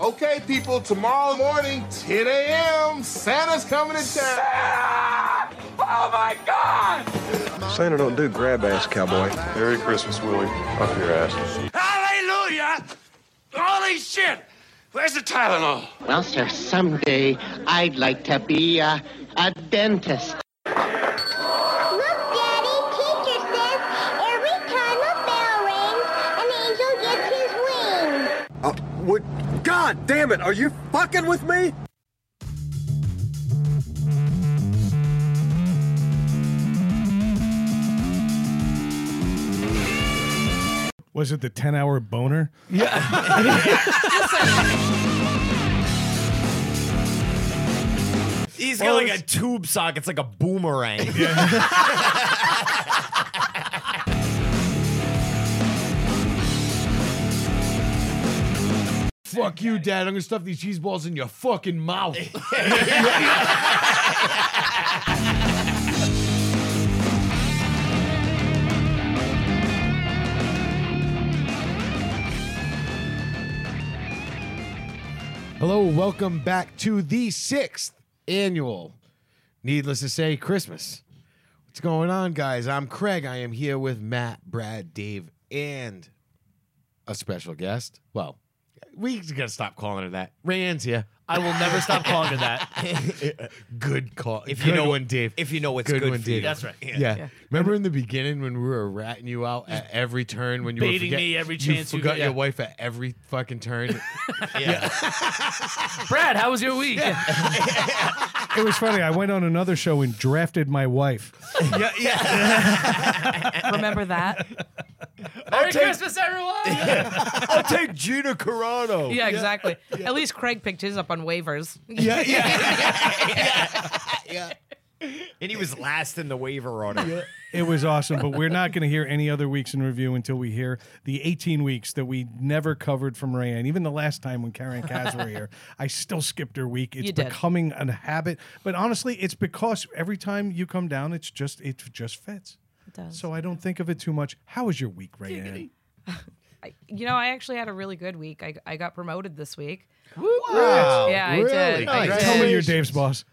Okay, people, tomorrow morning, 10 a.m., Santa's coming to town. Oh my God! Santa don't do grab ass, cowboy. Merry Christmas, Willie. Up your ass. Hallelujah! Holy shit! Where's the Tylenol? Well, sir, someday I'd like to be a, a dentist. Look, Daddy, teacher says every time a bell rings, an angel gets his wings. Uh, what? God damn it! Are you fucking with me? Was it the 10 hour boner? He's got like a tube sock. It's like a boomerang. Fuck you, Dad. I'm gonna stuff these cheese balls in your fucking mouth. Hello, welcome back to the sixth annual Needless to Say Christmas. What's going on, guys? I'm Craig. I am here with Matt, Brad, Dave, and a special guest. Well, we gotta stop calling her that. Rayanne's here. I will never stop calling her that. Good call. If good you know- one, Dave. if you know what's good for you. That's right. Yeah. Remember in the beginning when we were ratting you out at every turn when you were baiting forget- me every you chance you forgot got- your yeah. wife at every fucking turn. Brad, how was your week? It was funny. I went on another show and drafted my wife. Remember that? Merry Christmas, everyone! I'll take Gina Carano. Yeah, exactly. At least Craig picked his up on waivers. yeah, yeah. And he was last in the waiver order. It was awesome, but we're not going to hear any other weeks in review until we hear the 18 weeks that we never covered from Rayanne. Even the last time when Karen and Kaz were here, I still skipped her week. It's You did. becoming a habit, but honestly, it's because every time you come down, it's just it just fits. It does. So I don't think of it too much. How was your week, Rayanne? I, you know, I actually had a really good week. I, I got promoted this week. Wow. Yeah, I really? did. I Nice. did. Tell me you're Dave's boss.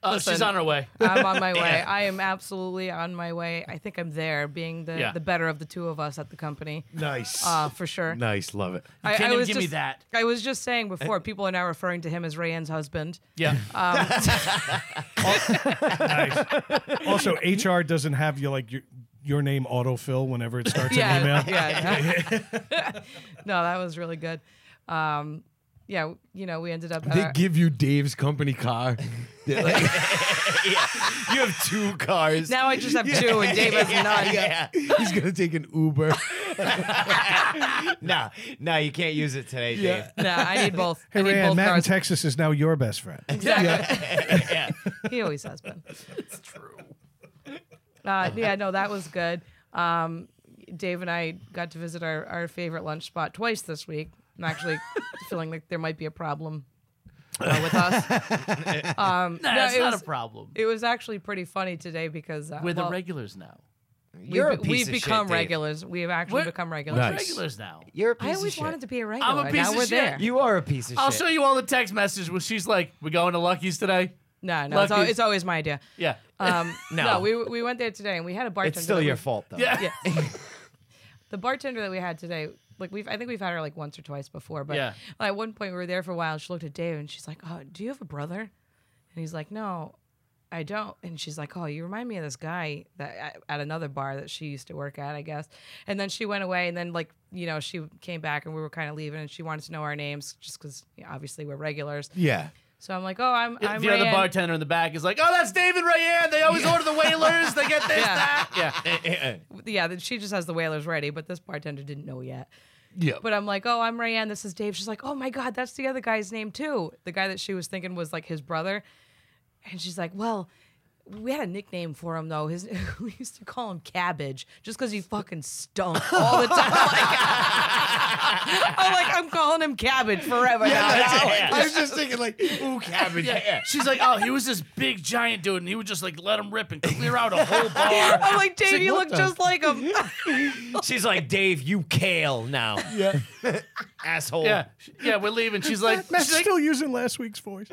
Uh, she's Listen. on her way. I'm on my way. I am absolutely on my way. I think I'm there, being the, Yeah. the better of the two of us at the company, Nice. uh, for sure. nice. Love it. I, Can I you was give just, me that? I was just saying before, people are now referring to him as Rayanne's husband. Yeah. Also, HR doesn't have you like your your name autofill whenever it starts an yeah, email. yeah. yeah. no, that was really good. Um, yeah, you know, we ended up. uh, at They our- give you Dave's company car. They're like, You have two cars. now I just have two, and Dave has none. yeah. He's gonna take an Uber. No, no, you can't use it today, Dave. No, I need both. Hey, I need Rayanne, both Matt in cars. Texas is now your best friend. he always has been. It's true. Uh, yeah, no, that was good. Um, Dave and I got to visit our, our favorite lunch spot twice this week. I'm actually feeling like there might be a problem uh, with us. Um, Nah, it's it not was- a problem. It was actually pretty funny today because uh, We're the well, regulars now. we've, You're a be- piece we've of shit, become Dave. regulars. We have actually We're- become regulars. We're Nice. regulars now. You're a piece I of always shit. wanted to be a regular. now piece of we're shit. there. You are a piece of I'll shit. show you all the text messages where she's like, "We're going to Lucky's today." no, no, it's, al- Lucky's- it's always my idea. Yeah. Um, no. No. we we went there today and we had a bartender. It's still that your we- fault, though. Yeah. Yeah. the bartender that we had today, like we've, I think we've had her like once or twice before, but Yeah. at one point we were there for a while and she looked at Dave and she's like, Oh, do you have a brother? And he's like, No, I don't. And she's like, Oh, you remind me of this guy that at another bar that she used to work at, I guess. And then she went away and then like, you know, she came back and we were kind of leaving and she wanted to know our names just because obviously we're regulars. yeah. So I'm like, Oh, I'm, I'm the other Rayanne." bartender in the back is like, "Oh, that's David Rayanne. They always order the Whalers. They get this, Yeah. that." Yeah. yeah, that she just has the whalers ready, but this bartender didn't know yet. Yeah. But I'm like, oh, I'm Rayanne. This is Dave. She's like, oh my God, that's the other guy's name too. The guy that she was thinking was like his brother. And she's like, well, we had a nickname for him though. His we used to call him Cabbage just because he fucking stunk all the time. Like, I'm like, I'm calling him Cabbage forever. now. I was just thinking like, ooh, cabbage. She's like, "Oh, he was this big giant dude, and he would just like let him rip and clear out a whole bar." I'm like, Dave, you look just like him. She's like, Dave, you kale now. Yeah. asshole. Yeah, sh- yeah, we're leaving. She's like, Matt's she's like- still using last week's voice.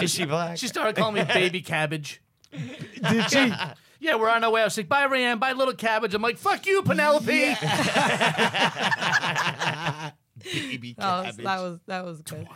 Is she black? She started calling me baby cabbage. Did she? Yeah, we're on our way. I was like, bye, Rayanne. Bye, little cabbage. I'm like, fuck you, Penelope. Baby That was that was, that was good.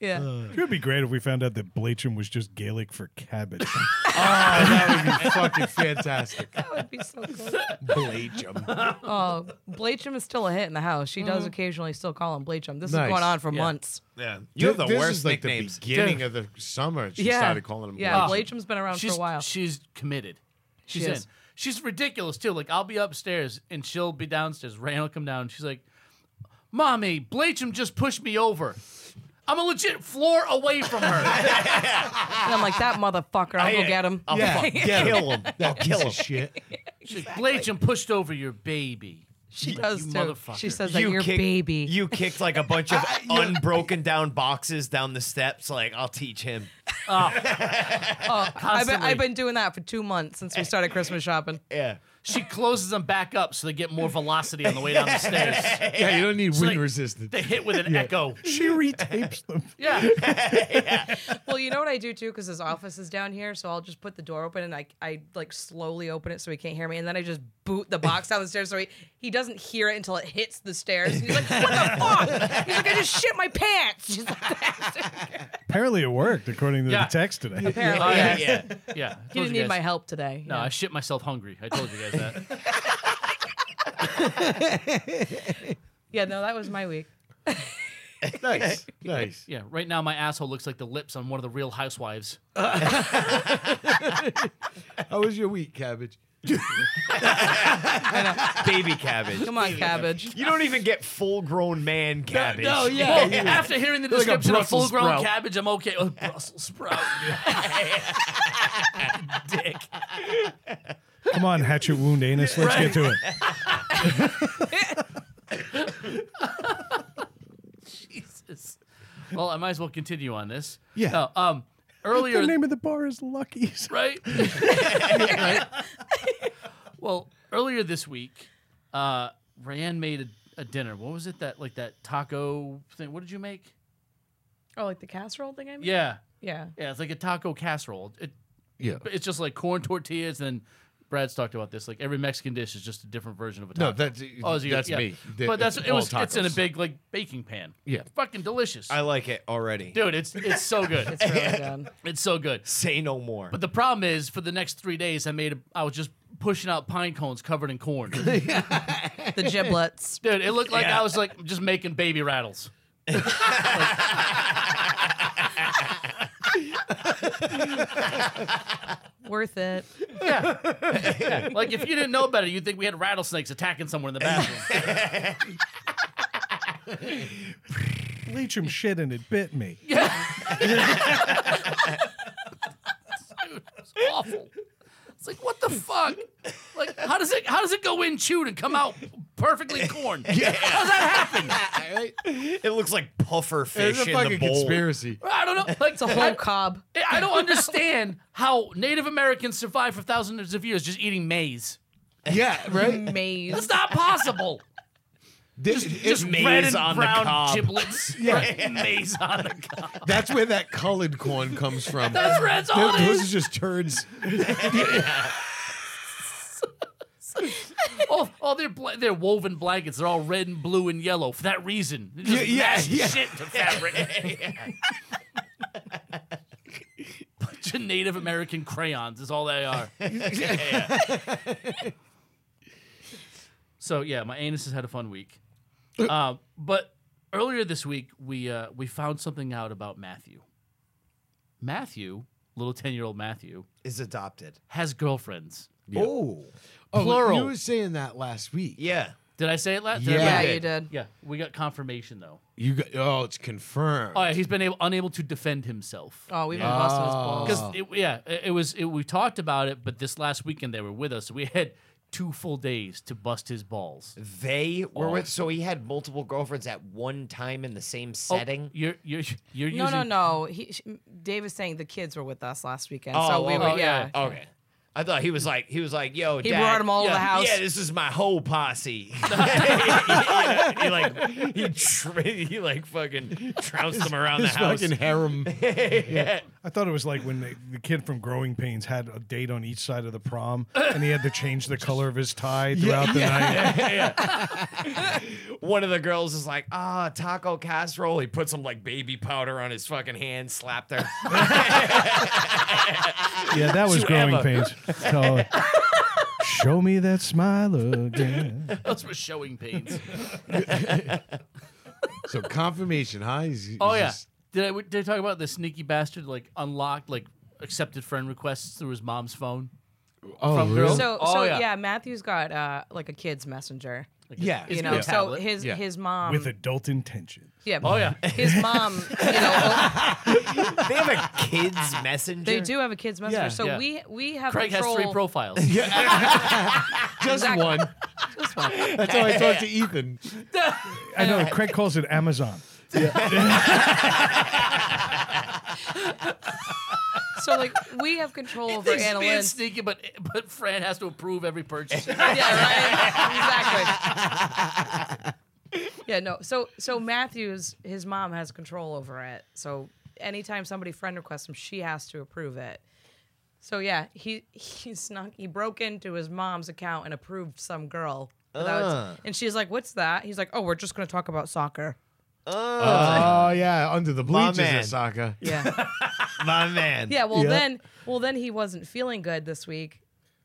Yeah. It would be great if we found out that Blachum was just Gaelic for cabbage. Oh, that would be fucking fantastic. that would be so good. Blachum. Oh, Blachum is still a hit in the house. She does occasionally still call him Blachum. This Nice. is going on for Yeah. months. Yeah, You have the this worst is like nicknames. the beginning of the summer. She Yeah. started calling him. Yeah, Blachum. Blachum's been around she's, for a while. She's committed. She's She in. is. She's ridiculous too. Like I'll be upstairs and she'll be downstairs. Rayanne will come down. and She's like, "Mommy, Blachum just pushed me over. I'm a legit floor away from her." And I'm like, that motherfucker. I'll go get him. I'll Yeah, fuck- get kill him. That I'll kill piece him. of shit. She's like, Blachum pushed over your baby. She does you too. motherfucker. She says that your kicked- baby. You kicked like a bunch of unbroken down boxes down the steps. Like I'll teach him. oh, I've, been, constantly. I've been doing that for two months since we started Christmas shopping. Yeah. She closes them back up so they get more velocity on the way down the stairs. Yeah, you don't need wind like- resistance. They hit with an echo. she retapes them. Yeah. Well, you know what I do too, because his office is down here, so I'll just put the door open and I, I like slowly open it so he can't hear me, and then I just boot the box down the stairs so he, he doesn't hear it until it hits the stairs. And he's like, "What the fuck?" He's like, "I just shit my pants." She's like, Apparently, it worked according to Yeah. the text today. Apparently, Oh, yeah, yes. yeah, yeah. I He told didn't you need my guys. help today. No, Yeah. I shit myself hungry. I told you guys that. yeah, no, that was my week. nice, nice. Yeah, right now my asshole looks like the lips on one of the Real Housewives. How was your week, Cabbage? Baby cabbage. Come on, cabbage. You don't even get full grown man cabbage. no, yeah. Well, after hearing the Like a description of Brussels full-grown sprout. cabbage, I'm okay with Brussels sprout. Dick. Come on, hatchet wound anus. Let's get to it. Jesus. Well, I might as well continue on this. Yeah. Oh, um, earlier, The name of the bar is Lucky's. right? well, earlier this week, uh, Rayanne made a, a dinner. What was it that like that taco thing? What did you make? Oh, like the casserole thing I made. Yeah, Yeah. yeah. It's like a taco casserole. It, Yeah. it's just like corn tortillas. And Brad's talked about this. Like every Mexican dish is just a different version of a taco. No, that's Oh, so you- that's yeah. me. But that's it all was. It's in a tacos. big like baking pan. Yeah. fucking delicious. I like it already. Dude, it's it's so good. It's really good. it's so good. Say no more. But the problem is, for the next three days, I made a, I was just pushing out pine cones covered in corn. Dude, The giblets. it looked like Yeah. I was like just making baby rattles. Worth it. Like if you didn't know better, you'd think we had rattlesnakes attacking someone in the bathroom. Leachum shit and it bit me. it's awful. It's like what the fuck? Like how does it how does it go in chewed and come out perfectly corn? it looks like puffer It's fish a in the fucking bowl. conspiracy. I don't know. Like It's a whole I- cob. I don't understand how Native Americans survived for thousands of years just eating maize. Yeah, Mm-hmm. right. Maze. That's not possible. Just, Just maize red and on the brown cob. giblets. maize on the cob. that's where that colored corn comes from. That's red's Th- on Those it. are just turds. Oh, oh, they're bla- they're woven blankets. They're all red and blue and yellow for that reason. They Just Yeah, yeah, mash yeah. shit to fabric. Bunch of Native American crayons is all they are. so yeah, my anus has had a fun week. Uh, but earlier this week, we uh, we found something out about Matthew. Matthew, little ten year old Matthew, Is adopted. has girlfriends. Oh, oh, Plural. You were saying that last week. Yeah. Did I say it last? Yeah. Yeah, Yeah. you did. yeah, we got confirmation though. You got, oh, it's confirmed. Oh yeah, he's been able, unable to defend himself. Oh, we've been busting his balls. Because yeah, it, it was it, we talked about it, but this last weekend they were with us. We had two full days to bust his balls. They were with so he had multiple girlfriends at one time in the same setting. Oh, you're you're you're No, using no, no. He, sh- Dave is saying the kids were with us last weekend, Oh, so we oh, were. oh, yeah. Okay. I thought he was like he was like, "Yo, He Dad, brought 'em all over yeah, the house. Yeah, this is my whole posse. he, like he tr- he like fucking trounced them around the his house. fucking harem. yeah. I thought it was like when the, the kid from Growing Pains had a date on each side of the prom, and he had to change the color of his tie throughout the night. One of the girls is like, ah, taco casserole. He put some like baby powder on his fucking hand, slapped her. Yeah, that was To Growing Emma. Pains. So, show me that smile again. Those were showing pains. So confirmation, huh? He's, he's Oh yeah. just- Did I did I talk about the sneaky bastard like unlocked like accepted friend requests through his mom's phone? Oh, from really? girls? So, oh, so yeah. yeah. Matthew's got uh, like a kid's messenger. Yeah, you it's know, a so tablet. his Yeah. his mom. with adult intention. yeah. Oh yeah. His mom, you know, oh, they have a kids messenger. they do have a kids messenger. Yeah, so yeah. we we have Craig has control. three profiles. just Exactly. one. That's how I talked to Ethan. I know Craig calls it Amazon. So like we have control over Thinks Anna being Lynn's- sneaky, but but Fran has to approve every purchase. yeah, right. exactly. yeah, no. So so Matthews, his mom has control over it. So anytime somebody friend requests him, she has to approve it. So yeah, he he snuck he broke into his mom's account and approved some girl. Without, Ah. And she's like, "What's that?" He's like, "Oh, we're just gonna talk about soccer." Oh yeah, under the My bleachers, man. Osaka. Yeah, My man. yeah. Well then, well then he wasn't feeling good this week.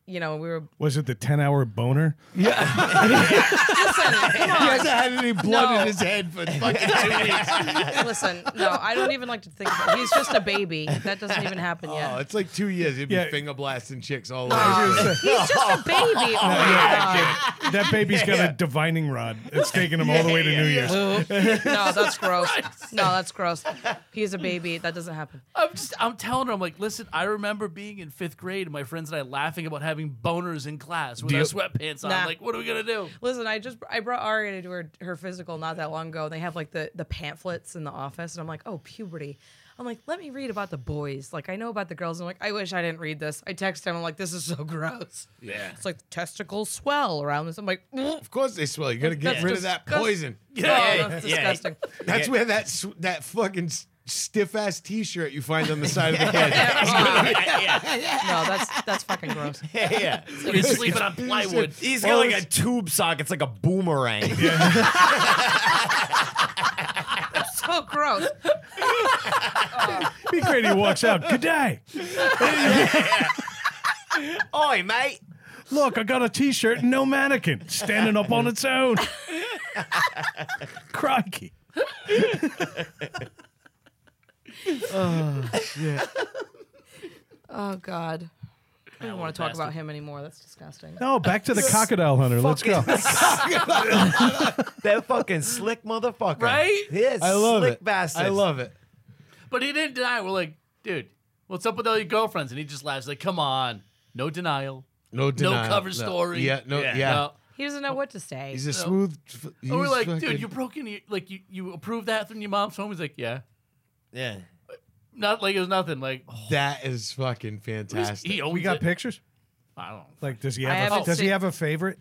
You know, we were Was it the 10 hour boner? He hasn't had any blood No. in his head for fucking two weeks. listen. No, I don't even like to think. About He's just a baby. That doesn't even happen yet. Oh, it's like two years. He'd be Yeah. finger blasting chicks all over. He's just a baby. Oh, my That baby's got a divining rod. It's taking him all the way to New Year's. God. No, that's gross. No, that's gross. He's a baby. That doesn't happen. I'm just I'm telling her I'm like, listen, I remember being in fifth grade and my friends and I laughing about having boners in class with our sweatpants on. Nah. Like, what are we gonna do? Listen, I just I brought Aria to do her, her physical not that long ago. And they have like the the pamphlets in the office, and I'm like, oh, puberty. I'm like, let me read about the boys. Like, I know about the girls. I'm like, I wish I didn't read this. I text him. I'm like, this is so gross. Yeah. It's like testicles swell around this. I'm like, Of course they swell. You gotta get That's rid of that disgust- poison. yeah, oh, that's yeah, yeah. disgusting. That's where that s- that fucking stiff ass t shirt you find on the side of the bed. No, that's that's fucking gross. yeah. He's sleeping on plywood. He's got like a tube sock. It's like a boomerang. So gross. Be great. He walks out. Good day. Oi, mate. Look, I got a t shirt and no mannequin standing up on its own. Crikey. Oh God. I don't want to talk about him anymore. That's disgusting. No, back to the crocodile hunter. Let's go. That fucking slick motherfucker. Right? Yes. I love slick it. Bastard. I love it. But he didn't deny. it. We're like, dude, what's up with all your girlfriends? And he just laughs like, come on, no denial. No denial. cover story. Yeah. No. Yeah. Yeah. No. He doesn't know what to say. He's a smooth. He's And we're like, fucking- dude, you broke in. Like, you you approved that from your mom's home. He's like, yeah, Yeah. not like it was nothing. Like oh, That is fucking fantastic. he owns Oh, We got it. pictures? I don't. Know. Like, does he I have a, haven't does he seen- have a favorite?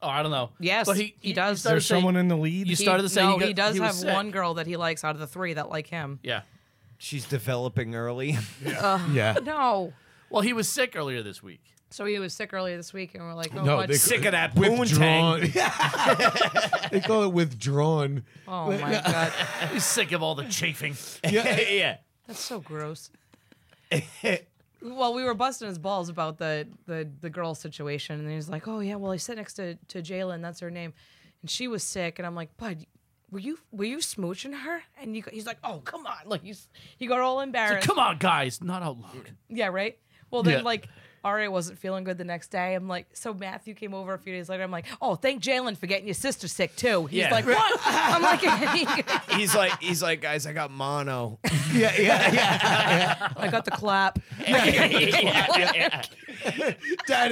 Oh, I don't know. Yes, but he he does. started There's saying- someone in the lead? you started to say no, he, got- does was have sick. one girl that he likes out of the three that like him. Yeah. She's developing early. yeah. No. Well, he was sick earlier this week. So he was sick earlier this week, and we're like, oh, No, what? they- Sick of that Withdrawn. poontang. they call it withdrawn. oh my god, He's sick of all the chafing. yeah. that's so gross. well, we were busting his balls about the the the girl situation, and he's like, oh yeah, well I sit next to to Jalen, that's her name, and she was sick, and I'm like, bud. Were you were you smooching her? And you, he's like, "Oh, come on!" Like you, he got all embarrassed. Come on, guys, not out loud. Yeah, right. Well, then Yeah. like Aria wasn't feeling good the next day. I'm like, so Matthew came over a few days later. I'm like, oh, thank Jalen for getting your sister sick too. He's Yeah. like, what? I'm like, I He's like, he's like, guys, I got mono. Yeah. Yeah. Yeah. got the clap. Dad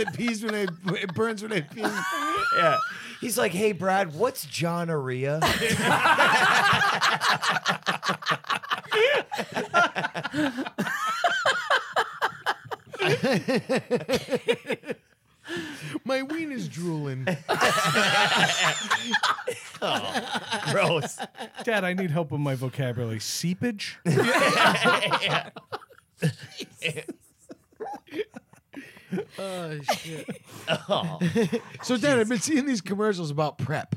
at peace when I it burns when I pee. Yeah. He's like, hey, Brad, what's gonorrhea? My ween is drooling. gross. Dad, I need help with my vocabulary. Seepage? oh shit. so Dad, I've been seeing these commercials about prep.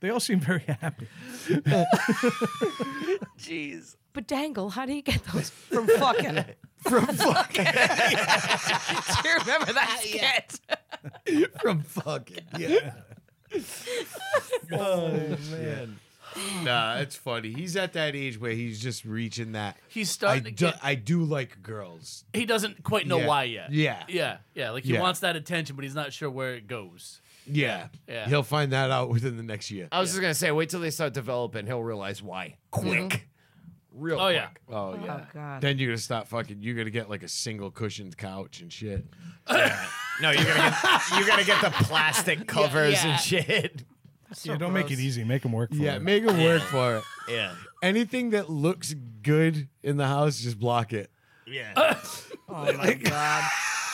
They all seem very happy. Jeez. But Dangle, how do you get those from fucking? From fucking. do you remember that skit? From fucking. Yeah. Oh, man. Nah, it's funny. He's at that age where he's just reaching that. He's starting I to do, get- I do like girls. He doesn't quite know Yeah. why yet. Yeah. Yeah. Yeah. Like he Yeah. wants that attention, but he's not sure where it goes. Yeah. Yeah. Oh, He'll find that out within the next year. I was just gonna say, wait till they start developing, he'll realize why. Quick, Mm-hmm. real. Oh, quick. yeah. Oh yeah. God. Then you're gonna stop fucking. You're gonna get like a single cushioned couch and shit. No, you're gonna get, you're gonna get the plastic covers yeah. and shit. yeah, don't make it easy. Make them work for Yeah, it. make it work for it. Yeah. Anything that looks good in the house, just block it. Yeah. oh my god.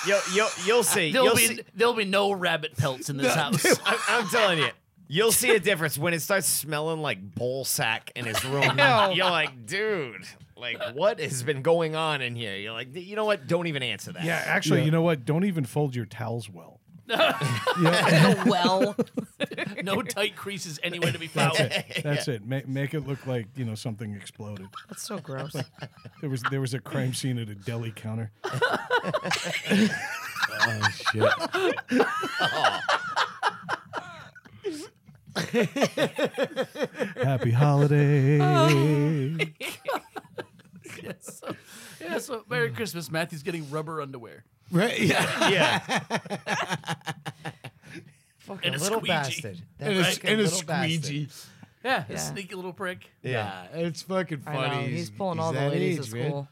You'll you'll you'll see. There'll you'll be see. there'll be no rabbit pelts in this house. I'm, I'm telling you, you'll see a difference when it starts smelling like bowl sack in his room. Ew. You're like, dude, like what has been going on in here? You're like, you know what? Don't even answer that. Yeah, actually, you know what? Don't even fold your towels well. well. no tight creases anywhere to be found. That's it. Make, make it look like you know something exploded. That's so gross. There was there was a crime scene at a deli counter. Oh shit. Happy holiday. yes. So, yeah, so Merry Christmas. Matthew's getting rubber underwear. Right? Yeah. Yeah. And a little squeegee. bastard. That And a- fucking and a little bastard. squeegee. Yeah, a Yeah. sneaky little prick. Yeah. It's fucking I funny. know, he's pulling all the that ladies age, at man. school.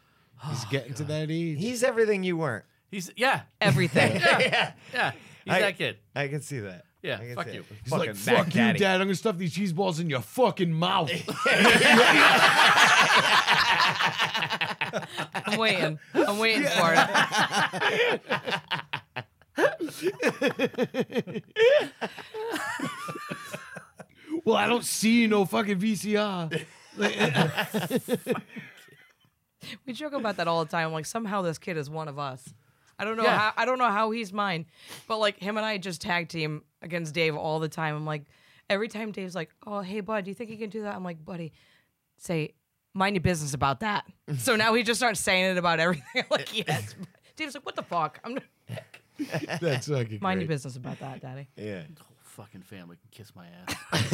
He's getting to that age. He's everything you weren't. He's yeah, Everything. yeah, yeah. He's I- that kid. I can see that. Yeah, I can fuck see you. it. He's fucking like, fuck Mac you, Daddy. Dad. I'm gonna stuff these cheese balls in your fucking mouth. I'm waiting. I'm waiting for it. well, I don't see no fucking VCR. We joke about that all the time. Like somehow this kid is one of us. I don't know Yeah. how I don't know how he's mine, but like him and I just tag team against Dave all the time. I'm like, every time Dave's like, "Oh, hey bud, do you think you can do that?" I'm like, "Buddy, say mind your business about that." so now he just starts saying it about everything. I'm like, yes. Dave's like, "What the fuck?" I'm not- That's fucking mind your great. business about that, Daddy. Yeah. The whole fucking family can kiss my ass.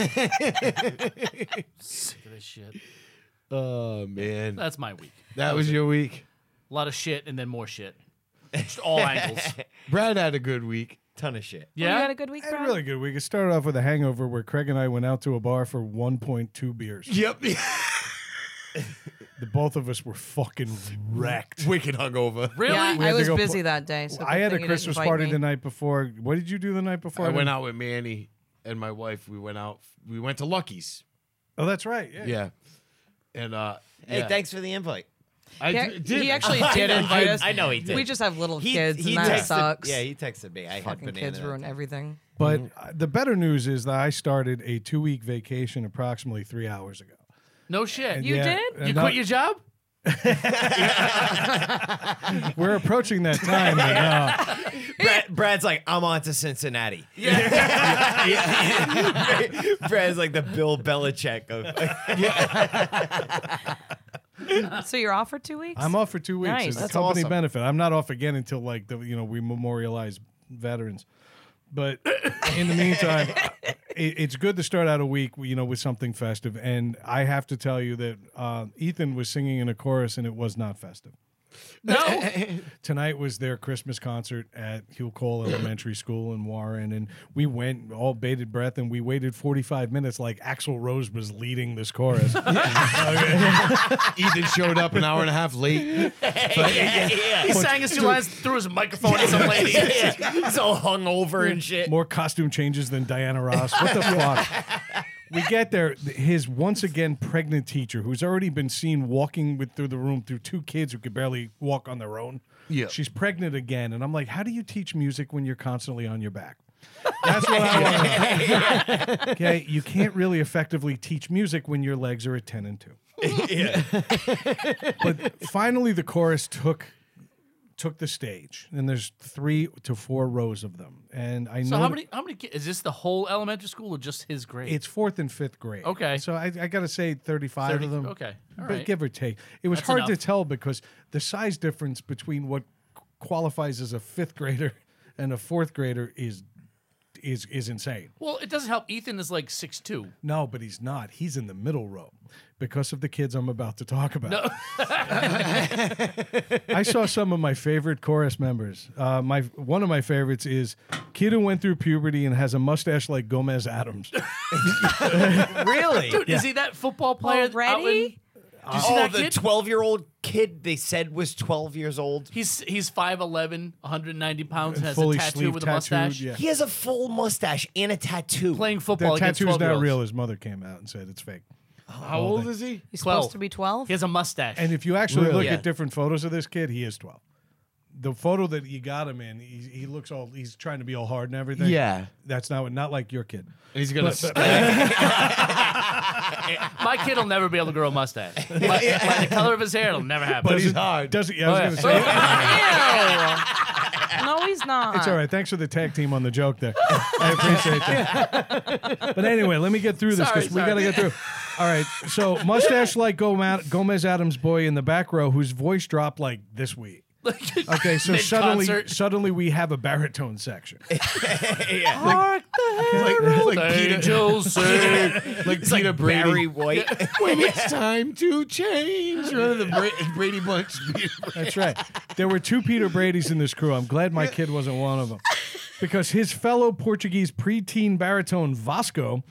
Sick of this shit. Oh man, That's my week. that was your week. A lot of shit and then more shit. Just all angles. Brad had a good week. Ton of shit. You Yeah. had a good week, Had a Brad? really good week. It started off with a hangover where Craig and I went out to a bar for 1.2 beers. Yep. The both of us were fucking wrecked. Wicked hungover. Really? Yeah, had I to was go busy pl- that day. So I had a good thing you didn't Christmas invite party me. the night before. What did you do the night before? I went out with Manny and my wife. We went out. We went to Lucky's. Oh, that's right. Yeah. Yeah. And uh, Hey, yeah. thanks for the invite. I Yeah, d- did. he actually did I- invite us. I know he did. We just have little He, kids, he and that texted, sucks. Yeah, he texted me. I had fucking banana. kids that ruin day. everything. But Mm-hmm. uh, the better news is that I started a two week vacation approximately three hours ago. No shit. You Yeah, did? and You not- quit your job? We're approaching that time. but, uh, Brad, Brad's like, I'm on to Cincinnati. Brad's like the Bill Belichick of. So you're off for two weeks? I'm off for two weeks. Nice. It's a That's company awesome. benefit. I'm not off again until like the you know we memorialize veterans. But in the meantime, it, it's good to start out a week you know with something festive. And I have to tell you that uh, Ethan was singing in a chorus and it was not festive. No. Tonight was their Christmas concert at Huell Cole Elementary School in Warren, and we went all bated breath, and we waited 45 minutes like Axl Rose was leading this chorus. Ethan showed up an hour and a half late. He sang his two lines, threw his microphone at some lady. He's all hungover and shit. More costume changes than Diana Ross. What the fuck? We get there. th- His once again pregnant teacher, who's already been seen walking with through the room through two kids who could barely walk on their own. Yeah. she's pregnant again, and I'm like, how do you teach music when you're constantly on your back? That's what I want. to know. Okay, you can't really effectively teach music when your legs are at ten and two. but finally, the chorus took took the stage, and there's three to four rows of them. And I So know how many? How many? ki- Is this the whole elementary school or just his grade? It's fourth and fifth grade. Okay. So I, I got to say 35 30 of them. okay. All but right. Give or take. It was That's hard to enough. tell because the size difference between what qualifies as a fifth grader and a fourth grader is is is insane. well, it doesn't help. Ethan is like six two. No, but he's not. He's in the middle row because of the kids I'm about to talk about. No. I saw some of my favorite chorus members. Uh, my one of my favorites is kid who went through puberty and has a mustache like Gomez Adams. really? Dude, is he that football player already? Did you see oh, that the kid? twelve-year-old kid they said was twelve years old. He's he's 5'11", 190 pounds, and has a Fully tattoo sleeve with a tattooed, mustache. yeah. He has a full mustache and a tattoo. Playing That tattoo's not real. His mother came out and said it's fake. How old is he? He's 12. supposed to be 12? He has a mustache. And if you actually Really? look Yeah. at different photos of this kid, he is 12. The photo that you got him in, he, he looks all, he's trying to be all hard and everything. Yeah. That's not not like your kid. He's gonna My kid will never be able to grow a mustache. By, by the color of his hair, it'll never happen. But he's hard. Doesn't, yeah, I was Oh, going to say. no, he's not. It's all right. Thanks for the tag team on the joke there. I appreciate that. But anyway, let me get through this Sorry, because we sorry. got to get through. All right. So, mustache like Goma- Gomez Adams boy in the back row whose voice dropped like this week. Okay, so suddenly, Mid-concert. suddenly we have a baritone section. Hark like, the Peter- angels sing. like It's Peter like Brady. Barry White. when it's time to change. Rather than Bra- Brady Bunch. That's right. There were two Peter Brady's in this crew. I'm glad my kid wasn't one of them. Because his fellow Portuguese preteen baritone Vasco,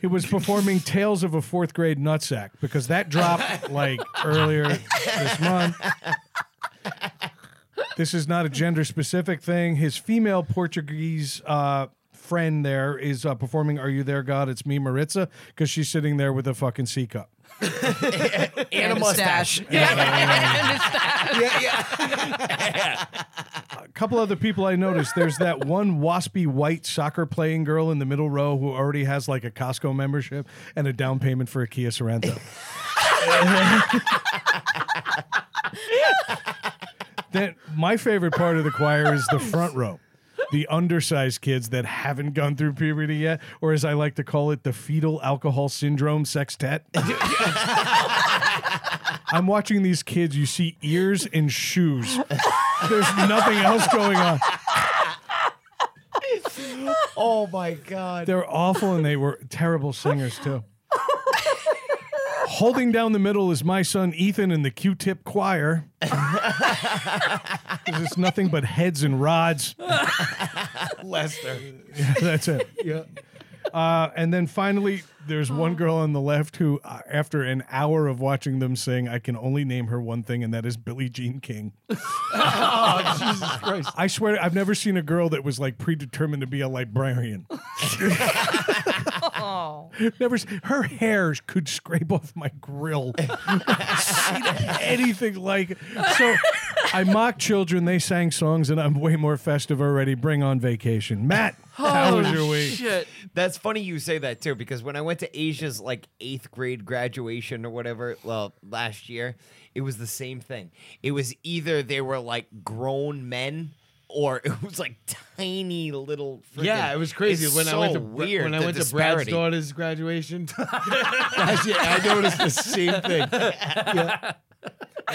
he was performing Tales of a Fourth Grade Nutsack because that dropped like earlier this month. This is not a gender specific thing. His female Portuguese uh, friend there is uh, performing Are You There, God? It's Me, Maritza, because she's sitting there with a fucking C cup. and a mustache. a couple other people I noticed. There's that one waspy white soccer playing girl in the middle row who already has like a Costco membership and a down payment for a Kia Sorento. then my favorite part of the choir is the front row. The undersized kids that haven't gone through puberty yet, or as I like to call it, the fetal alcohol syndrome sextet. I'm watching these kids. You see ears and shoes. There's nothing else going on. oh my god. They're awful and they were terrible singers too. Holding down the middle is my son Ethan in the Q-Tip Choir. 'Cause it's nothing but heads and rods. Lester. Yeah, that's it. Yeah. Uh, and then finally, there's one girl on the left who, uh, after an hour of watching them sing, I can only name her one thing, and that is Billie Jean King. oh, Jesus Christ. I swear, I've never seen a girl that was like predetermined to be a librarian. Oh. Never, s- her hair could scrape off my grill. See anything like so. I mock children. They sang songs, and I'm way more festive already. Bring on vacation, Matt. how was your week? Oh, Shit. That's funny you say that too, because when I went to Asia's like eighth grade graduation or whatever, well, last year, it was the same thing. It was either they were like grown men or it was like tiny little. Freaking, Yeah, it was crazy It's when I so went to Bra- weird. when I the went to Brad's disparity. daughter's graduation. That's it. I noticed the same thing. Yeah,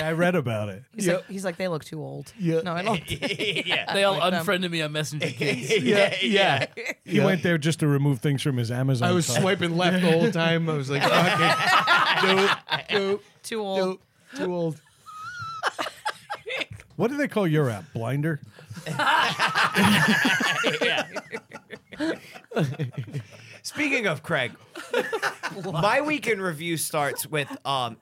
I read about it. He's, like, he's like, they look too old. No, I don't. yeah. They all Like them. unfriended me on Messenger. Kids. Yeah, yeah. He went there just to remove things from his Amazon. I was cart. swiping left the whole time. I was like, okay, nope, nope, Too old. nope, too old. What do they call your app? Blinder. Speaking of Craig, my week in review starts with um,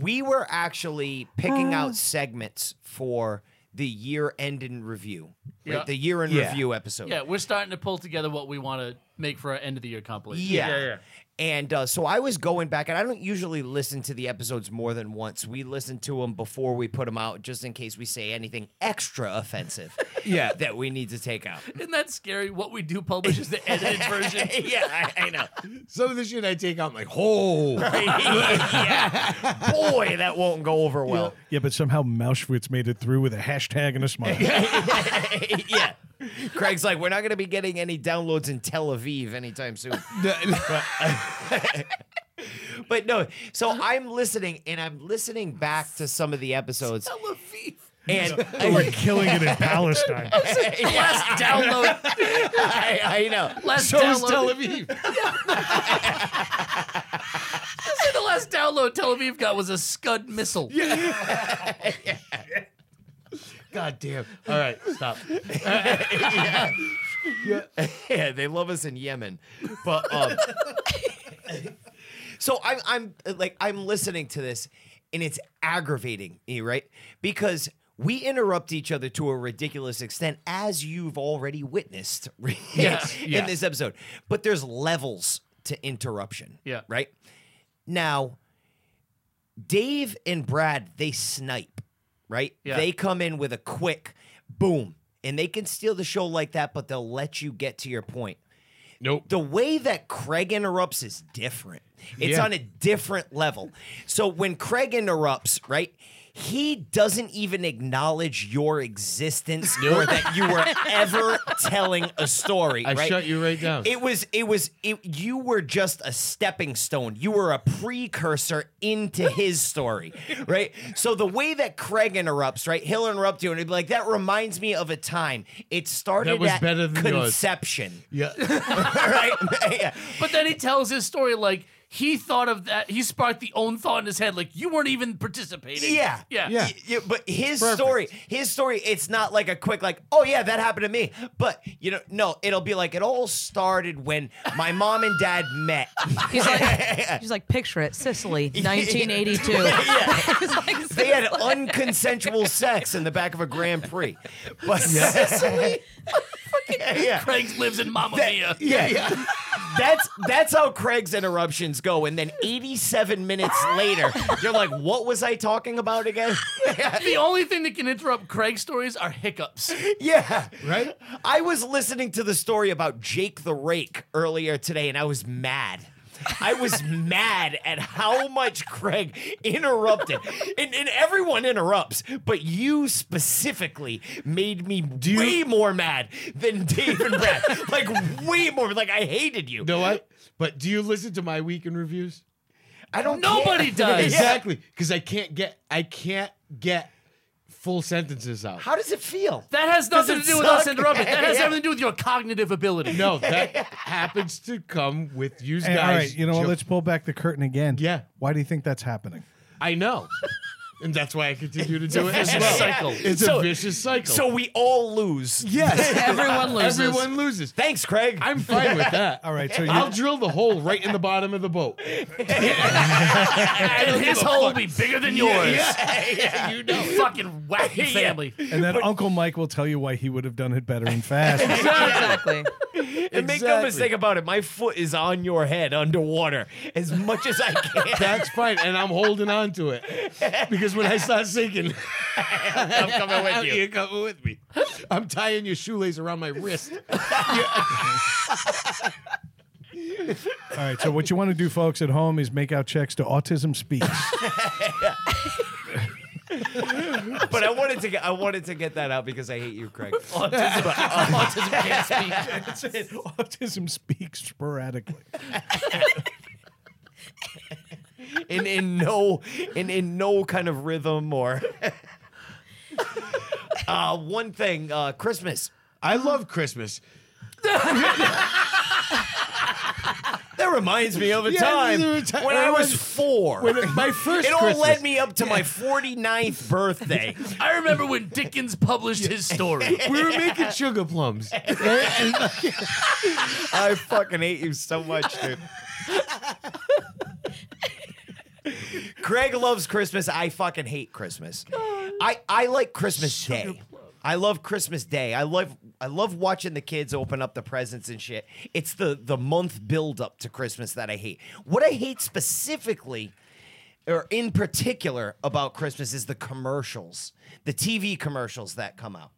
we were actually picking out segments for the year end in review, right? Yeah. The year in Yeah. review episode. Yeah, we're starting to pull together what we want to make for our end of the year compilation. Yeah. And uh, so I was going back, and I don't usually listen to the episodes more than once. We listen to them before we put them out, just in case we say anything extra offensive. yeah, that we need to take out. Isn't that scary? What we do publish is the edited version. yeah, I, I know. Some of the shit I take out, I'm like, oh, yeah. boy, that won't go over well. Yeah, but somehow Mauschwitz made it through with a hashtag and a smile. yeah. Craig's like, we're not going to be getting any downloads in Tel Aviv anytime soon. but no, so I'm listening and I'm listening back to some of the episodes. Tel Aviv. And They were killing it in Palestine. Last download. I, I know. Last So is download. Tel Aviv. I say the last download Tel Aviv got was a Scud missile. god damn. All right, stop. yeah, they love us in Yemen. But um, so I'm I'm like I'm listening to this and it's aggravating me, right? Because we interrupt each other to a ridiculous extent, as you've already witnessed Yes, in yes. this episode. But there's levels to interruption. Yeah. Right? Now, Dave and Brad, they snipe, right? Yeah. They come in with a quick boom, and they can steal the show like that, but they'll let you get to your point. Nope. The way that Craig interrupts is different. It's Yeah. on a different level. So when Craig interrupts, right, he doesn't even acknowledge your existence or that you were ever telling a story. I right? shut you right down. It was, it was, it, you were just a stepping stone. You were a precursor into his story, right? So the way that Craig interrupts, right, he'll interrupt you and he'll be like, that reminds me of a time. It started was at better than yours." conception. Yeah. right? Yeah. But then he tells his story like he thought of that. He sparked the own thought in his head like you weren't even participating. Yeah. yeah, Yeah. Yeah, but his Perfect. story, his story, it's not like a quick like, oh yeah, that happened to me. But you know, no, it'll be like it all started when my mom and dad met. He's like, he's like, picture it, Sicily, 1982. He's like, They had unconsensual sex in the back of a Grand Prix. But yeah, yeah. Craig lives in Mamma That- Mia. yeah, yeah. That's that's how Craig's interruptions go, and then 87 minutes later, you're like, "What was I talking about again?" The only thing that can interrupt Craig's stories are hiccups. Yeah. Right? I was listening to the story about Jake the Rake earlier today and I was mad. I was mad at how much Craig interrupted. And, and everyone interrupts, but you specifically made me way more mad than Dave and Brad. like, way more. Like, I hated you. You know what? But do you listen to my weekend reviews? I don't Nobody care. does. Exactly, because I can't get I can't get full sentences out. How does it feel? That has Does nothing it to do with suck? us interrupting. That has Yeah. everything to do with your cognitive ability. No, that happens to come with you Hey, guys. all right, you know what? Joe- Let's pull back the curtain again. Yeah. Why do you think that's happening? I know, and that's why I continue to do it as vicious well. cycle. It's So- a vicious cycle. So we all lose. yes, Everyone loses. Everyone loses. Thanks, Craig. I'm fine with that. All right, so I'll you, drill the hole right in the bottom of the boat. and his hole will be bigger than yours. you know. You fucking wacky Yeah. family. and then Uncle Mike will tell you why he would have done it better and fast. exactly. And make no Exactly. mistake about it, my foot is on your head underwater as much as I can. That's fine, and I'm holding on to it because when I start sinking, I'm coming with you. you're coming with me. I'm tying your shoelace around my wrist. All right, so what you want to do, folks, at home is make out checks to Autism Speaks. But I wanted to get I wanted to get that out because I hate you, Craig. uh, Autism, autism can't speak. That's it. Autism Speaks sporadically. In in no in in no kind of rhythm or uh one thing, uh Christmas. I love Christmas. That reminds me of a Yeah, time there was a ti- when I when- was four. When my first it all Christmas, led me up to my 49th birthday. I remember when Dickens published his story. we were making sugar plums. I fucking hate you so much, dude. Craig loves Christmas. I fucking hate Christmas. I, I like Christmas Day. I love Christmas Day. I love I love watching the kids open up the presents and shit. It's the the month build up to Christmas that I hate. What I hate specifically or in particular about Christmas is the commercials, the TV commercials that come out.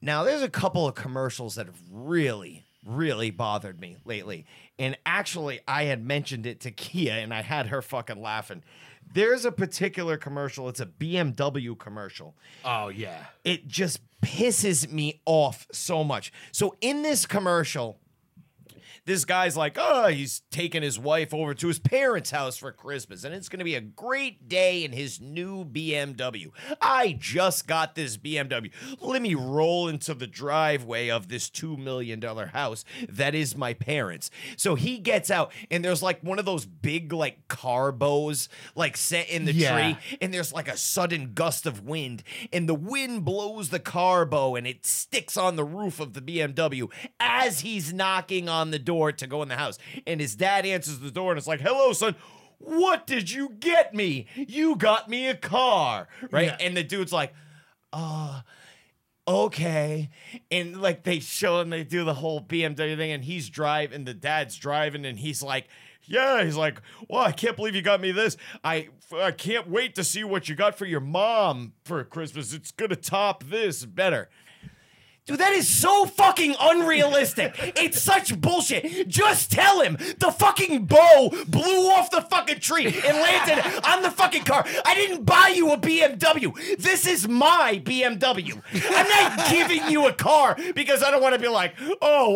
Now, there's a couple of commercials that have really, really bothered me lately. And actually, I had mentioned it to Kia and I had her fucking laughing. There's a particular commercial, it's a BMW commercial. Oh yeah. It just pisses me off so much. So, in this commercial, this guy's like, oh, he's taking his wife over to his parents' house for Christmas, and it's going to be a great day in his new BMW. I just got this BMW. Let me roll into the driveway of this $2 million house that is my parents. So he gets out, and there's like one of those big, like, carbos, like, set in the Yeah. tree, and there's like a sudden gust of wind, and the wind blows the carbo and it sticks on the roof of the BMW as he's knocking on the door to go in the house. And his dad answers the door and it's like, Hello, son. What did you get me? You got me a car, right? Yeah. And the dude's like, uh, okay. And like they show and they do the whole BMW thing, and he's driving, the dad's driving, and he's like, yeah, he's like, well, I can't believe you got me this. I I can't wait to see what you got for your mom for Christmas. It's gonna top this better. Dude, that is so fucking unrealistic. it's such bullshit. Just tell him the fucking bow blew off the fucking tree and landed on the fucking car. I didn't buy you a BMW. This is my BMW. I'm not giving you a car because I don't want to be like, oh,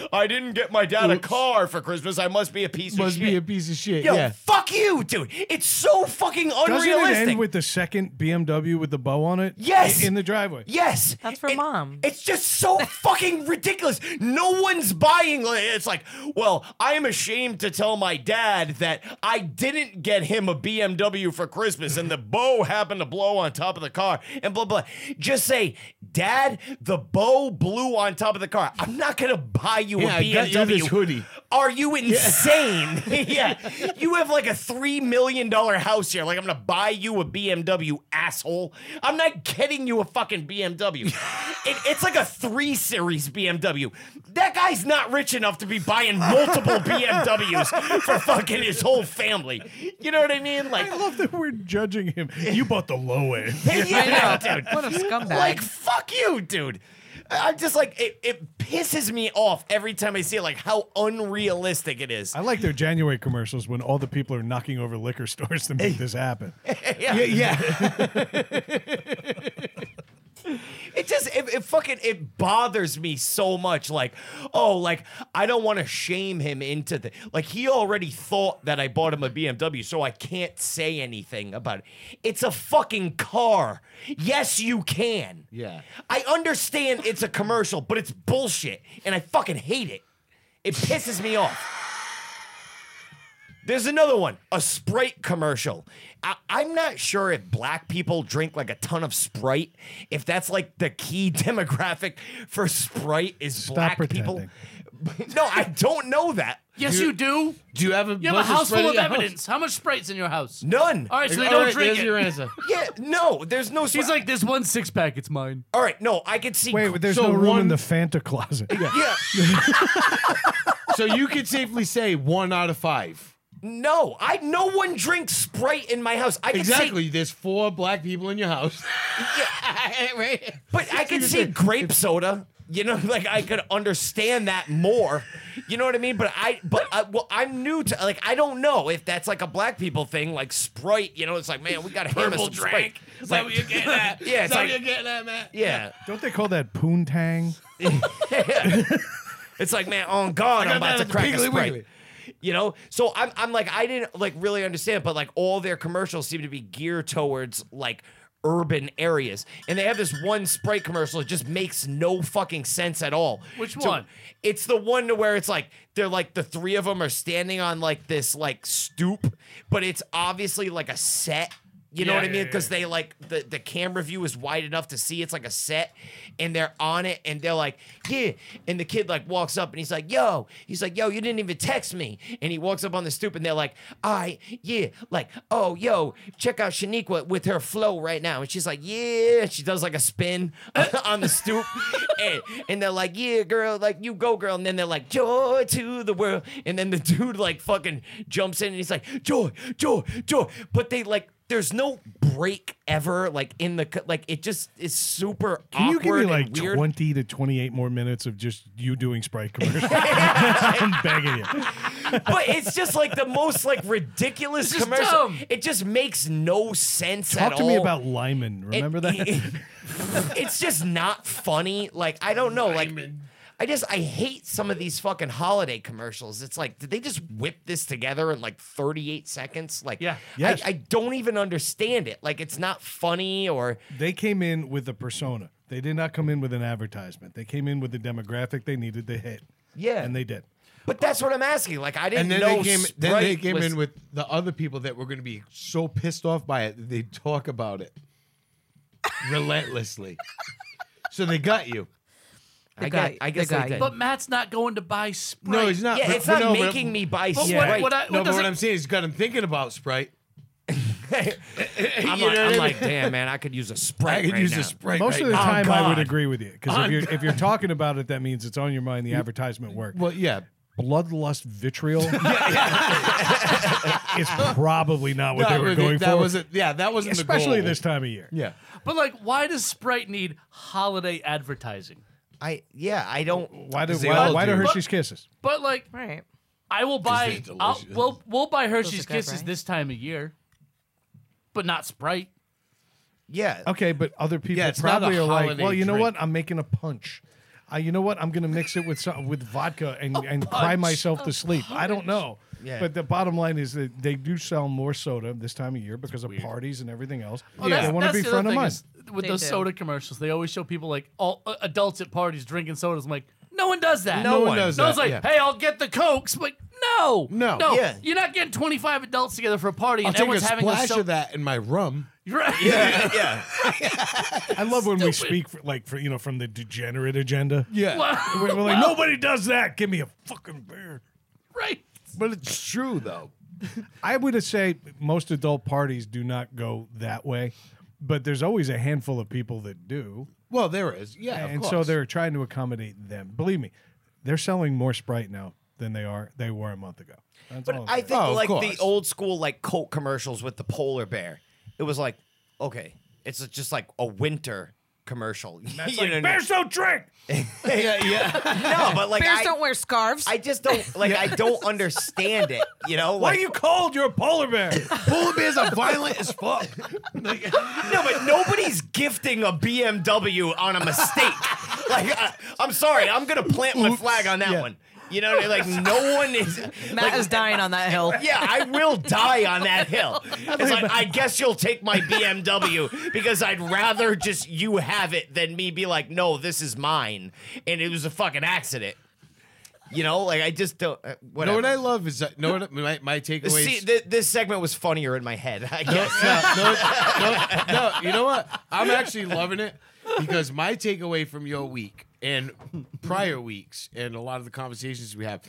whoa, I didn't get my dad a car for Christmas. I must be a piece of Must shit. be a piece of shit. Yo, yeah. fuck you, dude. It's so fucking Doesn't it unrealistic. end with the second BMW with the bow on it? Yes. I- in the driveway. Yes. That's for mom. It's just so fucking ridiculous. No one's buying. like, It's like, well, I am ashamed to tell my dad that I didn't get him a BMW for Christmas and the bow happened to blow on top of the car and blah, blah. Just say, Dad, the bow blew on top of the car. I'm not going to buy you Yeah, a I BMW. got you this hoodie. Are you insane? Yeah. You have like a $3 million house here. Like, I'm going to buy you a BMW, asshole. I'm not getting you a fucking BMW. It- it's like a 3 Series BMW. That guy's not rich enough to be buying multiple BMWs for fucking his whole family. You know what I mean? Like, I love that we're judging him. You bought the low end. yeah, dude. What a scumbag. Like, fuck you, dude. I'm just like, it, it pisses me off every time I see it, like how unrealistic it is. I like their January commercials when all the people are knocking over liquor stores to make this happen. yeah. It just it, it fucking it bothers me so much. Like, oh, like I don't want to shame him into the like he already thought that I bought him a BMW, so I can't say anything about it. It's a fucking car. Yes, you can. Yeah. I understand it's a commercial, but it's bullshit, and I fucking hate it. It pisses me off. There's another one, a Sprite commercial. I, I'm not sure if black people drink like a ton of Sprite, if that's like the key demographic for Sprite is black people. No, I don't know that. Yes, you do. Do you have a, You have a house full of evidence. How much Sprite's in your house? None. All right, so they don't drink it. Yeah, no, there's no. She's like, there's one six pack. It's mine. All right, no, I could see. Wait, but there's no room in the Fanta closet. Yeah. so you could safely say one out of five. No, I no one drinks Sprite in my house. I could see exactly. There's four black people in your house. But I could see grape soda. You know, like I could understand that more. You know what I mean? But I, but I, well, I'm new to like I don't know if that's like a black people thing, like Sprite. You know, it's like man, we got to hammer Purple some Sprite. drink. Is that what you're getting at? Yeah, Is that it's like- what you're getting at, Matt? Yeah, Don't they call that poontang? it's like man, on God, I got I'm about that to at the crack a Piggly Sprite. Wiggly. You know, so I'm, I'm like I didn't like really understand, but like all their commercials seem to be geared towards like urban areas, and they have this one Sprite commercial that just makes no fucking sense at all. Which So- one? It's the one to where it's like they're like the three of them are standing on like this like stoop, but it's obviously like a set You know Yeah, what I yeah, mean? yeah, Because they like the, the camera view is wide enough to see it's like a set, and they're on it, and they're like, yeah. And the kid like walks up and he's like, yo, he's like, yo, you didn't even text me. And he walks up on the stoop, and they're like, all right, yeah, like, oh, yo, check out Shaniqua with her flow right now. And she's like, yeah. She does like a spin on the stoop, and, and they're like, yeah, girl, like you go, girl. And then they're like, joy to the world. And then the dude like fucking jumps in, and he's like, joy, joy, joy. But they like there's no break ever like in the co- like it just is super Can you awkward give me and like weird. twenty to twenty-eight more minutes of just you doing Sprite commercials? I'm begging you. but it's just like the most like ridiculous commercial. It just makes no sense at Talk to me all. about Lyman. Remember that? it's just not funny. Like I don't know. Like I just I hate some of these fucking holiday commercials. It's like did they just whip this together in like 38 seconds? Like yeah, Yes. I, I don't even understand it. Like it's not funny or They came in with a persona. They did not come in with an advertisement. They came in with the demographic they needed to hit. Yeah. And they did. But that's what I'm asking. Like I didn't and then know. they came. Then they Sprite came was- in with the other people that were going to be so pissed off by it that they talk about it relentlessly. so they got you. I got- I guess they did. But Matt's not going to buy Sprite. No, he's not. but- but no, but- But what- what I- no, what but what doesn't- I'm saying is, got him thinking about Sprite. I'm, You like, know what I I'm mean? like, damn man, I could use a sprite. I could right use a now." Sprite Most of the time, I would agree with you because if On you're if you're talking about it, that means it's on your mind. The advertisement worked. Well, yeah. Bloodlust vitriol. it's probably not what That they were was- going that for. wasn't- yeah, that wasn't the especially goal. this time of year. Yeah. But like, why does Sprite need holiday advertising? I yeah, I don't. Why do why, why do Hershey's Kisses? But like, right? I will buy. they're I'll, delicious. we'll we'll buy Hershey's Those are good, Kisses right? this time of year, but not Sprite. Yeah. Okay, but other people Yeah, it's not probably a are like, holiday well, you know drink. what? I'm making a punch. Uh, you know what? I'm going to mix it with some, with vodka and, and cry punch. myself A to sleep. I don't know. Yeah. But the bottom line is that they do sell more soda this time of year because of parties and everything else. Oh, They that's- want to that's be the front other of thing mind. is With They those do. soda commercials, they always show people like all uh, adults at parties drinking sodas. I'm like, no one does that. No No one one. does No one's that, like, yeah. hey, I'll get the cokes. I'm like, no, No. no, Yeah. you're not getting 25 adults together for a party I'll and take a everyone's having a splash so- of that in my rum. Right. Yeah, yeah. I love when we speak for, like for, you know from the degenerate agenda. Yeah. Wow. We're, we're like Wow. nobody does that. Give me a fucking beer. Right. But it's true though. I would say most adult parties do not go that way, but there's always a handful of people that do. Well, there is. Yeah, of and so course. they're trying to accommodate them. Believe me, they're selling more Sprite now than they are they were a month ago. That's all But I'm I saying. think like the old school like Coke commercials with the polar bear. It was like, okay, it's just like a winter commercial. That's You like, know what I mean? bears don't drink. yeah, yeah. No, but like bears I, don't wear scarves. I just don't like. I don't understand it. You know, Why like, are you cold? You're a polar bear. polar bears are violent as fuck. No, but nobody's gifting a BMW on a mistake. like, I, I'm sorry, I'm gonna plant my flag on that one. You know, what I mean? like no one is. Matt like, is dying on that hill. Yeah, I will die on that hill. It's like I guess you'll take my BMW because I'd rather just you have it than me be like, no, this is mine, and it was a fucking accident. You know, like I just don't. uh, know Whatever. what I love is that, know what my, my takeaway. See, thi- this segment was funnier in my head. I No, guess. no, no, no, no, you know what? I'm actually loving it because my takeaway from your week and prior weeks and a lot of the conversations we have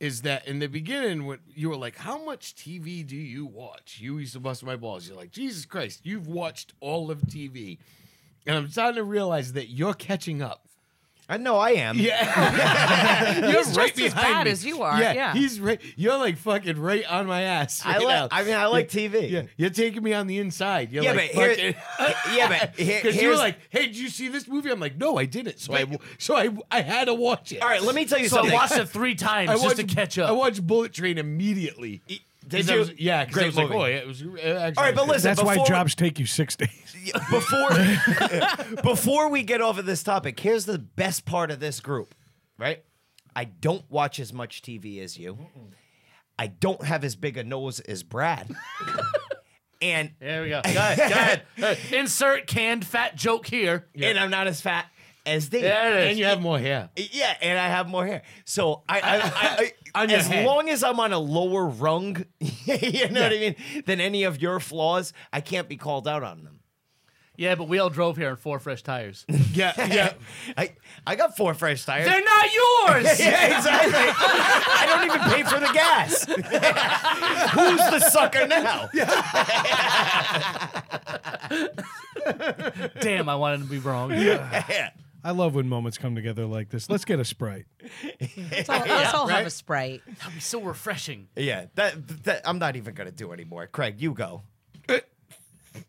is that in the beginning when you were like, How much TV do you watch? You used to bust my balls. You're like, Jesus Christ, you've watched all of TV. And I'm starting to realize that you're catching up. I know I am. Yeah. you're He's right just behind as bad me. as you are, yeah. He's right. You're like fucking right on my ass. I right like- now. I mean, I like TV. Yeah. You're taking me on the inside. You're Yeah, like, but fucking- here, yeah, but here, because you were here's- like, "Hey, did you see this movie?" I'm like, "No, I didn't." So I so I I had to watch it. All right, let me tell you So I something. watched it three times I just to watched- catch up. I watched Bullet Train immediately. did 'Cause I you? was- yeah, because I Great was like, movie. "Oh, yeah, it was." uh, Actually, All right, but listen, That's why before- jobs take you six days. before before we get off of this topic, here's the best part of this group, right? I don't watch as much TV as you. I don't have as big a nose as Brad. and There we go. Go ahead. Go ahead. Insert canned fat joke here. and I'm not as fat. as Dave. Yeah, it is. And you have more hair. Yeah, and I have more hair. So I, I, I, I On your as head. long as I'm on a lower rung, you know what I mean, than any of your flaws, I can't be called out on them. Yeah, but we all drove here on four fresh tires. Yeah, yeah. I, I got four fresh tires. They're not yours. yeah, exactly. I don't even pay for the gas. Who's the sucker now? Damn, I wanted to be wrong. Yeah. I love when moments come together like this. Let's get a sprite. Let's all, let's all have a sprite. That'd be so refreshing. Yeah, that, that I'm not even gonna do anymore. Craig, you go.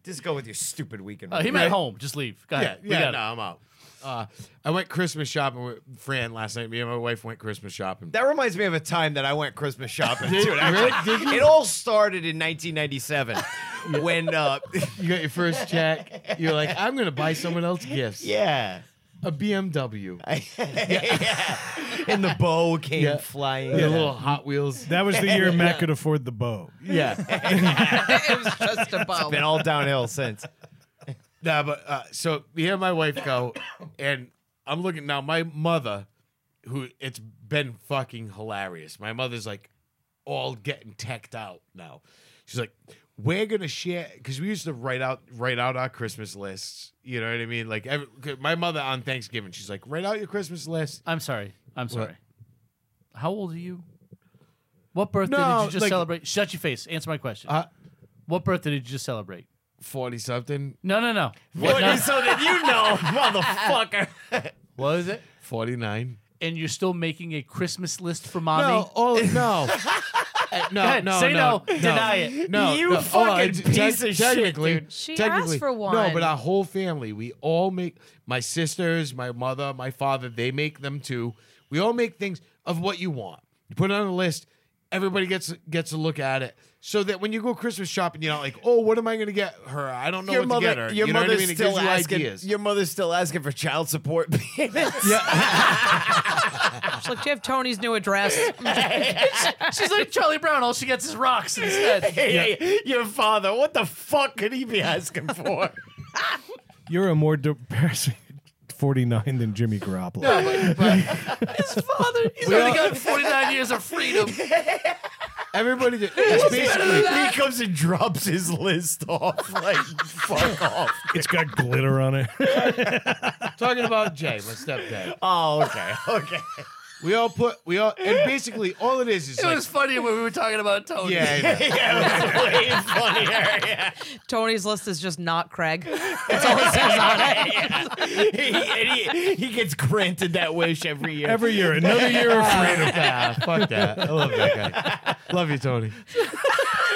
Just go with your stupid weekend. Uh, him at home, just leave. Go ahead. We Yeah, yeah got it. no, I'm out. Uh, I went Christmas shopping with Fran last night. Me and my wife went Christmas shopping. That reminds me of a time that I went Christmas shopping. Did- too, actually. really? Did you? It all started in 1997 when uh, You got your first check. You're like, I'm gonna buy someone else gifts. yeah, A BMW. and the bow came Yeah. flying. Yeah, little Hot Wheels. That was the year Matt could afford the bow. Yeah. it was just a It's bow. been all downhill since. nah, but uh, so me and my wife go, and I'm looking now. My mother, who it's been fucking hilarious. My mother's like all getting teched out now. She's like, we're gonna share because we used to write out write out our Christmas lists. You know what I mean? Like every, 'cause my mother on Thanksgiving, she's like, write out your Christmas list. I'm sorry. I'm sorry. How old are you? What birthday No, did you just like- celebrate? Shut your face. Answer my question. Uh, what birthday did you just celebrate? Forty something, No, no, no. What No. is so that you know, motherfucker? What is it? forty nine. And you're still making a Christmas list for mommy? No, oh no. Uh, No, Go ahead, no, say no, no, deny it. No, You no. Oh, fucking I- piece of shit, technically, dude. She technically, asked for No, one. but our whole family, we all make my sisters, my mother, my father. They make them too. We all make things of what you want. You put it on a list. Everybody gets gets a look at it, so that when you go Christmas shopping, you're not like, oh, what am I gonna get her? I don't know Your what mother, to get her. your you know what mother's I mean? It still gives you asking. ideas. Your mother's still asking for child support payments. She's like, do you have Tony's new address? She's like Charlie Brown. All she gets is rocks instead. Hey, hey, your father, what the fuck could he be asking for? You're a more depressing 49 than Jimmy Garoppolo. His father, he's only got 49 years of freedom. Everybody, did- it's basically he comes and drops his list off. Like, fuck off. it's got glitter on it. talking about Jay, my stepdad. Oh, okay, okay. We all put we all and basically all it is is It like, was funny when we were talking about Tony. yeah. I know. yeah, it was way funnier. Yeah. Tony's list is just not Craig. He, and he, he gets granted that wish every year. Every year, another year of freedom. Yeah, fuck that. I love that guy. Love you, Tony.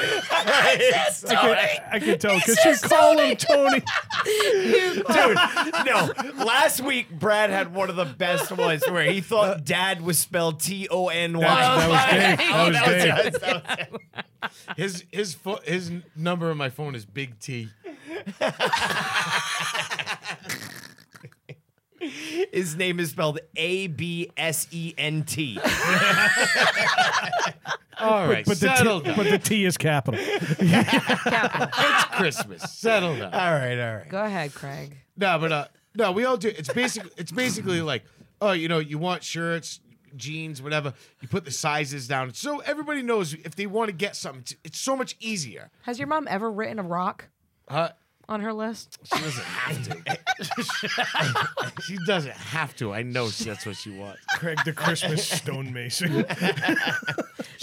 It's- I can, I can tell because you call him Tony. Dude, no. Last week, Brad had one of the best ones where he thought dad was spelled T O N That was Y. Dave. Oh, That was Dave. that was- that was- His his fo- his n- number on my phone is Big T. His name is spelled A B S E N T. All right, But the, settle t, down. but the T is capital. it's Christmas. Settle down. All right, all right. Go ahead, Craig. No, but uh, no, we all do. It's basically it's basically like, oh, you know, you want shirts, jeans, whatever. You put the sizes down, so everybody knows if they want to get something. It's- It's so much easier. Has your mom ever written a rock Uh, on her list? she doesn't have to. she doesn't have to. I know that's what she wants. Craig the Christmas stonemason.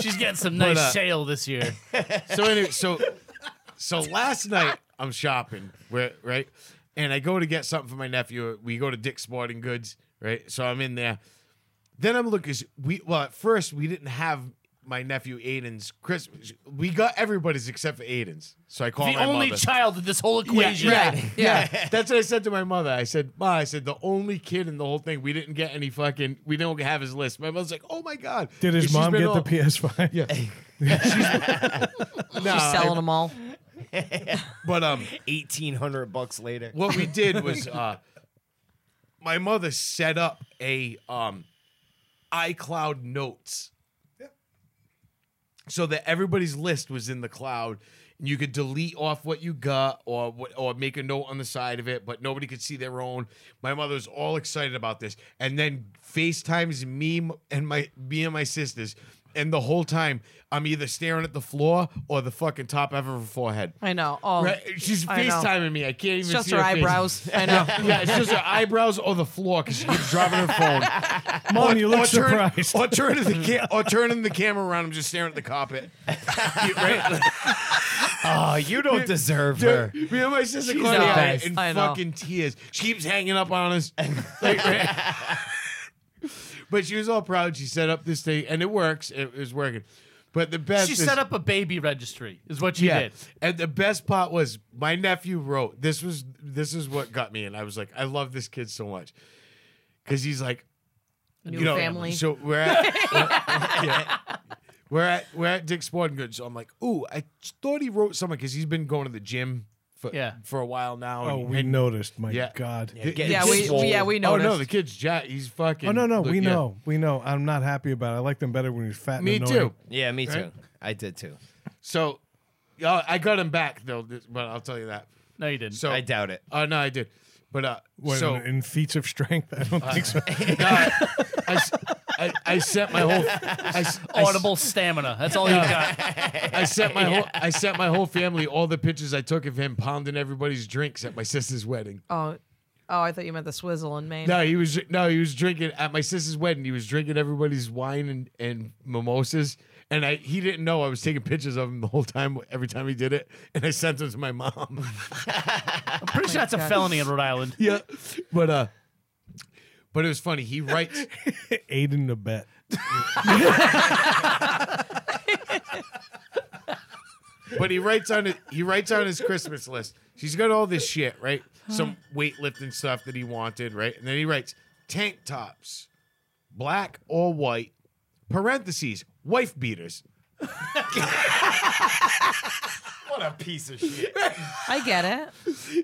She's getting some nice uh, sale this year. so anyway, so so last night I'm shopping, ri- right? And I go to get something for my nephew. We go to Dick's Sporting Goods, right? So I'm in there. Then I'm looking. We well at first we didn't have my nephew Aiden's Christmas. We got everybody's except for Aiden's. So I called the Oh, my only mother. child of this whole equation. Yeah, yeah, yeah. That's what I said to my mother. I said, Ma, I said, the only kid in the whole thing, we didn't get any fucking, we don't have his list. My mother's like, oh my God. Did his She's mom been get the all- PS5? Yeah. No, She's selling them all. But um, 1800 bucks later. what we did was uh my mother set up a um iCloud notes so that everybody's list was in the cloud and you could delete off what you got or what- or make a note on the side of it, but nobody could see their own. My mother's all excited about this, and then FaceTimes me m- and my me and my sisters, and the whole time I'm either staring at the floor or the fucking top of her forehead. I know. Oh, Right, She's I know. FaceTiming me. I can't even It's just see her face. eyebrows. I know. Yeah, yeah, it's just her eyebrows or the floor because she keeps dropping her phone. Mom, Or- you look or turn- surprised. Or turning the ca- or turning the camera around. I'm just staring at the carpet. You- right? Oh, you don't deserve her. Dude, Me and my sister She's Claudia the are best. in I know. fucking tears. She keeps hanging up on us. Like, right? but she was all proud. She set up this thing, and it works. It was working. But the best She is- set up a baby registry, is what she did. and the best part was my nephew wrote this was this is what got me, and I was like, I love this kid so much because he's like, New you know, family. So we're at yeah. we're at we're at Dick's Sporting Goods. So I'm like, ooh, I thought he wrote something because he's been going to the gym for Yeah. for a while now. Oh, and- we and- noticed. My yeah. God. The- the Yeah, kid's we- we- swole. yeah, we Oh no, noticed. the kid's jack. He's fucking. Oh no, no, look, we yeah. know, we know. I'm not happy about it. I like them better when he's fat. and Me annoying. too. Yeah, me too. Right? I did too. So, uh, I got him back though, this- but I'll tell you that. No, you didn't. So I doubt it. Oh no, I did. But uh, What, so in, in feats of strength, I don't think so. I, s- I- I set my whole I, s- I s- Audible stamina. That's all you got. I sent my whole I sent my whole family all the pictures I took of him pounding everybody's drinks at my sister's wedding. Oh, oh, I thought you meant the swizzle in Maine. No, he was no, he was drinking at my sister's wedding. He was drinking everybody's wine and, and mimosas, and I he didn't know I was taking pictures of him the whole time. Every time he did it, and I sent them to my mom. I'm pretty sure that's Oh a God. felony in Rhode Island. yeah, but uh, but it was funny. He writes. Aiden the bet. but he writes on it. He writes on his Christmas list. He's got all this shit, right? Some weightlifting stuff that he wanted, right? And then he writes tank tops, black or white, parentheses, wife beaters. What a piece of shit. I get it.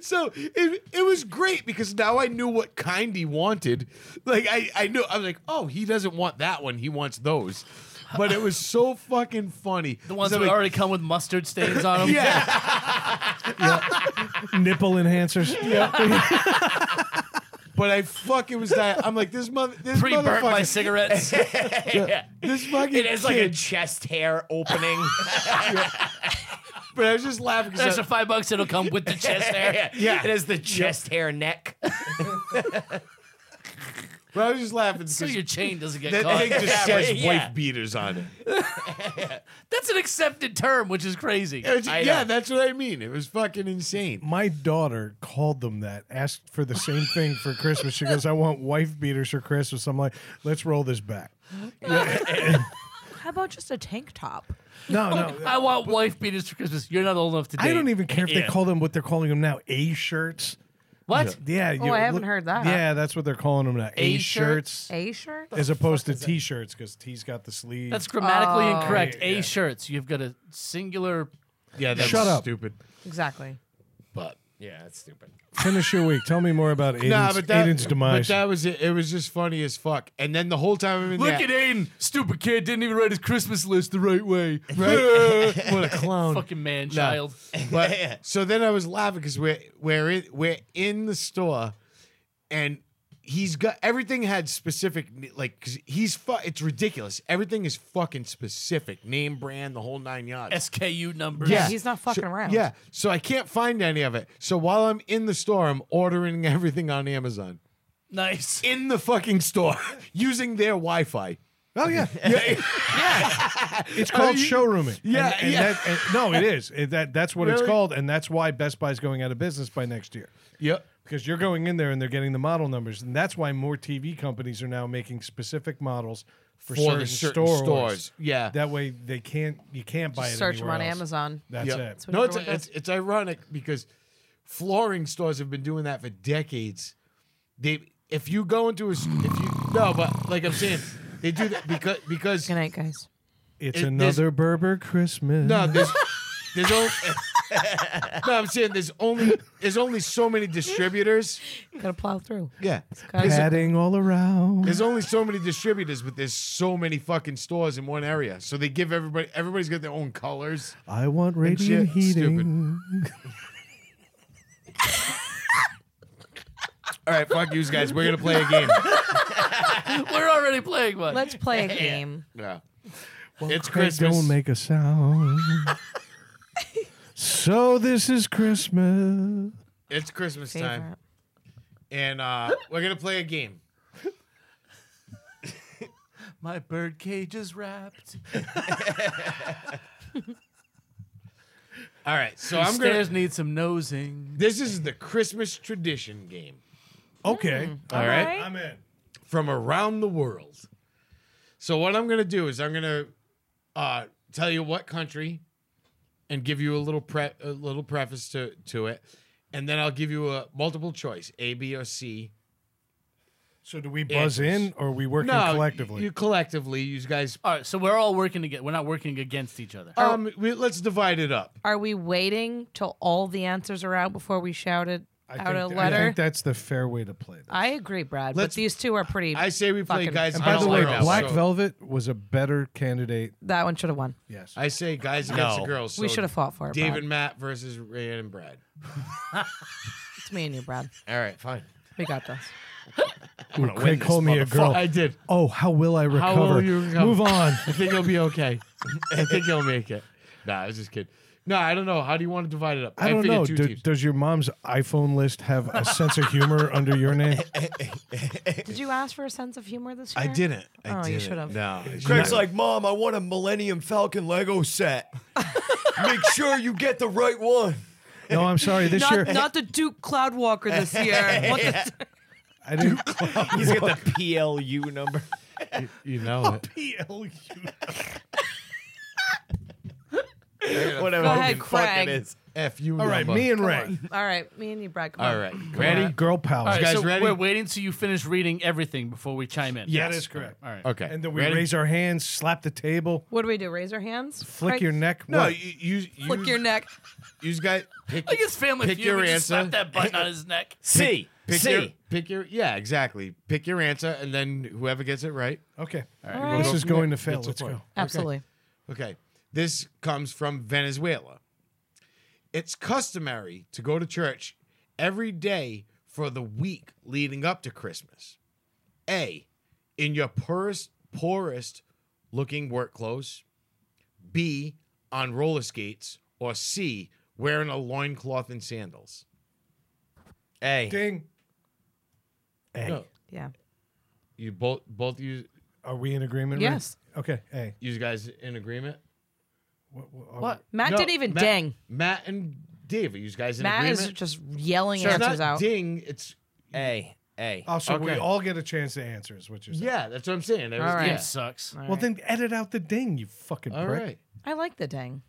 So it, it was great because now I knew what kind he wanted. Like I, I knew I was like, oh, he doesn't want that one. He wants those. But it was so fucking funny. The ones So, that like, already come with mustard stains on them. yeah. Nipple enhancers. Yeah. But I fucking was dying. I'm like, this mother, this Pre-burnt motherfucker, my cigarettes. this fucking It has like a kid- chest hair opening. But I was just laughing There's because a five bucks. It'll come with the chest hair. Yeah. It has the chest hair neck. I, I was just laughing So because your chain doesn't get that caught. thing just Yeah, says yeah. wife beaters on it. That's an accepted term, which is crazy. It's- I yeah, know. that's what I mean. It was fucking insane. My daughter called them that, asked for the same thing for Christmas. She goes, "I want wife beaters for Christmas." I'm like, "Let's roll this back." How about just a tank top? No, no. I want wife beaters for Christmas. You're not old enough to date. I don't even care if they Yeah. call them what they're calling them now, A shirts. What? Yeah. you I haven't heard that. Yeah, that's what they're calling them now, A shirts, A shirt? as opposed to T shirts because T's got the sleeve. That's grammatically Oh. incorrect. Yeah, yeah. A shirts. You've got a singular. Yeah, that Shut was up. stupid. Exactly. But Yeah, that's stupid. Finish your week. Tell me more about Aiden's, nah, but that, Aiden's demise. but that was it. It was just funny as fuck. And then the whole time I'm in there, Aiden, stupid kid. Didn't even write his Christmas list the right way. right? what a clown. Fucking man child. But so then I was laughing because we're we're in, we're in the store, and he's got everything had specific like 'cause he's fu- it's ridiculous. Everything is fucking specific, name brand, the whole nine yards. SKU numbers. Yeah. he's not fucking so, around. Yeah, so I can't find any of it. So while I'm in the store, I'm ordering everything on Amazon Nice. in the fucking store using their Wi-Fi. oh yeah, Yeah, it's called you- showrooming. Yeah, And- and yeah. that- and- no, it is. It- that that's what it's Really? called, and that's why Best Buy's going out of business by next year yep. because you're going in there and they're getting the model numbers, and that's why more TV companies are now making specific models for, For the certain, certain stores. stores. Yeah. that way they can't you can't buy it. Search them anywhere on else. Amazon. That's Yeah. it. what no, it's, everyone it's does. it's ironic because flooring stores have been doing that for decades. They if you go into a s- if you no, but like I'm saying, they do that because because Good night, guys. It's it- there's- another Berber Christmas. no, there's there's only no, I'm saying there's only there's only so many distributors. Gotta plow through. Yeah. gotta- Padding all around. There's only so many distributors, but there's so many fucking stores in one area. So they give everybody everybody's got their own colors. I want And shit, radiant stupid. heating. All right, fuck you guys. We're gonna play a game. We're already playing one. Let's play a game. Yeah. it's Craig, Christmas. Don't make a sound. so this is Christmas. It's Christmas time. And uh, we're gonna play a game. My bird cage is wrapped. All right, so These I'm stairs gonna need some nosing. This is the Christmas tradition game. Okay. All right. I'm in. From around the world. So what I'm gonna do is I'm gonna uh, tell you what country, and give you a little pre- a little preface to to it, and then I'll give you a multiple choice A, B, or C. So do we buzz in, or are we working no, collectively? You collectively, you guys. All right, so we're all working together. We're not working against each other. Um, we, let's divide it up. Are we waiting till all the answers are out before we shout it out think, a I letter? think that's the fair way to play. I agree, Brad. Let's- but these two are pretty. I say we play fucking- guys. And I by the don't way, like that Black one. Velvet was a better candidate. That one should have won. Yes. I say guys against No. the girls. We so should've fought for it, Dave Brad. and Matt versus Ray and Brad. It's me and you, Brad. All right, fine. We got this. Ooh, gonna win Craig this called me a girl. motherfucker. I did. Oh, how will I recover? How will you recover? Move on. I think it'll be okay. I think he'll make it. Nah, I was just kidding. No, I don't know. How do you want to divide it up? I don't figured know. Two Do- teams. does your mom's iPhone list have a sense of humor under your name? Did you ask for a sense of humor this I year? didn't. oh, you should have. Craig's like, Mom, I want a Millennium Falcon Lego set. Make sure you get the right one. No, I'm sorry. This not, year, not the Duke Cloudwalker this year. What the- I didn't. He's got the PLU number. you know it. PLU. Whatever Go ahead, the fuck Craig. it is. Eh, F you. All right, number. me and Come Ray. on. All right, me and you, Brad. Come All on. right, Come ready? on. Girl power. All right, You guys so ready? We're waiting till you finish reading everything before we chime in. Yes. That is correct. All right. Okay. And then we Ready? raise our hands, slap the table, What do we do? Raise our hands. flick Craig? your neck. No, What? you, you, you Flick your neck. You guys pick, Like it's family pick feud. your we just answer. slapped that button on his neck. C. pick C. your pick your yeah exactly. Pick your answer, and then whoever gets it right. okay. All right. This is from there. going to fail. Gets a Let's point. go. Absolutely. Okay. This comes from Venezuela. It's customary to go to church every day for the week leading up to Christmas. A, in your poorest, poorest looking work clothes. B, on roller skates. Or C, wearing a loincloth and sandals. A. Ding. A. No, Yeah. you both, both you, Are we in agreement? Ray? Yes. Okay. uh, A. you guys in agreement? What? what- are What? Matt No, didn't even Matt- ding. Matt and Dave, are you guys in Matt agreement? is just yelling So it's answers not out. ding, it's A. A. we- Oh, so we Okay. all get a chance to answer. Is what you're saying? Yeah, that's what I'm saying. It was- All right. Game yeah. sucks. Well, then edit out the ding, you fucking All prick. right. I like the ding.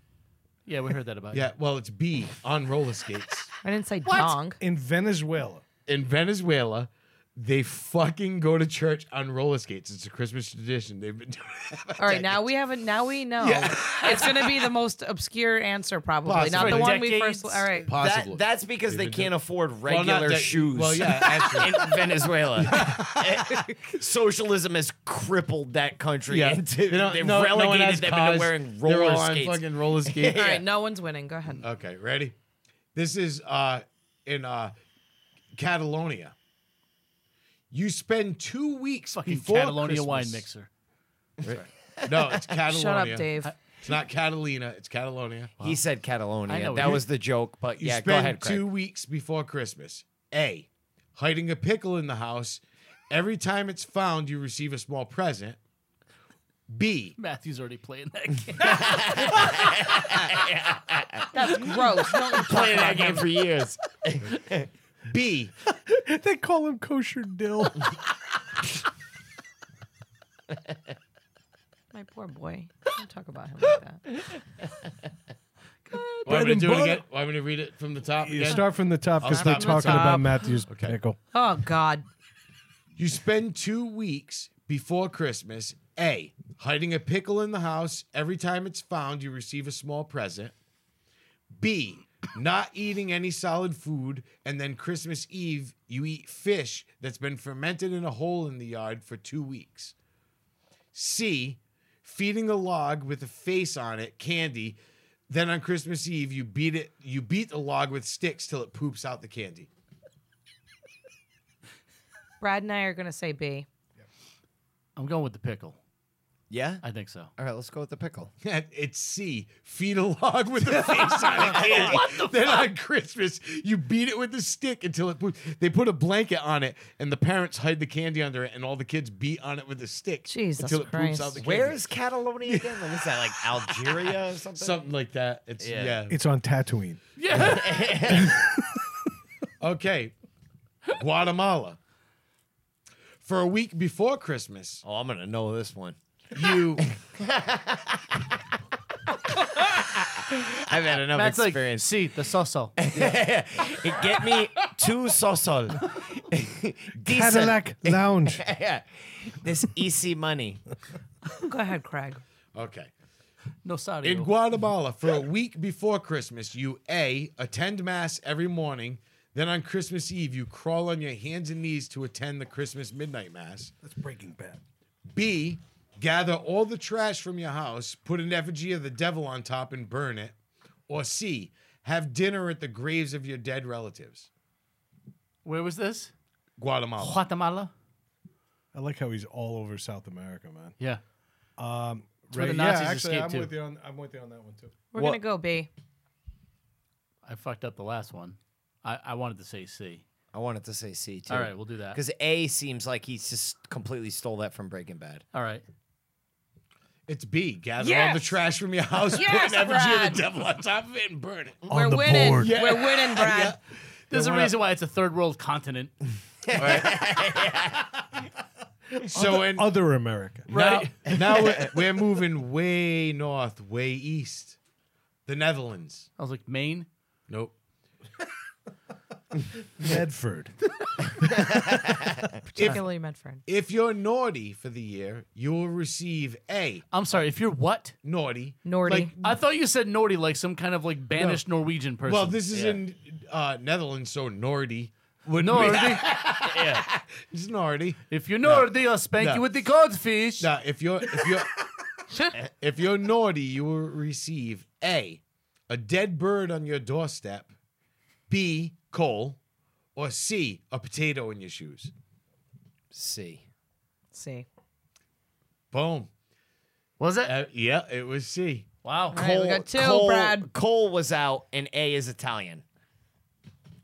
Yeah, we heard that about Yeah, well, it's B on roller skates. I didn't say What? dong. In Venezuela. In Venezuela, they fucking go to church on roller skates. It's a Christmas tradition. They've been doing it. All right, now we have a now we know. it's gonna be the most obscure answer probably, not Possibly. the one we Decades. first. All right, Possibly. That, that's because They've they been can't doing- afford Well, regular not that- shoes Well, yeah, actually. in Venezuela. Socialism has crippled that country. Yeah. Into, They don't- they've no- no one relegated has them cars. into wearing They're roller all on skates. fucking roller skates. all right. No one's winning. Go ahead. Okay, ready? This is uh, in uh, Catalonia. You spend two weeks Fucking before Catalonia Christmas. wine mixer. No, it's Catalonia. Shut up, Dave. It's not Catalina. It's Catalonia. He said I Catalonia. know That it. was the joke, but You yeah, spend go ahead, Craig. two weeks before Christmas. A, hiding a pickle in the house. Every time it's found, you receive a small present. B, Matthew's already playing that game. That's gross. Don't Playing that game for years. B, they call him kosher dill. my poor boy. Don't talk about him like that. want bread me to and do it butter. again? Want me to read it from the top You again? start from the top because I'll they're start from the talking about top. Matthew's Okay. pickle. Oh God. You spend two weeks before Christmas. A, hiding a pickle in the house. Every time it's found, you receive a small present. B, not eating any solid food, and then Christmas Eve, you eat fish that's been fermented in a hole in the yard for two weeks. C, feeding a log with a face on it, candy. Then on Christmas Eve, you beat it. You beat the log with sticks till it poops out the candy. Brad and I are gonna say B. I'm going with the pickle. Yeah? I think so. All right, let's go with the pickle. it's C. Feed a log with a face on it, candy. then on Christmas, you beat it with a stick until it poops. They put a blanket on it, and the parents hide the candy under it, and all the kids beat on it with a stick Jesus until it Christ. poops out the candy. Where is Catalonia again? What is that, like Algeria or something? Something like that. It's yeah. It's on Tatooine. okay. Guatemala. For a week before Christmas. Oh, I'm gonna know this one. You I've had enough Matt's like, experience. See the soso. Get me two sosol. Decent. Cadillac Lounge. this easy money. Go ahead, Craig. Okay. No sorry. In Guatemala, for a week before Christmas, you A, attend Mass every morning. Then on Christmas Eve, you crawl on your hands and knees to attend the Christmas Midnight Mass. That's Breaking Bad. B, gather all the trash from your house, put an effigy of the devil on top, and burn it. Or C, have dinner at the graves of your dead relatives. Where was this? Guatemala. Guatemala. I like how he's all over South America, man. Yeah. Um, That's where Ray- the Nazis yeah, actually, escaped I'm to. with you on I'm with you on that one too. We're gonna go B. I fucked up the last one. I, I wanted to say C. I wanted to say C too. All right, we'll do that. Because A seems like he just completely stole that from Breaking Bad. All right. It's B, gather all Yes! the trash from your house, Yes, put an effigy Brad! of the devil on top of it, and burn it. We're the winning. board. Yeah. We're winning, Brad. There's a wanna- reason why it's a third world continent. So, in, Other America. Right. Now, now we're, we're moving way north, way east. The Netherlands. I was like, Maine? Nope. Medford. Particularly Medford. If you're naughty for the year, you will receive A, I'm sorry, if you're what? naughty. Naughty. Like, I thought you said Nordy, like some kind of like banished Norwegian person. well, this is in uh, Netherlands, so naughty. Would Nordy. It's naughty. if you're Nordy, I'll spank No. you with the codfish. Now, if you're if you're if you're naughty, you will receive A, a dead bird on your doorstep, B, coal, or C, a potato in your shoes. C. C. Boom. Was it? Uh, yeah, it was C. wow. All right, we got two, Brad. Cole was out and A is Italian.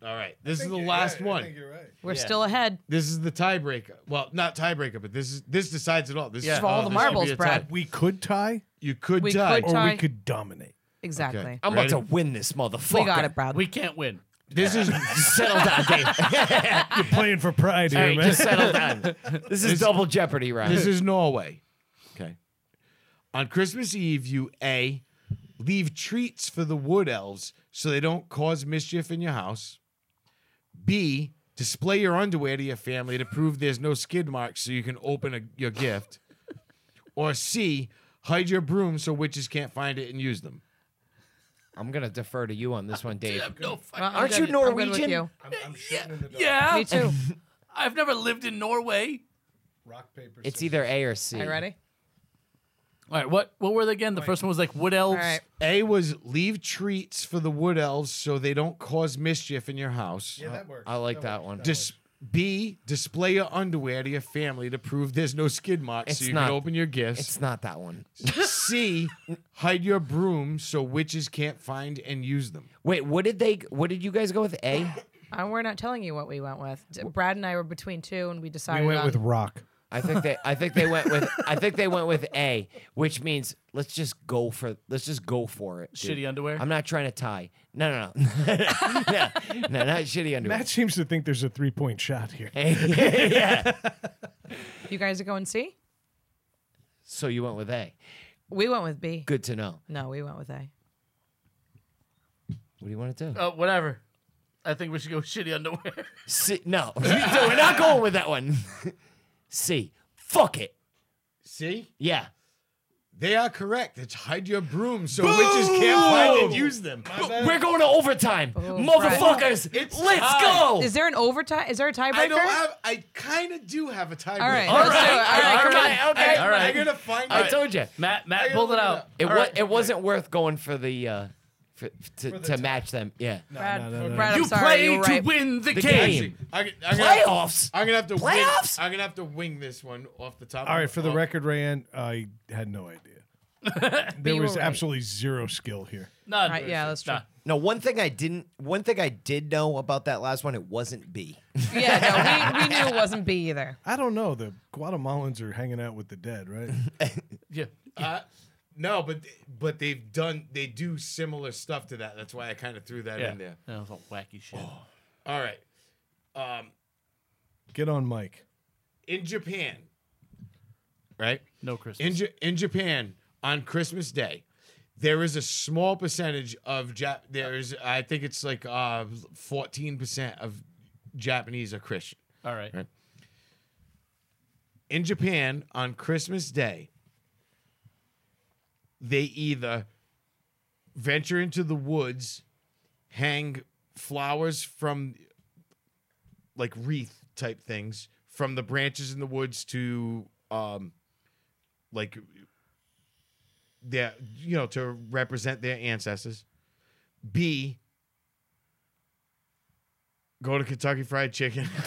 All right. This is the last one. you're right. We're still ahead. This is the tiebreaker. Well, not tiebreaker, but this is this decides it all. This Yeah. is For all the this could be marbles, a Brad. tie. We could tie You could We die. could or Tie. we could dominate. Exactly. I'm Ready? about to win this motherfucker. We got it, Brad. We can't win. This is Settle down, Dave. Playing for pride here, Hey, man. just settle down. This is double jeopardy round. this is Norway. Okay. On Christmas Eve, you a leave treats for the wood elves so they don't cause mischief in your house. B display your underwear to your family to prove there's no skid marks so you can open a, your gift. Or C hide your broom so witches can't find it and use them. I'm gonna defer to you on this one, Dave. No, fuck. Well, I'm Aren't you good- I'm good with Norwegian? you. yeah. Me too. I've never lived in Norway. Rock paper. It's either A or C. Are you ready? All right, what what were they again? The first one was like wood All elves. right. A was leave treats for the wood elves so they don't cause mischief in your house. that works. I like that one. Dis- B display your underwear to your family to prove there's no skid marks It's so you not- can open your gifts. It's not that one. C hide your broom so witches can't find and use them. Wait, what did they? What did you guys go with? A? Uh, we're not telling you what we went with. D- Brad and I were between two, and we decided We went on- with rock. I think they. I think they went with. I think they went with A, which means let's just go for. Let's just go for it. dude. Shitty underwear. I'm not trying to tie. No, no, no, no, no, not shitty underwear. Matt seems to think there's a three point shot here. yeah. you guys are going C. So you went with A. We went with B. Good to know. No, we went with A. What do you want to do? Uh, whatever. I think we should go with shitty underwear. C- no, So we're not going with that one. C. Fuck it. See? Yeah. They are correct. It's hide your broom so witches can't find and use them. We're going to overtime, motherfuckers. It's Let's tied. Oh. go. Is there an overtime? Is there a tiebreaker? I don't have. I kind of do have a tiebreaker. All right. All let's right, do it. All right. all Come on. right, okay, all right. I'm gonna find. I out. told you, Matt. I Matt gotta pulled it look out. It All wa- right. it wasn't worth going for the uh, for, to, to match them. Yeah. Brad, no, no, no. Brad, I'm you sorry, play you were to right. win the, The game. game. I, am Playoffs? Gonna, I'm gonna have to Playoffs? Wing, I'm gonna have to wing this one off the top. All right, for the off- record, Rayanne, I had no idea. there you was were right. absolutely zero skill here. No, All right, yeah, that's true. No, one thing I didn't. One thing I did know about that last one, it wasn't B. Yeah, no, we, we knew it wasn't B either. I don't know. The Guatemalans are hanging out with the dead, right? Yeah. Uh, no, but but they've done they do similar stuff to that. That's why I kind of threw that Yeah. in there. That was all wacky shit. All right. Um, Get on Mike. in Japan, right? No Christmas. In, Ja- in Japan on Christmas Day, there is a small percentage of Jap. There is, I think it's like uh, fourteen percent of Japanese are Christian. all right. Right. In Japan on Christmas Day, they either venture into the woods, hang flowers from like wreath type things from the branches in the woods to um like their you know to represent their ancestors. B go to Kentucky Fried Chicken.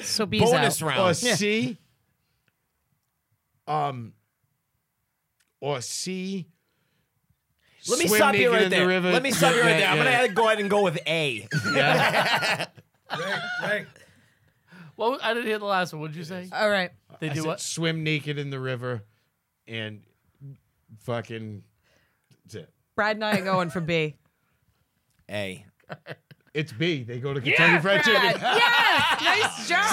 So B's Bonus out. round. Or C. Um. Or C. Let me swim stop you naked right in the there. river. Let me stop you right Yeah, there. I'm yeah. gonna have to go ahead and go with A. Well, I didn't hear the last one. What did you say? All right. They I do said what? Swim naked in the river, and fucking. That's it. Brad and I are going for B. A. It's B. They go to Kentucky Fried Chicken Brad, yes, nice job. since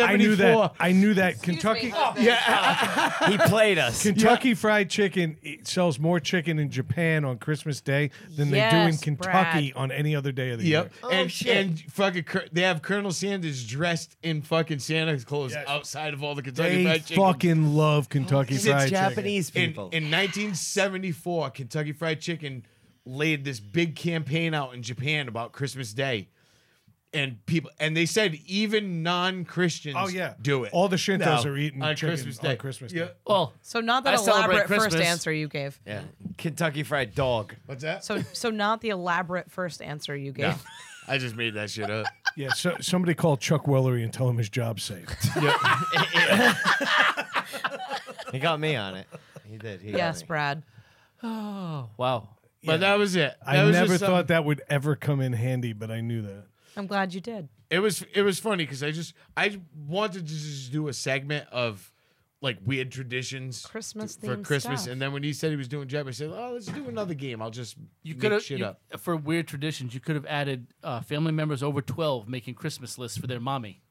I 1974. knew that. I knew that. Kentucky. Excuse me, Oh. husband. He played us. Kentucky Fried Chicken it sells more chicken in Japan on Christmas Day than they do in Yes, Kentucky Brad. on any other day of the Yep. Oh, year. and and fucking Cur- they have Colonel Sanders dressed in fucking Santa's clothes outside of all the Kentucky They Fried Chicken. fucking love Kentucky It's Fried Chicken. Japanese in, in people. 1974, Kentucky Fried Chicken laid this big campaign out in Japan about Christmas Day, and people and they said even non-Christians, Oh yeah, do it All the shintos No. are eating on chicken Christmas Day. On Christmas Day. Yeah. Well, So not I that celebrate elaborate first Christmas. answer you gave. yeah. Kentucky Fried Dog. What's that? So so not the elaborate first answer you gave. No. I just made that shit up. Yeah, so somebody call Chuck Wellery and tell him his job's safe. He got me on it. He did. He got Yes, me. Brad. oh, wow. But that was it. That I was never just thought something- that would ever come in handy, but I knew that. I'm glad you did. it was. It was funny because I just I wanted to just do a segment of. Like weird traditions Christmas for themed Christmas, stuff. and then when he said he was doing Jeopardy, I said, "Oh, let's do another game. I'll just You make could have shit up." for weird traditions. You could have added uh, family members over twelve making Christmas lists for their mommy.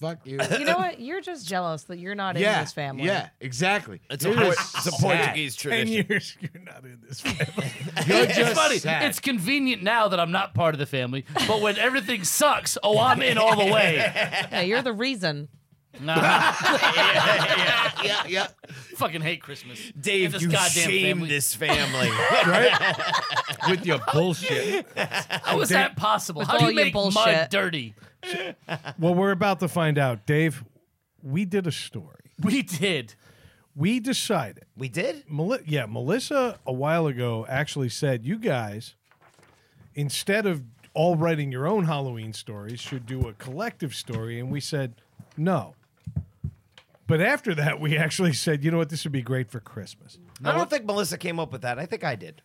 Fuck you. You know what? You're just jealous that you're not in this family. Yeah, exactly. It's a, Port- it's a Portuguese Ten tradition. years, you're not in this family. it's funny. It's convenient now that I'm not part of the family, but when everything sucks, oh, I'm in all the way. Yeah, you're the reason. Nah, yeah, yeah. fucking hate Christmas. Dave, And this you goddamn shame family. this family. With your bullshit. How is that possible? With How do all you your make mud bullshit. dirty? well, we're about to find out, Dave. We did a story. We did. We decided. we did? Meli- yeah, Melissa a while ago actually said you guys, instead of all writing your own Halloween stories, should do a collective story, and we said no. But after that, we actually said, you know what, this would be great for Christmas. I don't think Melissa came up with that. I think I did.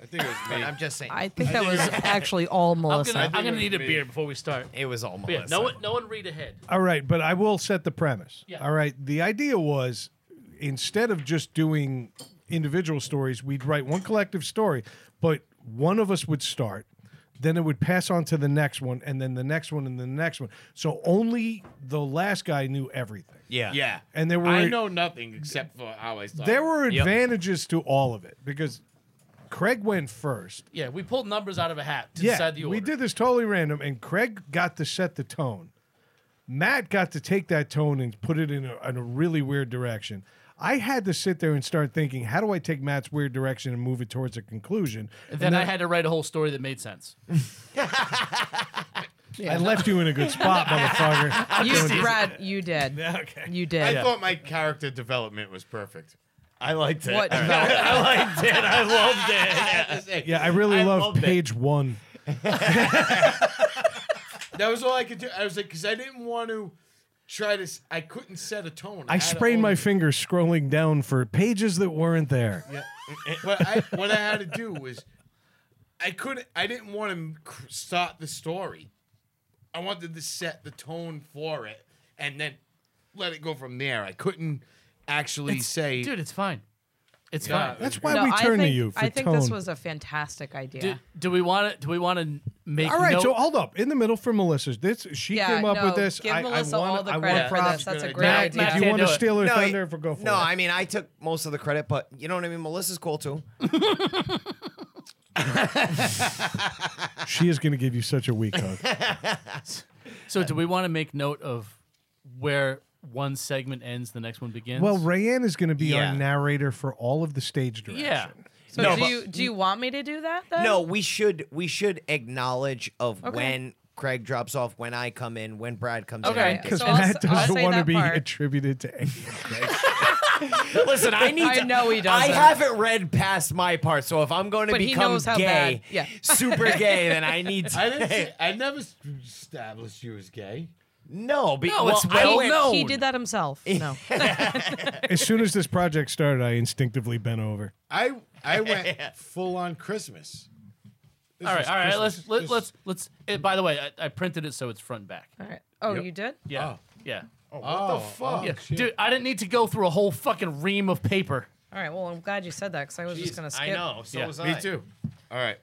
I think it was But I'm just saying. I think that was actually all I'm Melissa. gonna, I'm gonna need a beer before we start. it was all But yeah, Melissa. no one, no one read ahead. All right, but I will set the premise. Yeah. All right, the idea was instead of just doing individual stories, we'd write one collective story, but one of us would start, then it would pass on to the next one, and then the next one, and the next one. So only the last guy knew everything. yeah. Yeah. And there were- I know nothing except for how I started. There were Yep. advantages to all of it because Craig went first. Yeah, we pulled numbers out of a hat to yeah, decide the order. we did this totally random, and Craig got to set the tone. Matt got to take that tone and put it in a, in a really weird direction. I had to sit there and start thinking, how do I take Matt's weird direction and move it towards a conclusion? And then I had to write a whole story that made sense. I left you in a good spot, motherfucker. You, Brad, you did. okay. You did. I thought my character development was perfect. I liked it. What I, development? liked it. I loved it. Yeah, I really I love loved it. page one. That was all I could do. I was like, because I didn't want to try to. s- I couldn't set a tone. I had to sprained own- my fingers scrolling down for pages that weren't there. Yeah. what I what I had to do was, I couldn't. I didn't want to cr- start the story. I wanted to set the tone for it, and then let it go from there. I couldn't actually It's- say, dude, it's fine. It's fine. That's why we I turn to think- you for I think this tone. was a fantastic idea. Do, do we want to? Do we want to make? All right, note- so hold up. In the middle for Melissa's. This she Yeah, came up with no, this. give I, Melissa I want, all the I want credit for this. props. That's a great Matt, idea. If you want Can't to do it. steal her no, thunder, it- for go for no, it. I mean I took most of the credit, but you know what I mean. Melissa's cool too. she is going to give you such a weak hug. so do we want to make note of where one segment ends, the next one begins? well, Rayanne is going to be Yeah. our narrator for all of the stage direction. yeah. So No, do but- you do you want me to do that though? No, we should we should acknowledge of Okay. when Craig drops off, when I come in, when Brad comes in. Okay, and Because gets- Matt I'll doesn't say want to that be part. attributed to anything. Listen, I need. I to- know he I doesn't. haven't read past my part, so if I'm going to But he become knows how gay, bad. Yeah. super gay, then I need. To, I didn't. Say, I never s- established you as gay. no, be, No, well, it's I well went- known. He did that himself. No. as soon as this project started, I instinctively bent over. I I went full on Christmas. This all right, is all right. Let's Christmas. let, This- let's let's. It, by the way, I, I printed it so it's front and back. All right. Oh, Yep. you did? Yeah, yeah, Oh, what the fuck? yeah. Dude, I didn't need to go through a whole fucking ream of paper. All right. Well, I'm glad you said that because I was just gonna skip. so Yeah. was Me too. All right.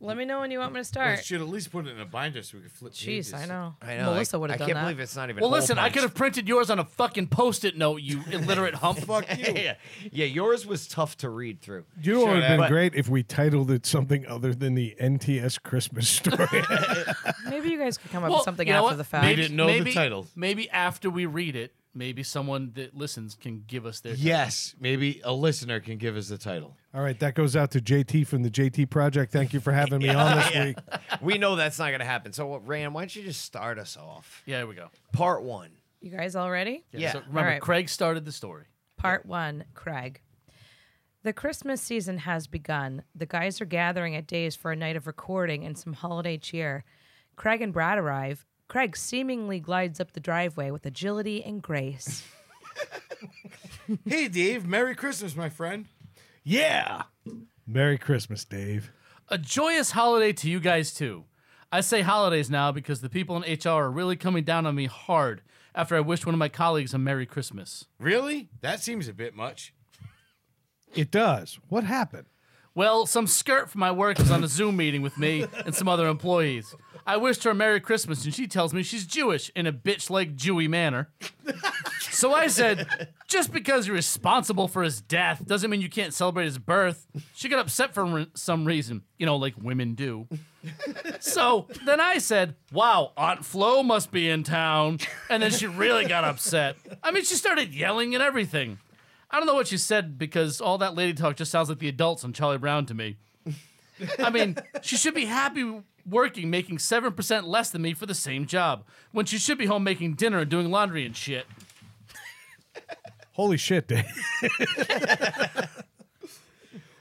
Let me know when you want me to We start. should at least put it in a binder so we can flip Jeez, pages. I know. I know. Melissa I, would have I done can't that. believe it's not even. Well, hole listen, I punched. could have printed yours on a fucking post-it note. You illiterate hump. Fuck you. yeah, yeah, yours was tough to read through. You know what would have been But- great if we titled it something other than the NTS Christmas story. Maybe you guys could come up Well, with something you know after what? the fact. Maybe- didn't know the maybe- title. Maybe after we read it, maybe someone that listens can give us their. Yes, maybe a listener can give us the title. All right, that goes out to JT from the JT Project. Thank you for having me on this week. we know that's not gonna happen. So, what, Rand, why don't you just start us off? Yeah, here we go. Part one. You guys all ready? Yeah. So remember, All right. Craig started the story. Part one, Craig. The Christmas season has begun. The guys are gathering at Dave's for a night of recording and some holiday cheer. Craig and Brad arrive. Craig seemingly glides up the driveway with agility and grace. Hey, Dave. Merry Christmas, my friend. Yeah. Merry Christmas, Dave. A joyous holiday to you guys too. I say holidays now because the people in HR are really coming down on me hard after I wished one of my colleagues a Merry Christmas. Really? That seems a bit much. It does. What happened? Well, some skirt from my work was on a Zoom meeting with me and some other employees. I wished her a Merry Christmas, and she tells me she's Jewish in a bitch like Jewy manner. So I said, just because you're responsible for his death doesn't mean you can't celebrate his birth. She got upset for re- some reason, you know, like women do. So then I said, wow, Aunt Flo must be in town. And then she really got upset. I mean, she started yelling and everything. I don't know what she said because all that lady talk just sounds like the adults on Charlie Brown to me. I mean, she should be happy working, making 7% less than me for the same job, when she should be home making dinner and doing laundry and shit. Holy shit, Dave.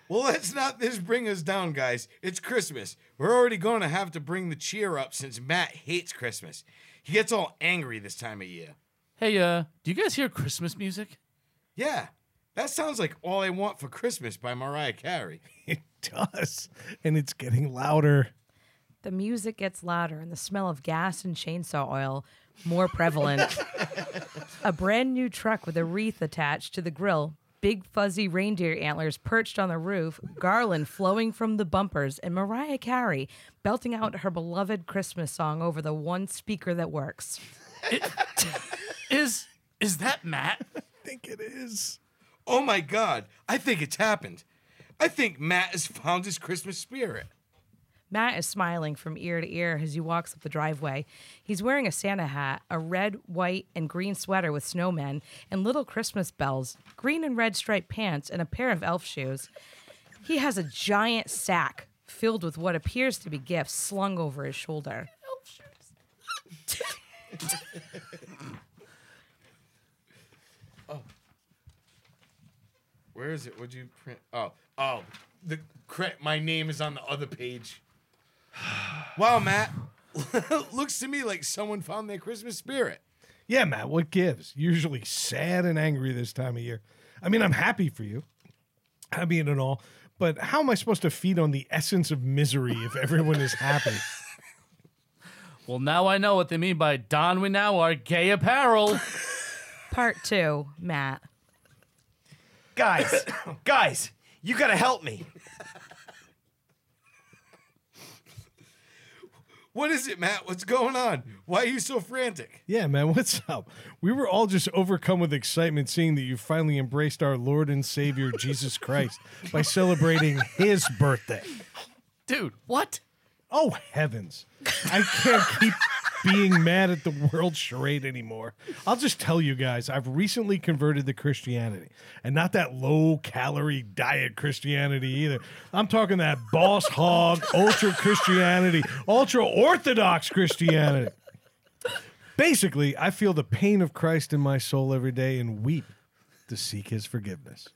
Well, let's not this bring us down, guys. It's Christmas. We're already going to have to bring the cheer up since Matt hates Christmas. He gets all angry this time of year. Hey, uh, do you guys hear Christmas music? Yeah, that sounds like All I Want for Christmas by Mariah Carey. It does. And it's getting louder. The music gets louder and the smell of gas and chainsaw oil more prevalent. a brand new truck with a wreath attached to the grill, big fuzzy reindeer antlers perched on the roof, garland flowing from the bumpers, and Mariah Carey belting out her beloved Christmas song over the one speaker that works. Is is that Matt? I think it is. Oh my God, I think it's happened. I think Matt has found his Christmas spirit. Matt is smiling from ear to ear as he walks up the driveway. He's wearing a Santa hat, a red, white, and green sweater with snowmen and little Christmas bells, green and red striped pants, and a pair of elf shoes. He has a giant sack filled with what appears to be gifts slung over his shoulder. Where is it? Would you print? Oh, oh, the cre- my name is on the other page. Wow, Matt. Looks to me like someone found their Christmas spirit. Yeah, Matt, what gives? Usually sad and angry this time of year. I mean, I'm happy for you. I mean, and all, but how am I supposed to feed on the essence of misery if everyone is happy? Well, now I know what they mean by don we now are gay apparel. Part two, Matt. Guys, guys, you gotta help me. What is it, Matt? What's going on? Why are you so frantic? Yeah, man, what's up? We were all just overcome with excitement seeing that you finally embraced our Lord and Savior Jesus Christ by celebrating his birthday. Dude, what? Oh, heavens. I can't keep being mad at the world charade anymore. I'll just tell you guys, I've recently converted to Christianity and not that low calorie diet Christianity either. I'm talking that boss hog, ultra Christianity, ultra orthodox Christianity. Basically, I feel the pain of Christ in my soul every day and weep to seek his forgiveness.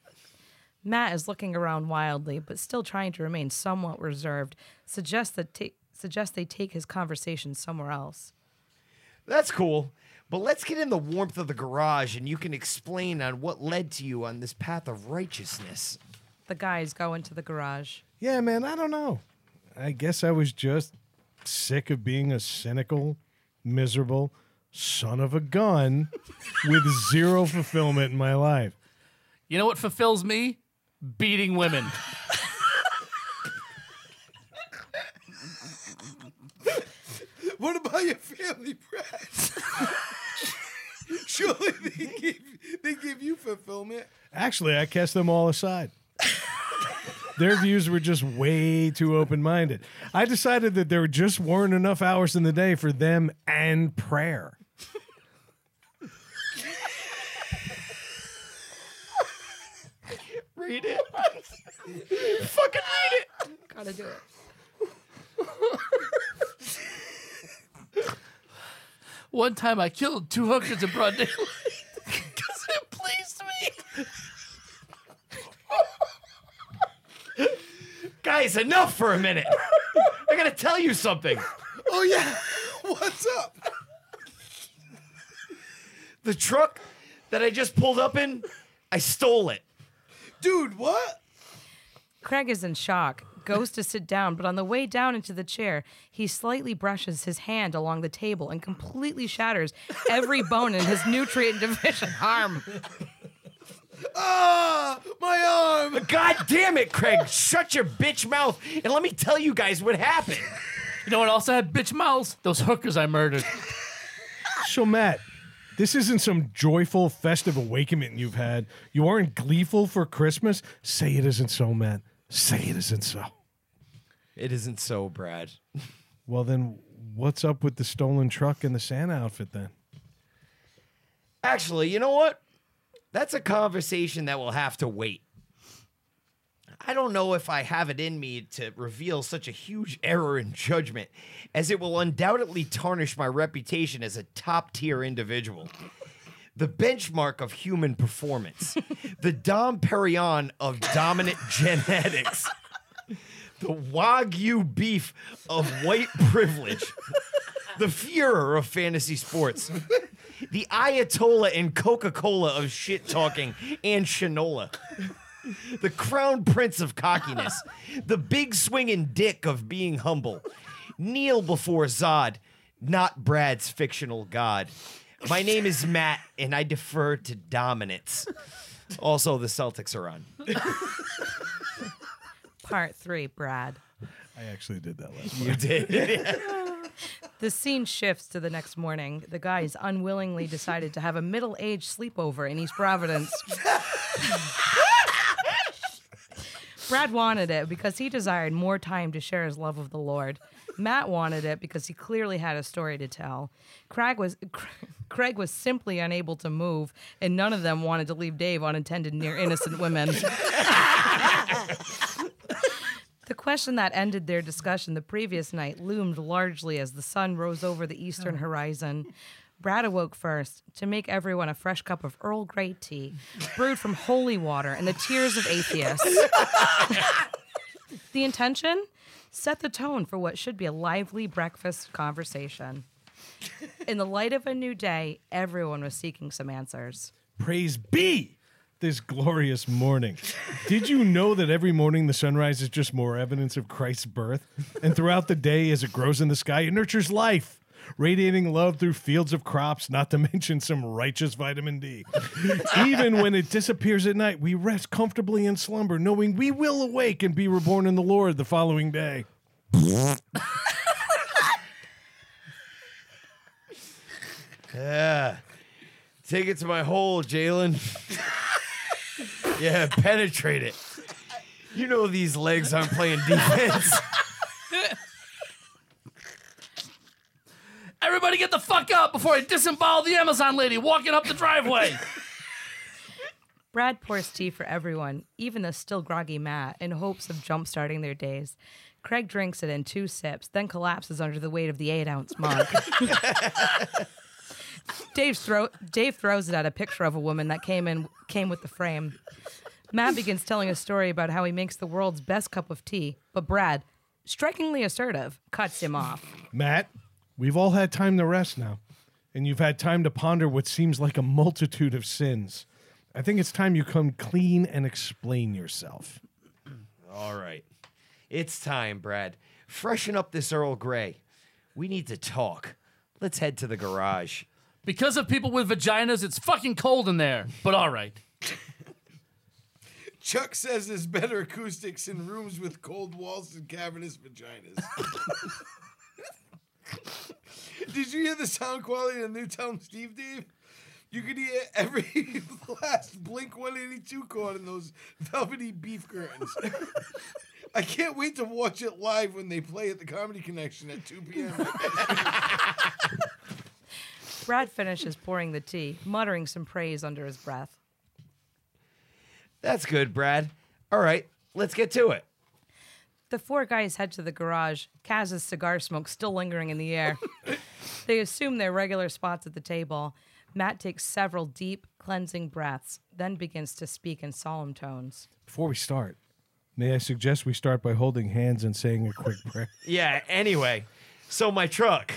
Matt is looking around wildly, but still trying to remain somewhat reserved. Suggests that ta- suggests they take his conversation somewhere else. That's cool. But let's get in the warmth of the garage and you can explain on what led to you on this path of righteousness. The guys go into the garage. Yeah, man, I don't know. I guess I was just sick of being a cynical, miserable son of a gun with zero fulfillment in my life. You know what fulfills me? Beating women. What about your family, Brad? Surely they give, they give you fulfillment. Actually, I cast them all aside. Their views were just way too open minded. I decided that there just weren't enough hours in the day for them and prayer. Read it. Fucking read it. Gotta do it. One time I killed two hookers in broad daylight because it pleased me. Guys, enough for a minute. I gotta tell you something. Oh yeah. What's up? The truck that I just pulled up in, I stole it. Dude, what? Craig is in shock, goes to sit down, but on the way down into the chair, he slightly brushes his hand along the table and completely shatters every bone in his nutrient deficient arm. Ah, my arm. God damn it, Craig. Shut your bitch mouth and let me tell you guys what happened. You know what else I had bitch mouths? Those hookers I murdered. So, Matt, this isn't some joyful, festive awakening you've had. You aren't gleeful for Christmas. Say it isn't so, Matt. Say it isn't so. It isn't so, Brad. Well, then, what's up with the stolen truck and the Santa outfit then? Actually, you know what? That's a conversation that will have to wait. I don't know if I have it in me to reveal such a huge error in judgment, as it will undoubtedly tarnish my reputation as a top tier individual. The benchmark of human performance, the Dom Perignon of dominant genetics, the Wagyu beef of white privilege, the Fuhrer of fantasy sports, the Ayatollah and Coca Cola of shit talking and Shinola. The crown prince of cockiness, the big swinging dick of being humble. Kneel before Zod, not Brad's fictional god. My name is Matt, and I defer to dominance. Also, the Celtics are on. Part three, Brad. I actually did that last You did. The scene shifts to the next morning. The guys unwillingly decided to have a middle aged sleepover in East Providence. Brad wanted it because he desired more time to share his love of the Lord. Matt wanted it because he clearly had a story to tell. Craig was Craig was simply unable to move, and none of them wanted to leave Dave unattended near innocent women. The question that ended their discussion the previous night loomed largely as the sun rose over the eastern horizon. Brad awoke first to make everyone a fresh cup of Earl Grey tea, brewed from holy water and the tears of atheists. the intention? Set the tone for what should be a lively breakfast conversation. In the light of a new day, everyone was seeking some answers. Praise be this glorious morning. Did you know that every morning the sunrise is just more evidence of Christ's birth? And throughout the day, as it grows in the sky, it nurtures life, radiating love through fields of crops, not to mention some righteous vitamin D. Even when it disappears at night, we rest comfortably in slumber, knowing we will awake and be reborn in the Lord the following day. Yeah. Take it to my hole, Jalen. yeah, penetrate it. You know these legs aren't playing defense. Everybody get the fuck up before I disembowel the Amazon lady walking up the driveway. Brad pours tea for everyone, even the still groggy Matt, in hopes of jump-starting their days. Craig drinks it in two sips, then collapses under the weight of the eight ounce mug. Dave, throw, Dave throws it at a picture of a woman that came in came with the frame. Matt begins telling a story about how he makes the world's best cup of tea, but Brad, strikingly assertive, cuts him off. Matt, we've all had time to rest now, and you've had time to ponder what seems like a multitude of sins. I think it's time you come clean and explain yourself. All right. It's time, Brad. Freshen up this Earl Grey. We need to talk. Let's head to the garage. Because of people with vaginas, it's fucking cold in there. But all right. Chuck says there's better acoustics in rooms with cold walls and cavernous vaginas. Did you hear the sound quality in Newtown Steve Dave? You could hear every last Blink 182 chord in those velvety beef curtains. I can't wait to watch it live when they play at the Comedy Connection at 2 p.m. Brad finishes pouring the tea, muttering some praise under his breath. That's good, Brad. All right, let's get to it. The four guys head to the garage, Kaz's cigar smoke still lingering in the air. they assume their regular spots at the table. Matt takes several deep, cleansing breaths, then begins to speak in solemn tones. Before we start, may I suggest we start by holding hands and saying a quick prayer? Yeah, anyway. So my truck.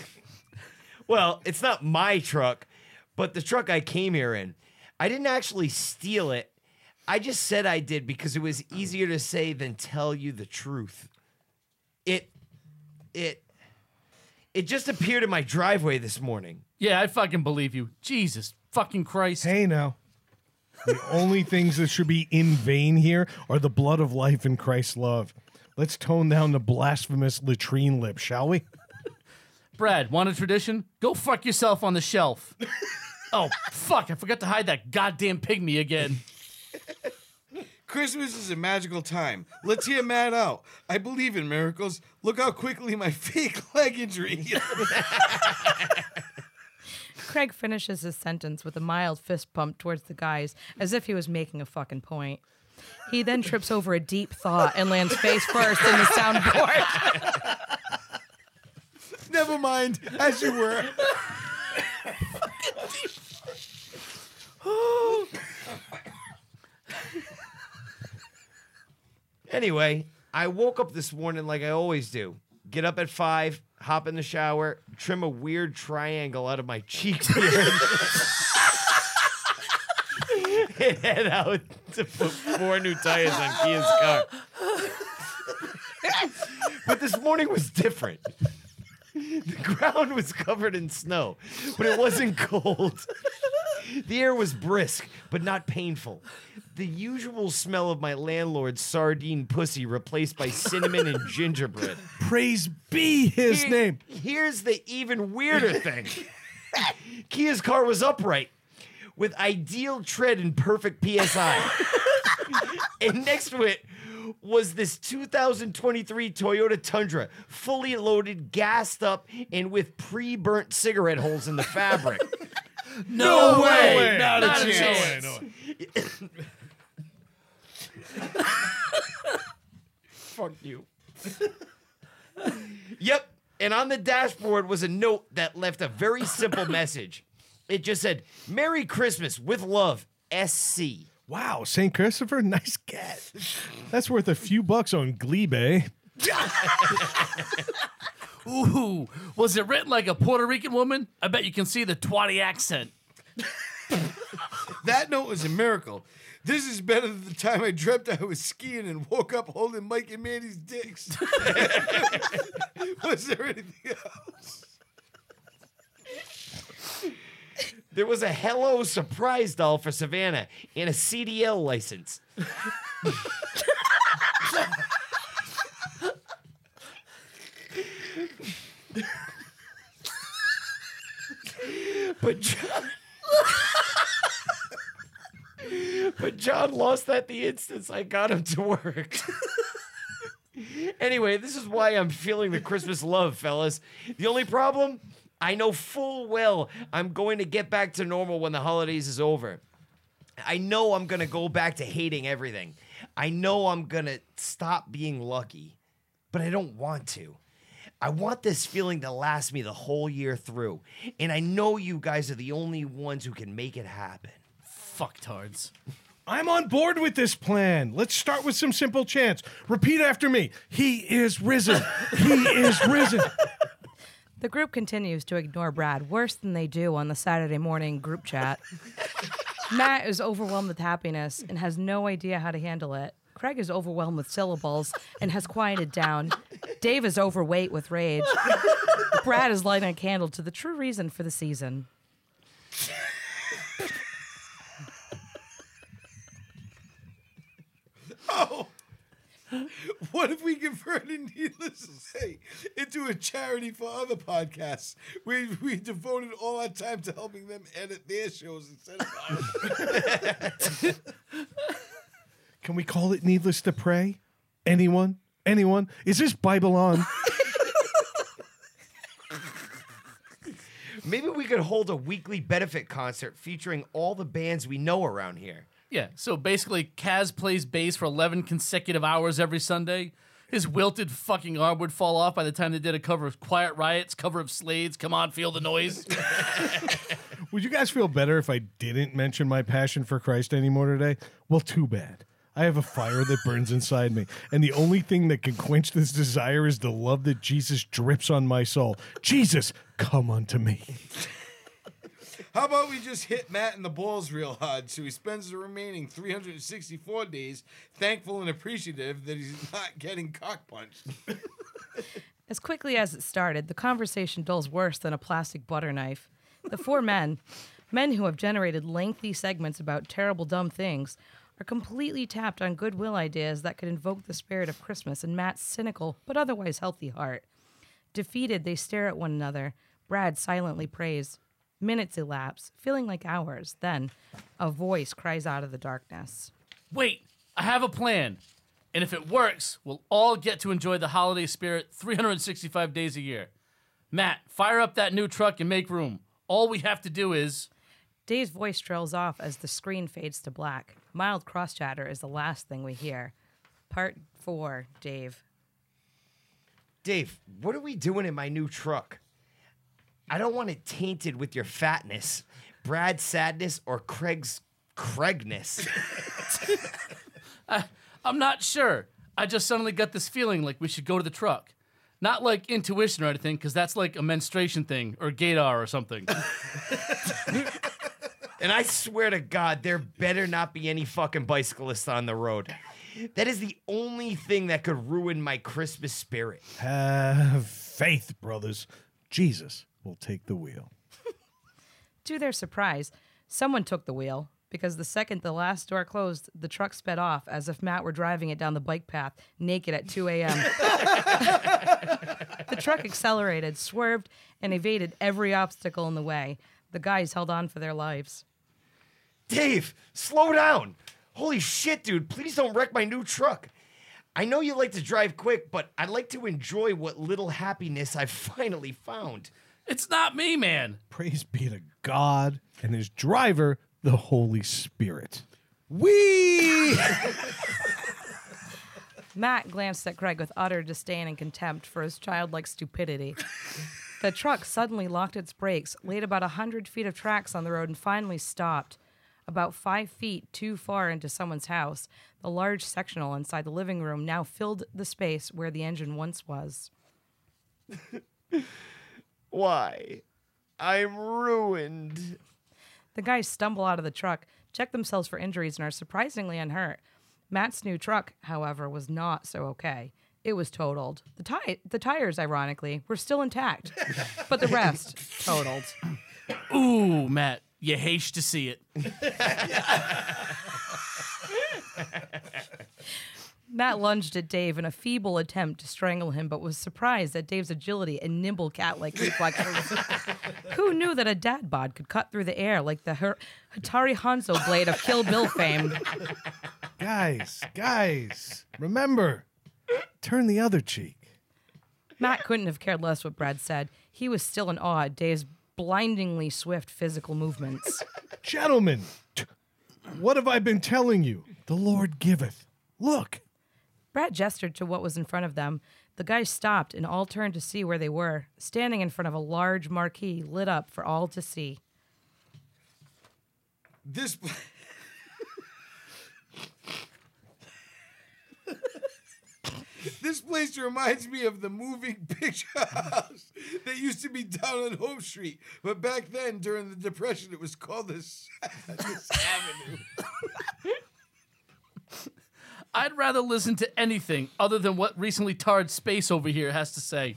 Well, it's not my truck, but the truck I came here in. I didn't actually steal it. I just said I did because it was easier to say than tell you the truth. It it it just appeared in my driveway this morning. Yeah, I fucking believe you. Jesus fucking Christ. Hey, now. The only things that should be in vain here are the blood of life and Christ's love. Let's tone down the blasphemous latrine lip, shall we? Brad, want a tradition? Go fuck yourself on the shelf. oh, fuck. I forgot to hide that goddamn pygmy again. Christmas is a magical time. Let's hear Matt out. I believe in miracles. Look how quickly my fake leg injury healed. Craig finishes his sentence with a mild fist pump towards the guys as if he was making a fucking point. He then trips over a deep thought and lands face first in the soundboard. Never mind, as you were. Anyway, I woke up this morning like I always do. Get up at five, hop in the shower, trim a weird triangle out of my cheek beard, and head out to put four new tires on Kia's car. but this morning was different. The ground was covered in snow, but it wasn't cold. The air was brisk, but not painful. The usual smell of my landlord's sardine pussy replaced by cinnamon and gingerbread. Praise be his Here- name. Here's the even weirder thing Kia's car was upright with ideal tread and perfect PSI. and next to it was this 2023 Toyota Tundra, fully loaded, gassed up, and with pre burnt cigarette holes in the fabric. No way. Not, Not a a chance. chance. Fuck you. yep. And on the dashboard was a note that left a very simple message. It just said, Merry Christmas with love, SC. Wow, St. Christopher, nice cat. That's worth a few bucks on Glebe. Ooh, was it written like a Puerto Rican woman? I bet you can see the twatty accent. That note was a miracle. This is better than the time I dreamt I was skiing and woke up holding Mike and Mandy's dicks. was there anything else? There was a Hello surprise doll for Savannah and a CDL license. but John, but John lost that the instant I got him to work. anyway, this is why I'm feeling the Christmas love, fellas. The only problem, I know full well I'm going to get back to normal when the holidays is over. I know I'm going to go back to hating everything. I know I'm going to stop being lucky, but I don't want to. I want this feeling to last me the whole year through. And I know you guys are the only ones who can make it happen. Fucktards. I'm on board with this plan. Let's start with some simple chants. Repeat after me. He is risen. He is risen. The group continues to ignore Brad worse than they do on the Saturday morning group chat. Matt is overwhelmed with happiness and has no idea how to handle it. Craig is overwhelmed with syllables and has quieted down. Dave is overweight with rage. Brad is lighting a candle to the true reason for the season. Oh. What if we converted Needless to Say into a charity for other podcasts? We, we devoted all our time to helping them edit their shows instead of ours. Can we call it needless to pray? Anyone? Anyone? Is this Bible on? Maybe we could hold a weekly benefit concert featuring all the bands we know around here. Yeah, so basically, Kaz plays bass for 11 consecutive hours every Sunday. His wilted fucking arm would fall off by the time they did a cover of Quiet Riot's cover of Slade's Come On, Feel the Noise. Would you guys feel better if I didn't mention my passion for Christ anymore today? Well, too bad. I have a fire that burns inside me, and the only thing that can quench this desire is the love that Jesus drips on my soul. Jesus, come unto me. How about we just hit Matt in the balls real hard so he spends the remaining 364 days thankful and appreciative that he's not getting cock punched? As quickly as it started, the conversation dulls worse than a plastic butter knife. The four men, men who have generated lengthy segments about terrible dumb things, are completely tapped on goodwill ideas that could invoke the spirit of Christmas in Matt's cynical but otherwise healthy heart. Defeated, they stare at one another. Brad silently prays. Minutes elapse, feeling like hours. Then, a voice cries out of the darkness. Wait, I have a plan. And if it works, we'll all get to enjoy the holiday spirit 365 days a year. Matt, fire up that new truck and make room. All we have to do is. Dave's voice trails off as the screen fades to black. Mild cross chatter is the last thing we hear. Part four, Dave. Dave, what are we doing in my new truck? I don't want it tainted with your fatness, Brad's sadness, or Craig's Craigness. I, I'm not sure. I just suddenly got this feeling like we should go to the truck. Not like intuition or anything, because that's like a menstruation thing or gaydar or something. and I swear to God, there better not be any fucking bicyclists on the road. That is the only thing that could ruin my Christmas spirit. Have faith, brothers. Jesus will take the wheel. To their surprise, someone took the wheel because the second the last door closed, the truck sped off as if Matt were driving it down the bike path naked at 2 a.m. the truck accelerated, swerved, and evaded every obstacle in the way. The guys held on for their lives. Dave, slow down. Holy shit, dude. Please don't wreck my new truck. I know you like to drive quick, but I'd like to enjoy what little happiness I've finally found. It's not me, man. Praise be to God and his driver, the Holy Spirit. We. Matt glanced at Greg with utter disdain and contempt for his childlike stupidity. the truck suddenly locked its brakes, laid about a hundred feet of tracks on the road, and finally stopped. About five feet too far into someone's house, the large sectional inside the living room now filled the space where the engine once was. Why? I'm ruined. The guys stumble out of the truck, check themselves for injuries, and are surprisingly unhurt. Matt's new truck, however, was not so okay. It was totaled. The, ti- the tires, ironically, were still intact, but the rest totaled. Ooh, Matt, you hate to see it. Matt lunged at Dave in a feeble attempt to strangle him, but was surprised at Dave's agility and nimble cat like reflexes. Who knew that a dad bod could cut through the air like the Her- Hatari Hanzo blade of Kill Bill fame? Guys, guys, remember, turn the other cheek. Matt couldn't have cared less what Brad said. He was still in awe at Dave's blindingly swift physical movements. Gentlemen, t- what have I been telling you? The Lord giveth. Look. Brad gestured to what was in front of them. The guys stopped and all turned to see where they were, standing in front of a large marquee lit up for all to see. This. This place reminds me of the moving picture house that used to be down on Home Street, but back then during the Depression, it was called the Sadness Avenue. I'd rather listen to anything other than what recently tarred space over here has to say.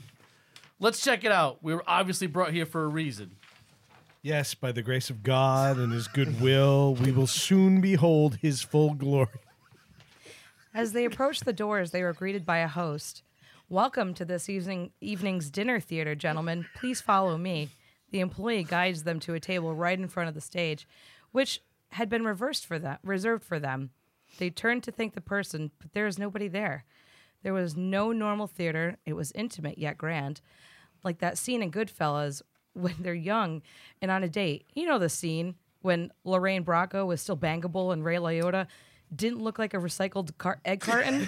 Let's check it out. We were obviously brought here for a reason. Yes, by the grace of God and his goodwill, we will soon behold his full glory. As they approached the doors, they were greeted by a host. Welcome to this evening, evening's dinner theater, gentlemen. Please follow me. The employee guides them to a table right in front of the stage, which had been reversed for them, reserved for them. They turned to thank the person, but there was nobody there. There was no normal theater. It was intimate yet grand, like that scene in Goodfellas when they're young and on a date. You know the scene when Lorraine Bracco was still bangable and Ray Liotta didn't look like a recycled car- egg carton.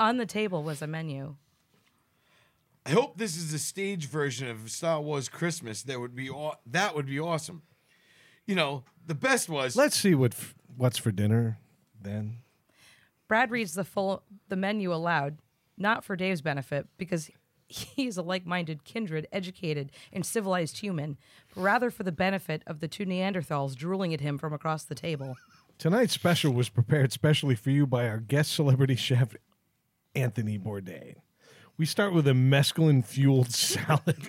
on the table was a menu. I hope this is the stage version of Star Wars Christmas. That would be aw- that would be awesome. You know, the best was Let's see what f- what's for dinner then. Brad reads the full the menu aloud, not for Dave's benefit because he's a like-minded, kindred, educated, and civilized human, but rather for the benefit of the two Neanderthals drooling at him from across the table. Tonight's special was prepared specially for you by our guest celebrity chef, Anthony Bourdain. We start with a mescaline fueled salad,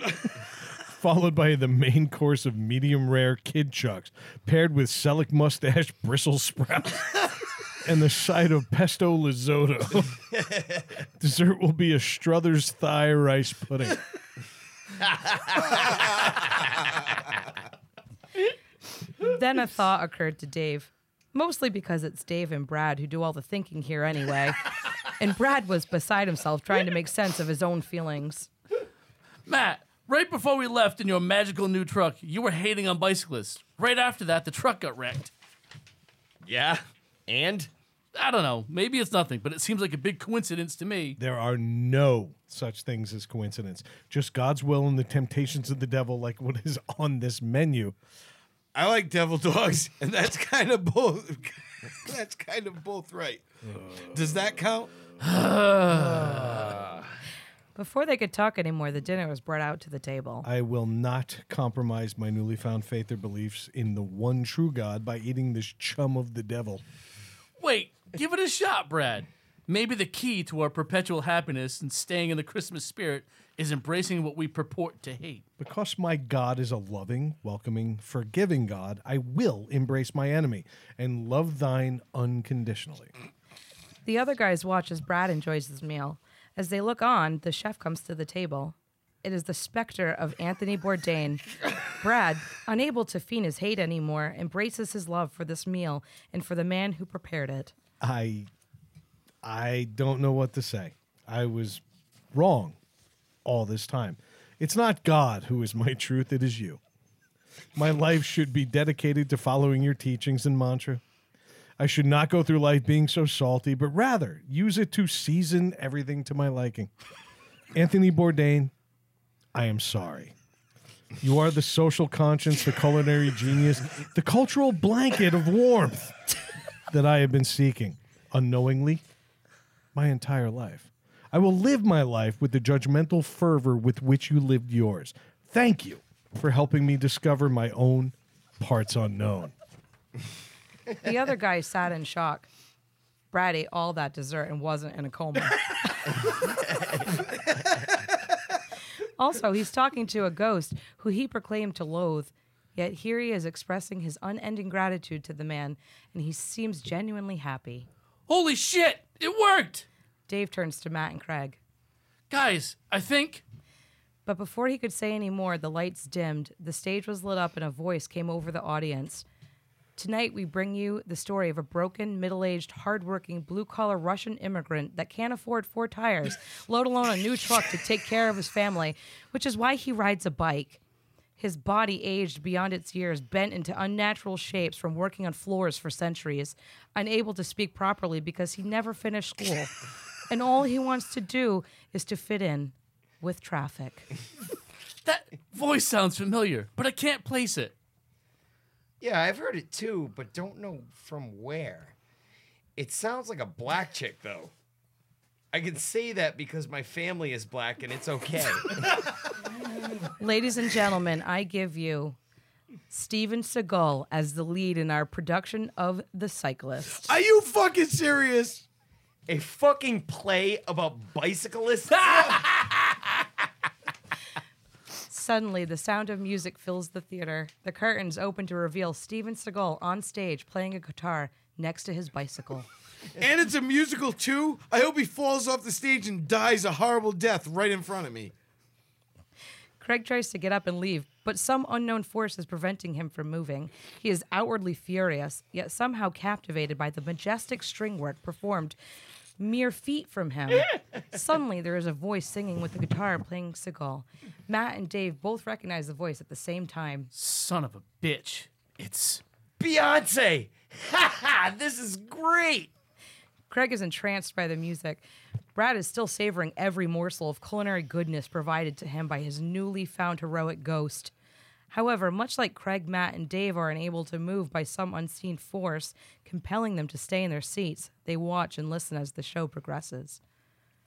followed by the main course of medium rare kid chucks, paired with Selick mustache bristle sprouts. And the side of pesto risotto. Dessert will be a Struthers thigh rice pudding. then a thought occurred to Dave, mostly because it's Dave and Brad who do all the thinking here anyway. and Brad was beside himself trying to make sense of his own feelings. Matt, right before we left in your magical new truck, you were hating on bicyclists. Right after that, the truck got wrecked. Yeah? And? I don't know. Maybe it's nothing, but it seems like a big coincidence to me. There are no such things as coincidence. Just God's will and the temptations of the devil, like what is on this menu. I like devil dogs, and that's kind of both. that's kind of both right. Does that count? Before they could talk anymore, the dinner was brought out to the table. I will not compromise my newly found faith or beliefs in the one true God by eating this chum of the devil. Wait, give it a shot, Brad. Maybe the key to our perpetual happiness and staying in the Christmas spirit is embracing what we purport to hate. Because my God is a loving, welcoming, forgiving God, I will embrace my enemy and love thine unconditionally. The other guys watch as Brad enjoys his meal. As they look on, the chef comes to the table. It is the specter of Anthony Bourdain. Brad, unable to feign his hate anymore, embraces his love for this meal and for the man who prepared it. I I don't know what to say. I was wrong all this time. It's not God who is my truth, it is you. My life should be dedicated to following your teachings and mantra. I should not go through life being so salty, but rather use it to season everything to my liking. Anthony Bourdain, I am sorry. You are the social conscience, the culinary genius, the cultural blanket of warmth that I have been seeking unknowingly my entire life. I will live my life with the judgmental fervor with which you lived yours. Thank you for helping me discover my own parts unknown. The other guy sat in shock. Brad ate all that dessert and wasn't in a coma. also, he's talking to a ghost who he proclaimed to loathe, yet here he is expressing his unending gratitude to the man, and he seems genuinely happy. Holy shit! It worked! Dave turns to Matt and Craig. Guys, I think. But before he could say any more, the lights dimmed, the stage was lit up, and a voice came over the audience. Tonight, we bring you the story of a broken, middle aged, hard-working, blue collar Russian immigrant that can't afford four tires, let alone a new truck to take care of his family, which is why he rides a bike. His body aged beyond its years, bent into unnatural shapes from working on floors for centuries, unable to speak properly because he never finished school. and all he wants to do is to fit in with traffic. That voice sounds familiar, but I can't place it. Yeah, I've heard it too, but don't know from where. It sounds like a black chick, though. I can say that because my family is black and it's okay. Ladies and gentlemen, I give you Steven Seagal as the lead in our production of The Cyclist. Are you fucking serious? A fucking play about bicyclists? Ah! Suddenly, the sound of music fills the theater. The curtains open to reveal Steven Seagal on stage playing a guitar next to his bicycle. And it's a musical too. I hope he falls off the stage and dies a horrible death right in front of me. Craig tries to get up and leave, but some unknown force is preventing him from moving. He is outwardly furious, yet somehow captivated by the majestic string work performed mere feet from him. Suddenly, there is a voice singing with the guitar playing Seagal. Matt and Dave both recognize the voice at the same time. Son of a bitch. It's Beyonce! Ha ha! This is great! Craig is entranced by the music. Brad is still savoring every morsel of culinary goodness provided to him by his newly found heroic ghost. However, much like Craig, Matt, and Dave are unable to move by some unseen force compelling them to stay in their seats, they watch and listen as the show progresses.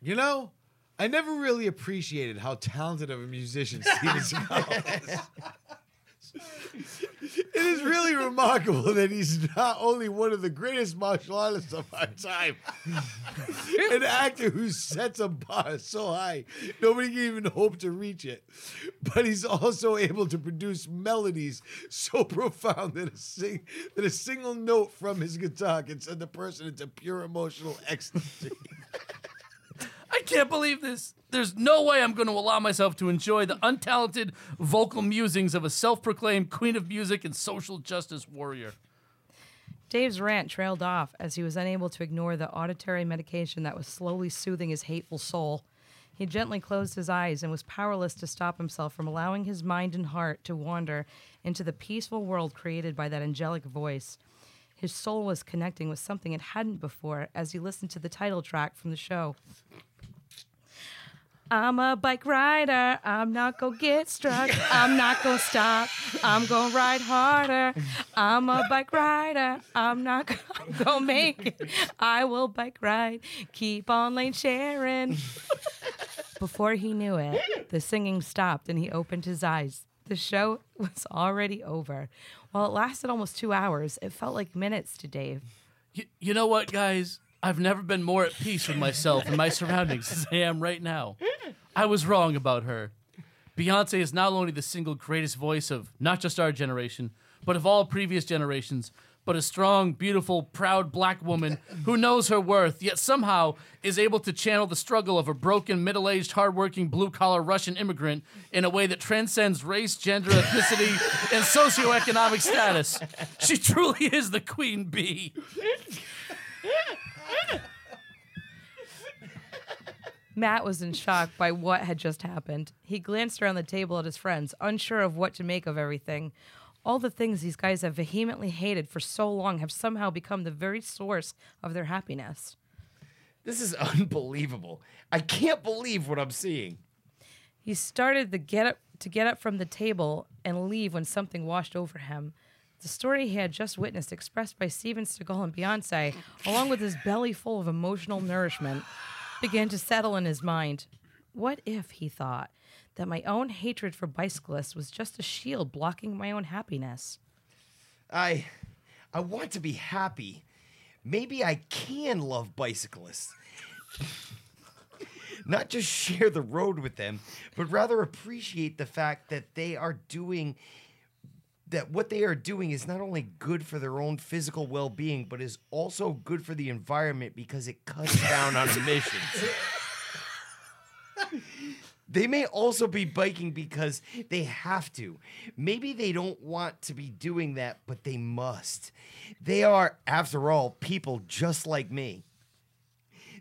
You know, I never really appreciated how talented of a musician Steven Seagal is. it is really remarkable that he's not only one of the greatest martial artists of our time, an actor who sets a bar so high nobody can even hope to reach it, but he's also able to produce melodies so profound that a sing that a single note from his guitar can send the person into pure emotional ecstasy. I can't believe this. There's no way I'm going to allow myself to enjoy the untalented vocal musings of a self proclaimed queen of music and social justice warrior. Dave's rant trailed off as he was unable to ignore the auditory medication that was slowly soothing his hateful soul. He gently closed his eyes and was powerless to stop himself from allowing his mind and heart to wander into the peaceful world created by that angelic voice. His soul was connecting with something it hadn't before as he listened to the title track from the show. I'm a bike rider. I'm not gonna get struck. I'm not gonna stop. I'm gonna ride harder. I'm a bike rider. I'm not gonna, I'm gonna make it. I will bike ride. Keep on lane sharing. Before he knew it, the singing stopped and he opened his eyes. The show was already over. While it lasted almost two hours, it felt like minutes to Dave. Y- you know what, guys? I've never been more at peace with myself and my surroundings as I am right now. I was wrong about her. Beyonce is not only the single greatest voice of not just our generation, but of all previous generations, but a strong, beautiful, proud black woman who knows her worth, yet somehow is able to channel the struggle of a broken, middle aged, hardworking, blue collar Russian immigrant in a way that transcends race, gender, ethnicity, and socioeconomic status. She truly is the queen bee. Matt was in shock by what had just happened. He glanced around the table at his friends, unsure of what to make of everything. All the things these guys have vehemently hated for so long have somehow become the very source of their happiness. This is unbelievable. I can't believe what I'm seeing. He started the get up to get up from the table and leave when something washed over him. The story he had just witnessed, expressed by Steven Seagal and Beyonce, along with his belly full of emotional nourishment, began to settle in his mind. What if, he thought, that my own hatred for bicyclists was just a shield blocking my own happiness? I I want to be happy. Maybe I can love bicyclists. Not just share the road with them, but rather appreciate the fact that they are doing that what they are doing is not only good for their own physical well-being but is also good for the environment because it cuts down on emissions. They may also be biking because they have to. Maybe they don't want to be doing that, but they must. They are, after all, people just like me.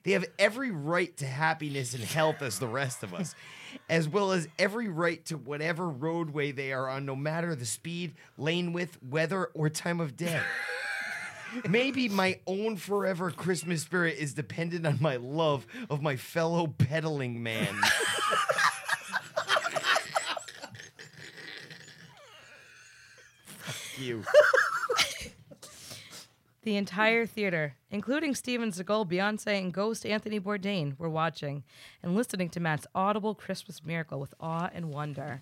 They have every right to happiness and health as the rest of us, as well as every right to whatever roadway they are on, no matter the speed, lane width, weather, or time of day. Maybe my own forever Christmas spirit is dependent on my love of my fellow pedaling man. you. The entire theater, including Steven Seagal, Beyonce, and Ghost Anthony Bourdain, were watching and listening to Matt's audible Christmas miracle with awe and wonder.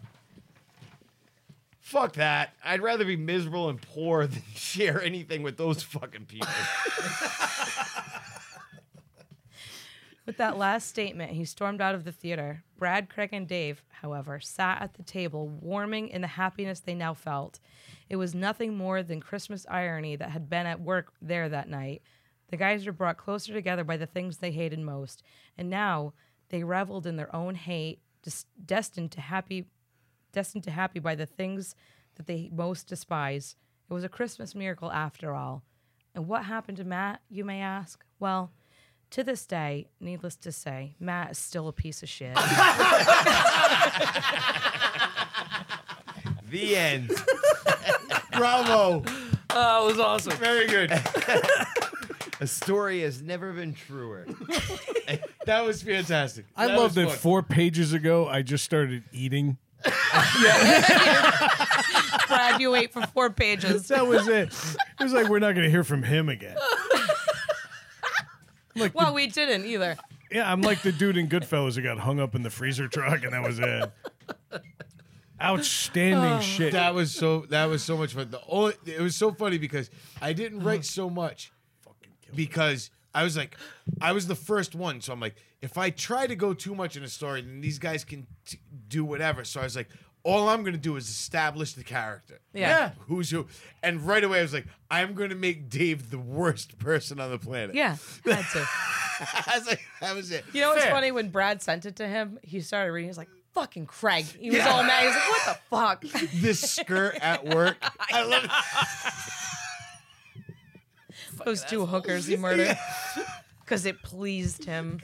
Fuck that. I'd rather be miserable and poor than share anything with those fucking people. With that last statement, he stormed out of the theater. Brad, Craig, and Dave, however, sat at the table, warming in the happiness they now felt. It was nothing more than Christmas irony that had been at work there that night. The guys were brought closer together by the things they hated most, and now they reveled in their own hate, des- destined to happy, destined to happy by the things that they most despise. It was a Christmas miracle after all. And what happened to Matt, you may ask? Well, to this day, needless to say, Matt is still a piece of shit. the end. Bravo. Oh, it was awesome. Very good. A story has never been truer. that was fantastic. I that love was that fun. four pages ago I just started eating. Brad, you wait for four pages. That was it. It was like we're not going to hear from him again. well, we didn't either. Yeah, I'm like the dude in Goodfellas who got hung up in the freezer truck, and that was it. Outstanding Oh. shit. That was so. That was so much fun. The only, it was so funny because I didn't write so much because I was like, I was the first one, so I'm like, if I try to go too much in a story, then these guys can t- do whatever. So I was like, all I'm gonna do is establish the character. Yeah. Yeah. Who's who? And right away, I was like, I'm gonna make Dave the worst person on the planet. Yeah, had to. I was like, that was it. You know what's Fair. funny? When Brad sent it to him, he started reading. He's like, fucking Craig. He was Yeah. all mad. He's like, what the fuck? This skirt at work. I love Those two hookers he murdered. Because it pleased him.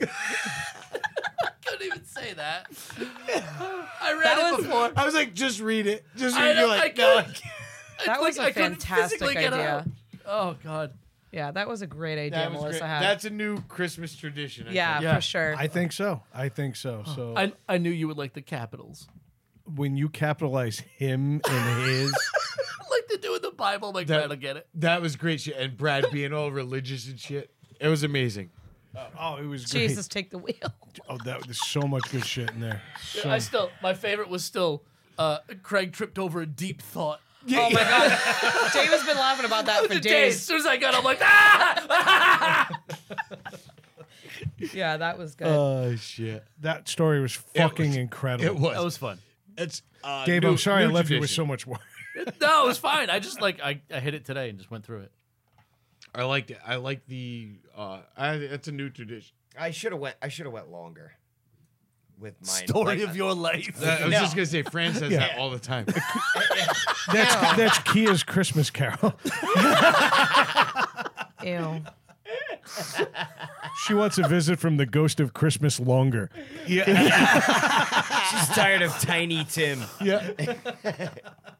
Couldn't even say that. I read That it was- before. I was like, just read it. Just I read it. You're know, I like, no, I couldn't. can't. That was a I couldn't fantastic physically get idea. up. Oh God. Yeah, that was a great idea, That was Melissa great. had. That's a new Christmas tradition. I Yeah, think. for sure. I think so. I think so. So I, I knew you would like the capitals. when you capitalize him and his, like to do in the Bible. Like Brad will get it. That was great shit. And Brad being all religious and shit. It was amazing. oh, it was great. Jesus, take the wheel. Oh, that was so much good shit in there. So- I still my favorite was still uh, Craig tripped over a deep thought. oh my god. Dave has been laughing about that for Days. As days. soon as I got, it, I'm like, ah! Yeah, that was good. Oh shit! That story was fucking incredible. It was. fun. It's uh, Dave, new- I'm sorry I new left you with tradition. so much work. no, it was fine. I just like I, I hit it today and just went through it. I liked it. I like the. uh I, That's a new tradition. I should have went. I should have went longer. With my Story of your life. Uh, I was just gonna say, Fran says that all the time. That's that's Kia's Christmas Carol. Ew. She wants a visit from the ghost of Christmas longer. She's tired of Tiny Tim. Yeah.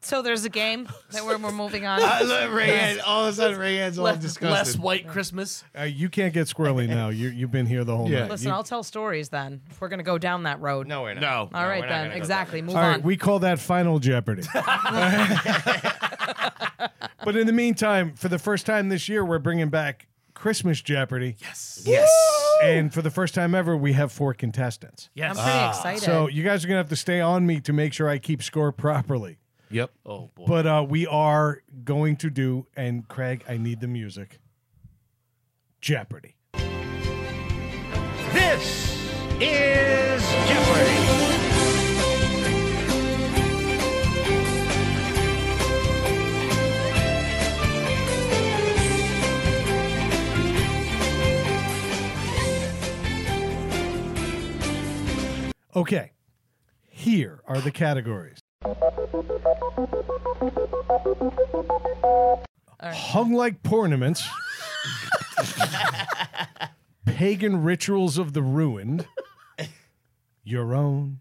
So there's a game that we're, we're moving on. I love Rayanne. All of a sudden, Rayanne's all disgusted. Less white Christmas. Uh, you can't get squirrely now. You, you've been here the whole night. Listen, You- I'll tell stories then. If we're gonna go down that road. No, we're not. No. All No, right we're not then. gonna go Exactly. Move All right, on. we call that Final Jeopardy. but in the meantime, for the first time this year, we're bringing back Christmas Jeopardy. Yes. Yes. And for the first time ever, we have four contestants. Yes. I'm pretty excited. Ah, So you guys are going to have to stay on me to make sure I keep score properly. Yep. Oh boy. But uh, we are going to do, and Craig, I need the music. Jeopardy. This is Jeopardy. Okay. Here are the categories. Hung like ornaments. pagan rituals of the ruined. Your own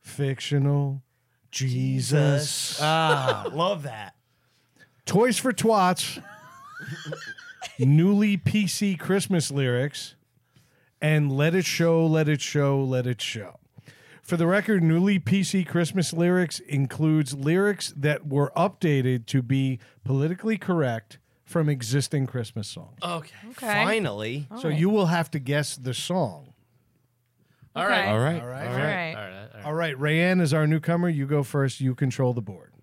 fictional Jesus. Ah, love that. Toys for Twats, newly PC Christmas lyrics, and Let It Show, Let It Show, Let It Show. For the record, newly PC Christmas lyrics includes lyrics that were updated to be politically correct from existing Christmas songs. Okay. Okay. Finally. So you will have to guess the song. All right. All right. All All right. right. All right. All right. All right, Rayanne is our newcomer. You go first. You control the board.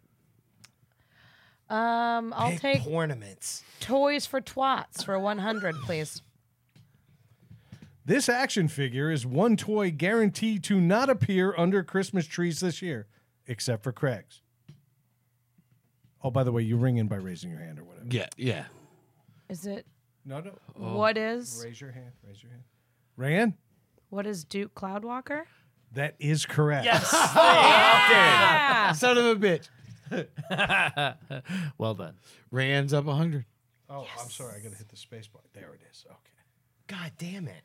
Um, I'll take ornaments. Toys for twats for 100, please. This action figure is one toy guaranteed to not appear under Christmas trees this year, except for Craig's. Oh, by the way, you ring in by raising your hand or whatever. Yeah, yeah. Is it? No, no. What is? Raise your hand. Raise your hand. Rayanne, What is Duke Cloudwalker? that is correct. Yes. Yeah. Son of a bitch. well done. Rayanne's up 100. Oh, I'm sorry. I got to hit the space bar. There it is. Okay. God damn it.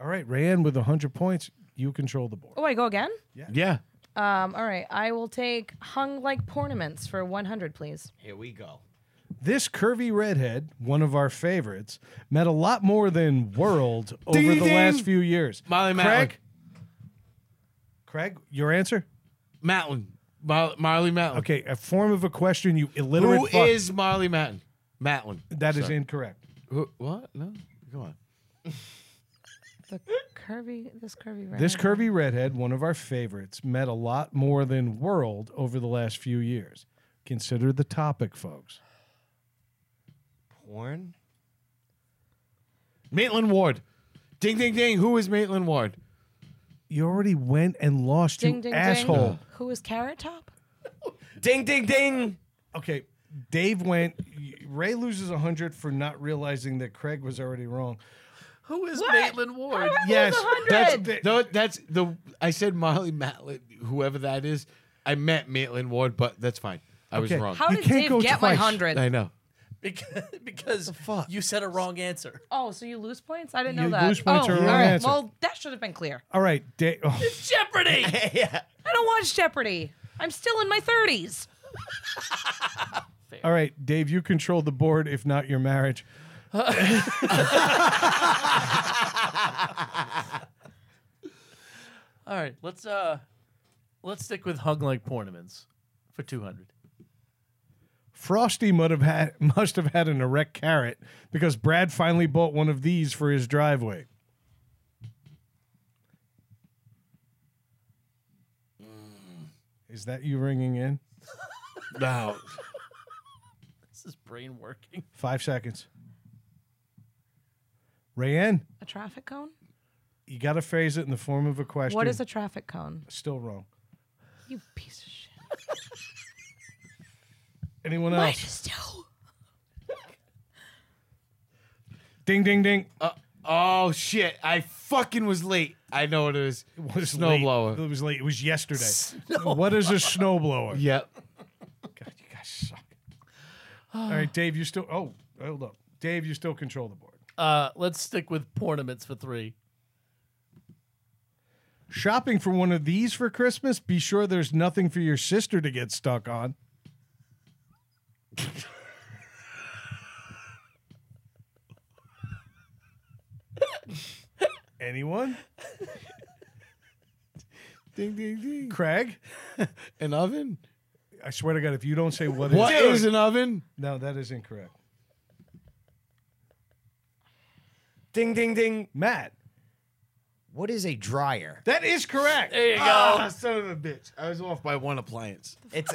All right, Rayanne with 100 points, you control the board. Oh, I go again? Yeah. Yeah. Um, all right. I will take Hung Like Ornaments for 100, please. Here we go. This curvy redhead, one of our favorites, met a lot more than world over Ding, the ding. last few years. Molly Craig, Matlin. Craig, your answer? Matlin. Mar- Marley Matlin. Okay, a form of a question, you Who illiterate is fuck. Marley Matlin? Matlin. That is Sorry. incorrect. Who, what? No. Go on. The curvy, this curvy. This redhead. curvy redhead, one of our favorites, met a lot more than world over the last few years. Consider the topic, folks. Porn? Maitland Ward. Ding, ding, ding. Who is Maitland Ward? You already went and lost, Ding, you ding, asshole. ding. Who is Carrot Top? Ding, ding, ding. Okay, Dave went. Ray loses 100 for not realizing that Craig was already wrong. Who is What? Maitland Ward? Yes, That's that's the- no, that's the. I said Marley Matlin, whoever that is. I meant Maitland Ward, but that's fine. I was Okay. wrong. How You did can't Dave go get my twice. 100? I know. Because, because you said a wrong answer. Oh, so you lose points? I didn't You know that. lose points oh, or all wrong right. answer. Well, that should have been clear. All right, Dave. oh, Jeopardy. yeah. I don't watch Jeopardy. I'm still in my 30s. all right, Dave, you control the board, if not your marriage. All right, let's uh, let's stick with hung like ornaments for two hundred. Frosty must have had must have had an erect carrot because Brad finally bought one of these for his driveway. Is that you ringing in? Mm. No. This is brain working. Five seconds. Rayanne, A traffic cone? you got to phrase it in the form of a question. What is a traffic cone? Still wrong. You piece of shit. Anyone else? Minus two. Ding, ding, ding. Uh, oh shit! I fucking was late. I know what it is. It was late. snowblower. It was late. It was yesterday. What is a snowblower? Yep. God, you guys suck. All right, Dave, you still. Oh, hold up. Dave, you still control the board. Uh, let's stick with ornaments for three. Shopping for one of these for Christmas? Be sure there's nothing for your sister to get stuck on. Anyone? Ding ding ding. Craig? An oven? I swear to God, if you don't say what, What is an oven? No, that is incorrect. Ding ding ding. Matt. What is a dryer? That is correct. There you go. Ah, son of a bitch. I was off by one appliance. It's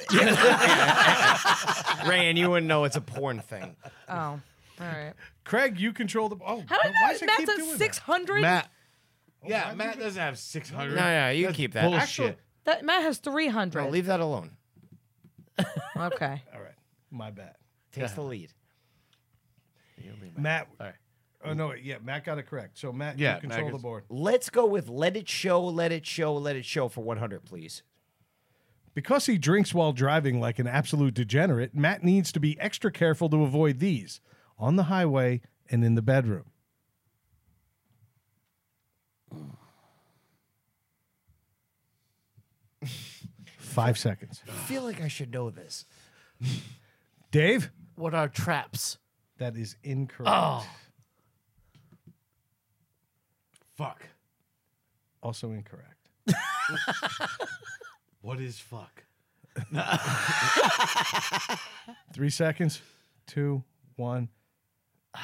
Rayan, you wouldn't know it's a porn thing. Oh, all right. Craig, you control the. Oh, How did I know Matt's at six hundred? Matt. yeah, Matt doesn't have 600. No, no, you keep that. Bullshit. That Matt has three hundred. No, leave that alone. Okay. All right. My bad. Takes the lead. Matt. Oh, no. Yeah, Matt got it correct. So, Matt, you control the board. Let's go with let it show, let it show, let it show for 100, please. Because he drinks while driving like an absolute degenerate, Matt needs to be extra careful to avoid these on the highway and in the bedroom. Five seconds. I feel like I should know this. Dave? What are traps? That is incorrect. Oh. Fuck. Also incorrect. What is fuck? Three seconds. Two, one.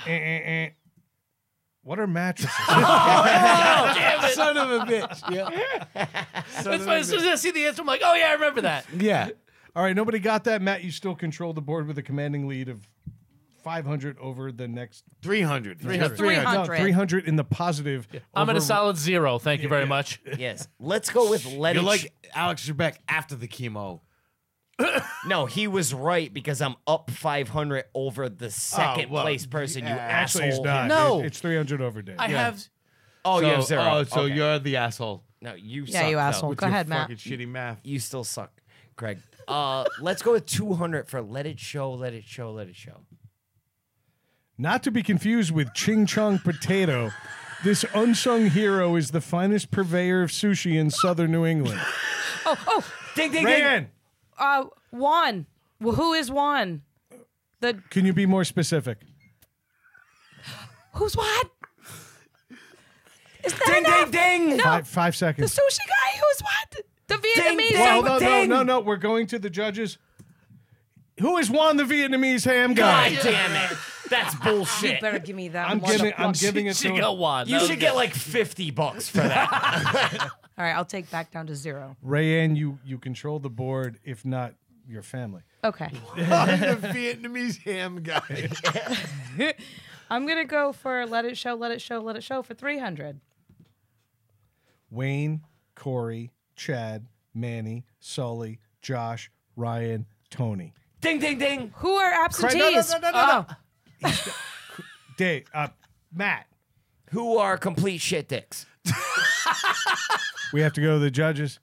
Eh, eh, eh. What are mattresses? damn it. Son of a bitch. Yeah. That's why as soon as I see the answer, I'm like, oh yeah, I remember that. Yeah. All right, nobody got that. Matt, you still control the board with a commanding lead of 500 over the next 300. 300. 300, No, 300 in the positive. I'm at over- a solid zero. Thank you very much. Yes. Let's go with let You're it like Alex Trebek after the chemo. No, he was right because I'm up 500 over the second well, place person. You Actually, he's asshole. not. No. It's- It's 300 over Dave. I Yeah. have Oh, you So- have zero. Oh, so Okay. you're the asshole. no, you. Yeah, suck, you though. asshole. Go Your ahead, Matt. Fucking shitty math. You still suck, Craig. Uh, let's go with 200 for let it show, let it show, let it show. Not to be confused with Ching Chong Potato, this unsung hero is the finest purveyor of sushi in southern New England. Oh, oh, Ding, ding, ding. Rayanne, uh, Juan. Well, who is Juan? The can you be more specific? who's Juan? Is that Ding, enough? ding, ding. No, Five, five the seconds. sushi guy. Who's Juan? The Vietnamese. ding. Well, guy. no, no, no, no. We're going to the judges. Who has won the Vietnamese ham guy? God damn it. That's You bullshit. better give me that. I'm one. giving, I'm giving it she to got one. You That was should good. get like 50 bucks for that. All right, I'll take back down to zero. Rayanne. You you control the board, if not your family. Okay, the Vietnamese ham guy. I'm gonna go for let it show, let it show, let it show for three hundred. Wayne, Corey, Chad, Manny, Sully, Josh, Ryan, Tony, ding, ding, ding. Who are Oh, absentees? no, no, no, Dave, uh, Matt. Who are complete shit dicks? We have to go to the judges.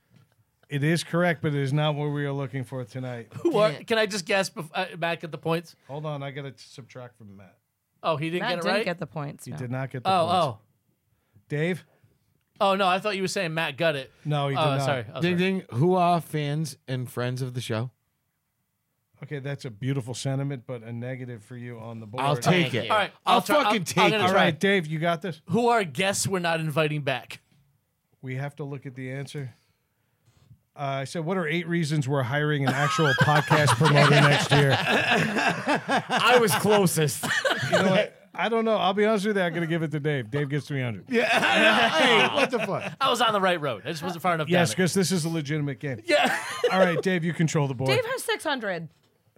It is correct, but it is not what we are looking for tonight. Who are, can I just guess bef- uh, back at the points? Hold on, I got to subtract from Matt. Oh, he didn't Matt get it didn't right. get the points. He no. did not get the oh, points. oh, Dave? oh no! I thought you were saying Matt got it. No, he did oh, not. sorry. Oh, Ding sorry. ding. Who are fans and friends of the show? Okay, that's a beautiful sentiment, but a negative for you on the board. I'll take Thank it. you. All right, I'll, I'll try- fucking I'm- take I'm gonna it. All try. right, Dave, you got this? Who are guests we're not inviting back? We have to look at the answer. Uh, I said, what are eight reasons we're hiring an actual podcast promoter next year? I was closest. You know what? I don't know. I'll be honest with you. I'm going to give it to Dave. Dave gets 300. Yeah. Hey, what the fuck? I was on the right road. I just wasn't far enough. Yes, down it. because this is a legitimate game. Yeah. All right, Dave, you control the board. Dave has six hundred.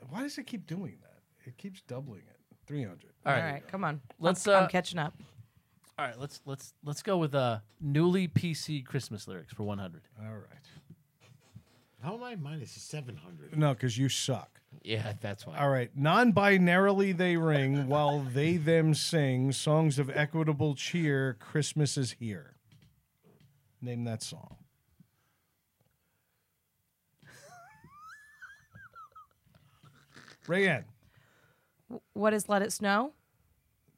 Why does it keep doing that? It keeps doubling it. 300. All All right. right, come on. Let's, I'm, I'm uh, catching up. All right. Let's let's let's go with uh newly PC Christmas lyrics for 100. All right. How am I minus 700? No, because you suck. yeah, that's why. All right. Non binarily they ring while they them sing songs of equitable cheer. Christmas is here. Name that song. Rayanne, What is Let It Snow?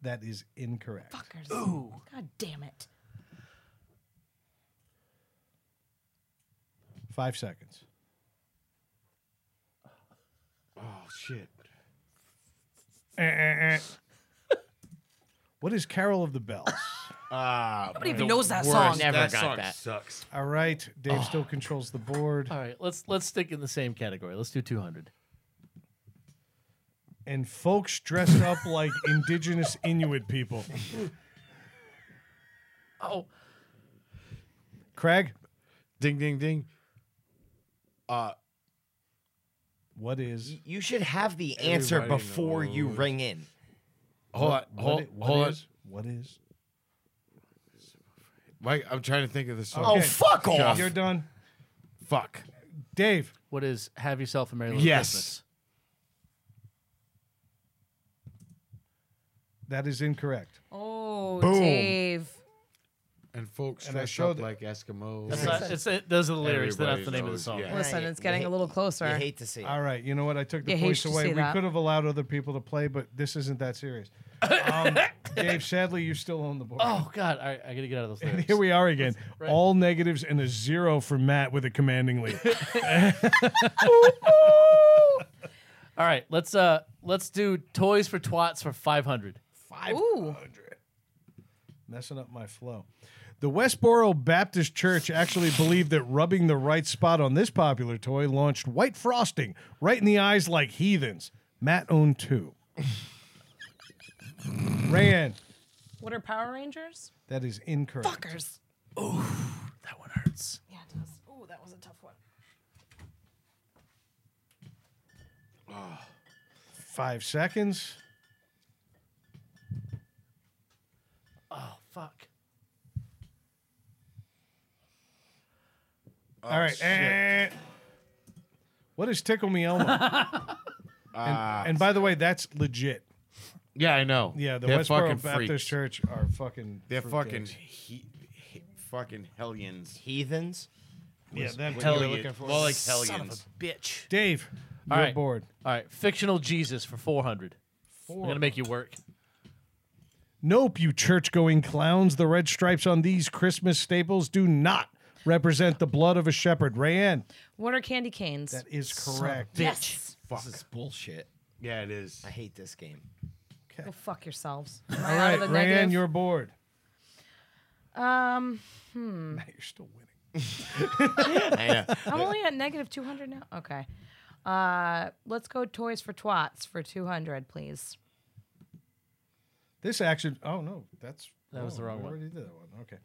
That is incorrect. Fuckers. Ooh. God damn it. Five seconds. Oh shit. what is Carol of the Bells? Ah, Nobody even knows that song. Never That got song that. Sucks. All right, Dave Oh. still controls the board. All right, let's let's stick in the same category. Let's do 200. And folks dressed up like indigenous Inuit people. Oh, Craig, Ding ding ding. Uh what is? You should have the answer Everybody before you knows. ring in. Hold What- on, what hold- i- what hold on. is- What is? Mike, I'm trying to think of the song. Oh, Okay. You're done. Fuck. Dave, what is "Have Yourself a Merry Little Yes. Christmas"? That is incorrect. Oh, Boom. Dave. And folks And I dressed showed up it. like Eskimos. That's not- it's- it- those are the lyrics. That's Everybody the name of the knows, song. yeah. Listen, it's getting a little closer. You hate to see. All right, you know what? I took the You hate points to away. see We that. could have allowed other people to play, but this isn't that serious. Um, Dave, sadly, you still own the board. Oh God! All right, I gotta get out of those And lyrics. here we are again. Right. All negatives and a zero for Matt with a commanding lead. All right, let's uh let's do toys for twats for 500. 500. Messing up my flow. The Westboro Baptist Church actually believed that rubbing the right spot on this popular toy launched white frosting right in the eyes like heathens. Matt owned two. Rayanne, What are Power Rangers? that is incorrect. Fuckers. That one hurts. Yeah, it does. Oh, that was a tough one. Five seconds. Oh fuck. All right. eh. What is Tickle Me Elmo? and, and by the way, that's legit. Yeah, I know. Yeah, the They're fucking Westboro Baptist freaks. Church are fucking. They're fruitcakes. fucking he, he- fucking hellions. Heathens. Yeah, them What too. you were Hellion. looking for. More More like like Son of hellions. a bitch. Dave, All you're right. bored. All right, fictional Jesus for 400. I'm gonna make you work. Nope, you church going clowns. The red stripes on these Christmas staples do not represent the blood of a shepherd. Rayanne, What are candy canes? that is correct. Yes. Fuck. This is bullshit. Yeah, it is. I hate this game. Go fuck yourselves. All Am I out right, of the Rayanne, negative? you're bored. Um, hmm. Matt, you're still winning. I'm only at negative 200 now. Okay. Uh, let's go toys for twats for 200, please. This action. Oh no, that's That was oh, the wrong we one. Already did that one. Okay.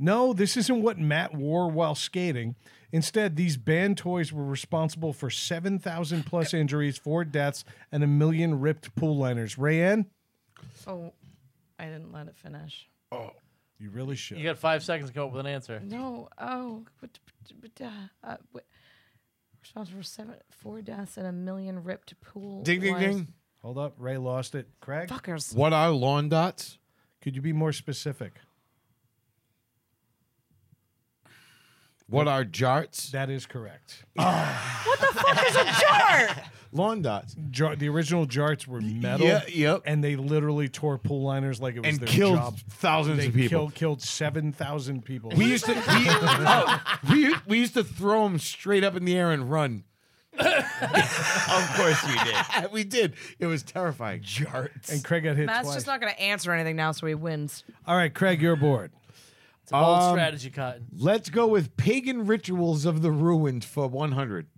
No, this isn't what Matt wore while skating. Instead, these band toys were responsible for seven thousand plus injuries, four deaths, and a million ripped pool liners. Rayanne, Oh, I didn't let it finish. you really should. You got five seconds to come up with an answer. No. Oh, but, but, but, uh, uh, wait. responsible for seven, four deaths and a million ripped pool. Ding ding wires. ding. Hold up, Ray lost it. Craig, Fuckers. What are lawn dots? could you be more specific? What are jarts? That is correct. Lawn dots. Jar- the original jarts were metal. Yeah, yep. And they literally tore pool liners like it was And their killed job. thousands They of people. Killed, killed seven thousand people. We used to we, oh, we, we used to throw them straight up in the air and run. Of course you did. we did. It was terrifying. Jarts. and Craig got hit Matt's twice. just not going to answer anything now, so he wins. All right, Craig, you're bored. It's a bold Um, strategy, Cotton. Let's go with pagan rituals of the ruined for 100.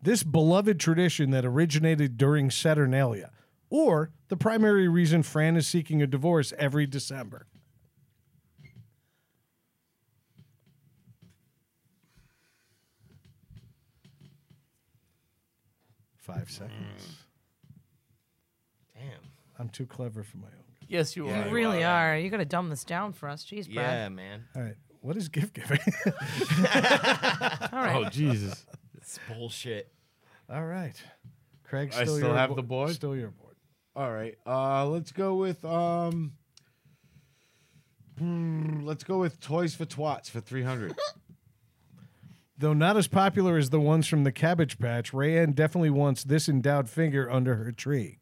This beloved tradition that originated during Saturnalia, or the primary reason Fran is seeking a divorce every December. Mm. Five seconds. Damn. I'm too clever for my own. good. Yes, you you are. really are. You're going to dumb this down for us. Jeez, Yeah, Brad. man. All right. What is gift giving? All right. Jesus. It's bullshit. All right. Craig, I still, still your have bo- the board? Still your board. All right. Uh let's go with um hmm, let's go with toys for twats for 300. Though not as popular as the ones from the Cabbage Patch, Rayanne definitely wants this endowed finger under her tree.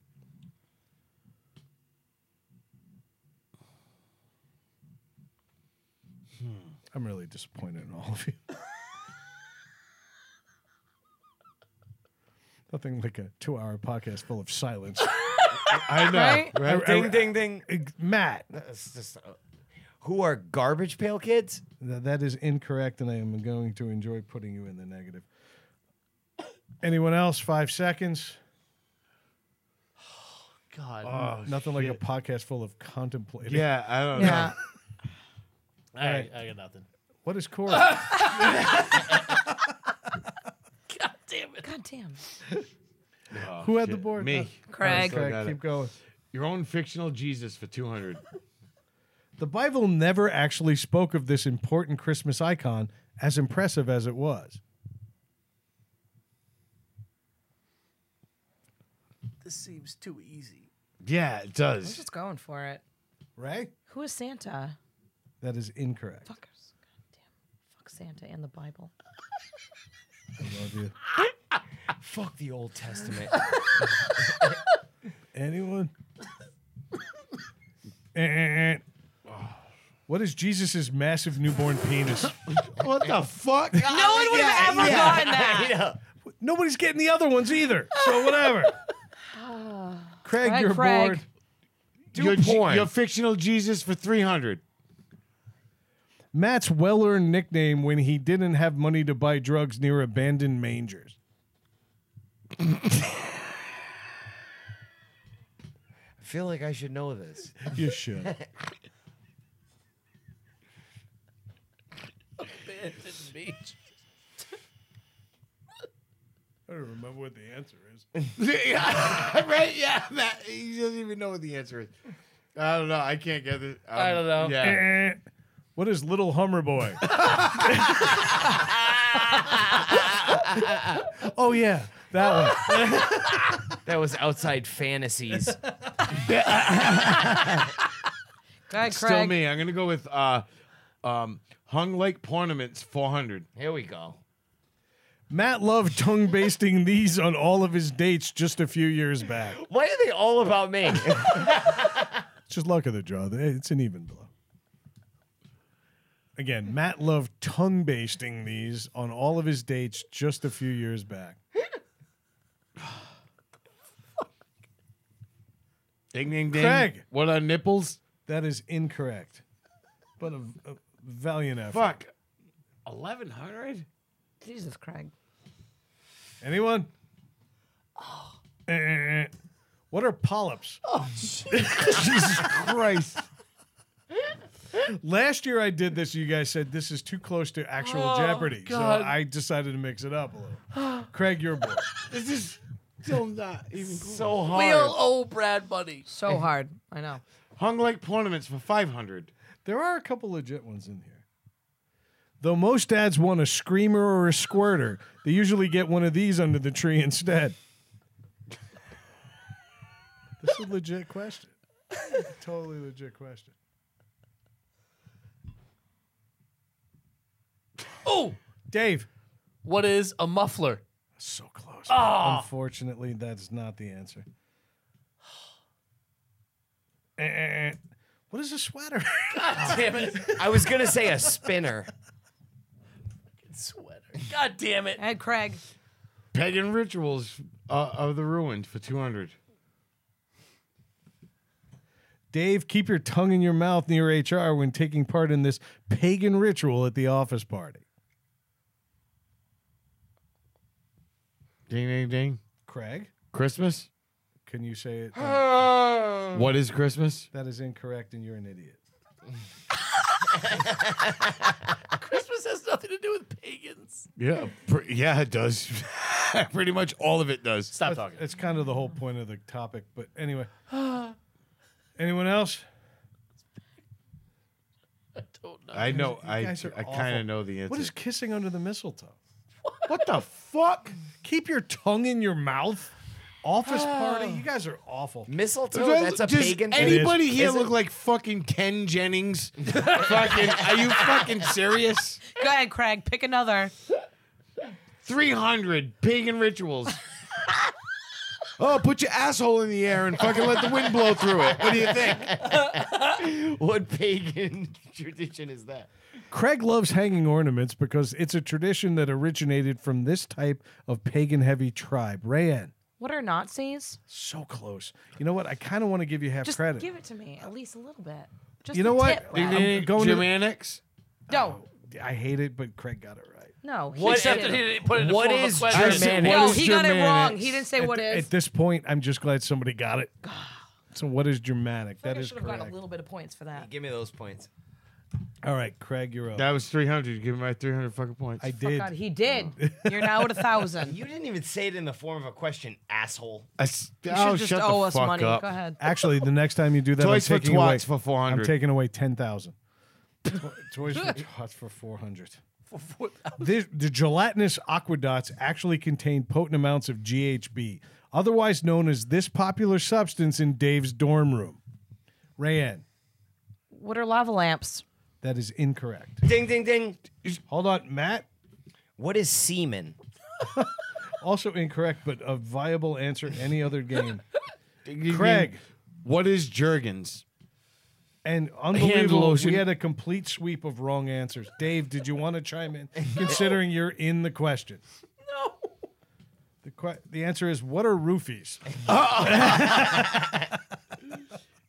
Hmm. I'm really disappointed in all of you. Nothing like a two hour podcast full of silence. I know. Right? I- I- Ding, ding, ding. Matt. uh, Who are garbage pail kids? Th- that is incorrect, and I am going to enjoy putting you in the negative. Anyone else? Five seconds. God. Oh, nothing like a podcast full of contemplating. Yeah, I don't Yeah. know. All right, I got nothing. What is core? God damn it. God damn. Who had the board? Me. Uh, Craig. Craig, keep going. Your own fictional Jesus for 200. the Bible never actually spoke of this important Christmas icon, as impressive as it was. This seems too easy. Yeah, it I'm does. just going for it. Right? Who is Santa? That is incorrect. Fuckers. God damn. Fuck Santa and the Bible. I love you. Fuck the Old Testament. Anyone? Eh, eh, eh. what is Jesus's massive newborn penis? what the fuck? No one would have ever gotten that. Nobody's getting the other ones either. So whatever. Craig, Right, you're Craig. bored. Do your, Je- porn. your fictional Jesus for 300. Matt's well-earned nickname when he didn't have money to buy drugs near abandoned mangers. I feel like I should know this. You should. Abandoned beach. I don't remember what the answer is. right? Yeah, Matt. He doesn't even know what the answer is. I don't know. I can't get it. Um, Yeah. Eh, What is Little Hummer Boy? oh yeah, that one. That was outside fantasies. Craig, Still me. I'm gonna go with uh, um, Hung Lake Pornaments 400. Here we go. Matt loved tongue basting these on all of his dates just a few years back. Why are they all about me? It's just luck of the draw. It's an even blow. Again, Matt loved tongue basting these on all of his dates just a few years back. Ding ding ding. Craig. What are nipples? That is incorrect, but a, a valiant effort. Fuck. 1100. Jesus, Craig. Anyone? Oh. Eh, eh, eh. What are polyps? Oh, Jesus Christ. Last year I did this. You guys said this is too close to actual Oh, Jeopardy, God. so I decided to mix it up a little. Craig, you're bored. This is still not even so We all owe Brad money. So hard. I know. Hung Lake Pornaments for 500. There are a couple legit ones in here. Though most dads want a screamer or a squirter, they usually get one of these under the tree instead. this is a legit question. totally legit question. Oh, Dave. What is a muffler? So close. Oh. Unfortunately, that's not the answer. Eh, eh, eh. What is a sweater? God damn it. I was gonna say a spinner. Sweater. God damn it. Ed Craig. Pagan Rituals uh, of the Ruined for 200. Dave, keep your tongue in your mouth near HR when taking part in this pagan ritual at the office party. Ding ding ding. Craig, Christmas? can you say it? What is Christmas? That is incorrect, and you're an idiot. Christmas has nothing to do with pagans. Yeah, pr- yeah, it does. Pretty much all of it does. Stop That's, that's kind of the whole point of the topic. But anyway, anyone else? I know. You I guys are I kind awful. of know the answer. What is kissing under the mistletoe? What the fuck? Keep your tongue in your mouth. Office party. You guys are awful. Mistletoe? Does- That's a does pagan thing. Anybody here Is it- look like fucking Ken Jennings? fucking, are you fucking serious? Go ahead, Craig. Pick another. Three hundred pagan rituals. oh, put your asshole in the air and fucking let the wind blow through it. What do you think? think? what pagan tradition is that? Craig loves hanging ornaments because it's a tradition that originated from this type of pagan heavy tribe. Rayanne, What are Nazis? so close. You know what? I kind of want to give you half Just credit. give it to me, at least a little bit. Just you know the what? tip, I'm Um, Ralph. going to- No, I hate it, but Craig got it right. no. What- He did. Except that he didn't put it in the form of a question. No, he got it wrong. He didn't say at, what is. At this point, I'm just glad somebody got it. So what is Germanic? That I is should have got a correct. little bit of points for that. Give me those points. All right, Craig, you're up. That was 300. You give him my 300 fucking points. I did. God, he did. You're now at a thousand. You didn't even say it in the form of a question, asshole. I s- You should oh, just shut the owe us fuck money. up. Go ahead. Actually, the next time you do that, Toys I'm for taking away, twats for 400. I'm taking away ten thousand. Toys for tots for four hundred. The, the gelatinous aquadots actually contain potent amounts of GHB, otherwise known as this popular substance in Dave's dorm room. Rayanne, What are lava lamps? that is incorrect. Ding, ding, ding. Hold on, Matt. What is semen? Also incorrect, but a viable answer any other game. Craig, What is Jergens? And Hand unbelievable. lotion. We had a complete sweep of wrong answers. Dave, did you want to chime in, considering you're in the question? No. The que- the answer is what are roofies?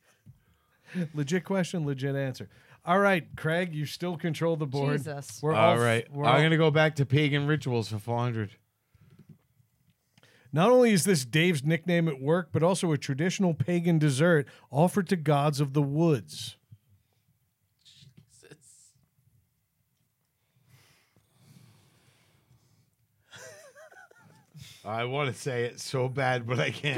legit question, legit answer. All right, Craig, you still control the board. Jesus. We're All all right. We're I'm all- going to go back to pagan rituals for 400. Not only is this Dave's nickname at work, but also a traditional pagan dessert offered to gods of the woods. I want to say it so bad, but I can't.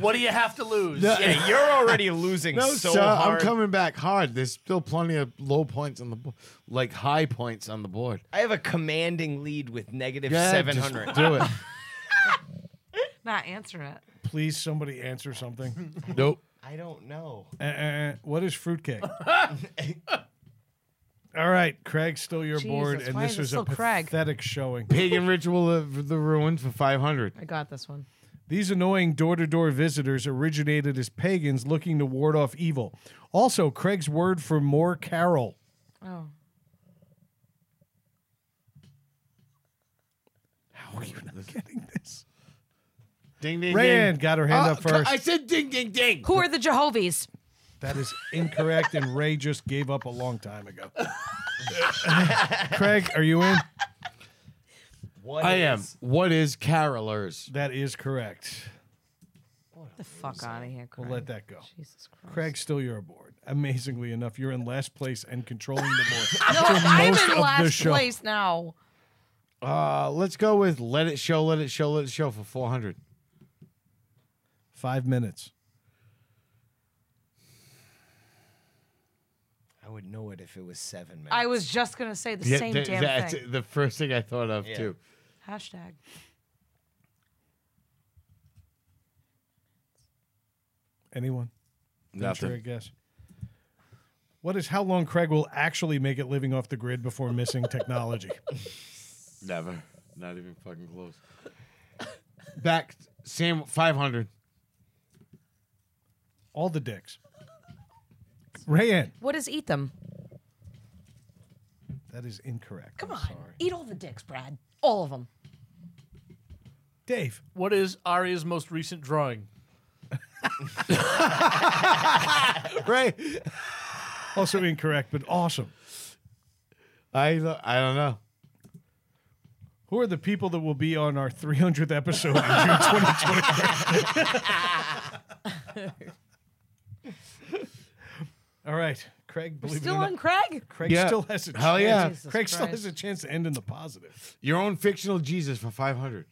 what do you have to lose? No. Yeah, you're already losing No, so sir, I'm hard. coming back hard. There's still plenty of low points on the board, like high points on the board. I have a commanding lead with negative Yeah, just 700. do it. Not answer it. Please, somebody answer something. Nope. I don't know. Uh, uh, uh, what is fruitcake? All right, Craig's still your Jesus, board, and why this is it was a still Craig? pathetic showing. Pagan ritual of the ruins for 500. I got this one. These annoying door-to-door visitors originated as pagans looking to ward off evil. Also, Craig's word for more carol. Oh. How are you not getting this? Ding ding. Rayanne ding. got her hand Uh, Oh, up first. I said ding ding ding. Who are the Jehovah's? That is incorrect, and Ray just gave up a long time ago. Craig, are you in? What I is- am. What is carolers? That is correct. the fuck out of here, Craig. We'll let that go. Jesus Christ. Craig's still your board. Amazingly enough, you're in last place and controlling the board. No, for I'm most of in the last show. place now. Uh, let's go with let it show, let it show, let it show for 400. Five minutes. I would know it if it was seven minutes. I was just gonna say the Yeah, same th- damn that's thing. the first thing I thought of Yeah. too. Hashtag. Anyone? Nothing. Venture a guess. What is how long Craig will actually make it living off the grid before missing technology? Never. Not even fucking close. Back Sam 500. All the dicks. Rayanne, What is eat them? that is incorrect. Come I'm on, sorry. eat all the dicks, Brad. All of them. Dave, What is Arya's most recent drawing? Ray. also incorrect, but awesome. I lo- I don't know. Who are the people that will be on our 300th episode in June 2023? All right, Craig. Believe Still it or on not, Craig? Craig Yeah. still has a chance. Hell yeah. Jesus Craig still Christ. has a chance to end in the positive. Your own fictional Jesus for 500.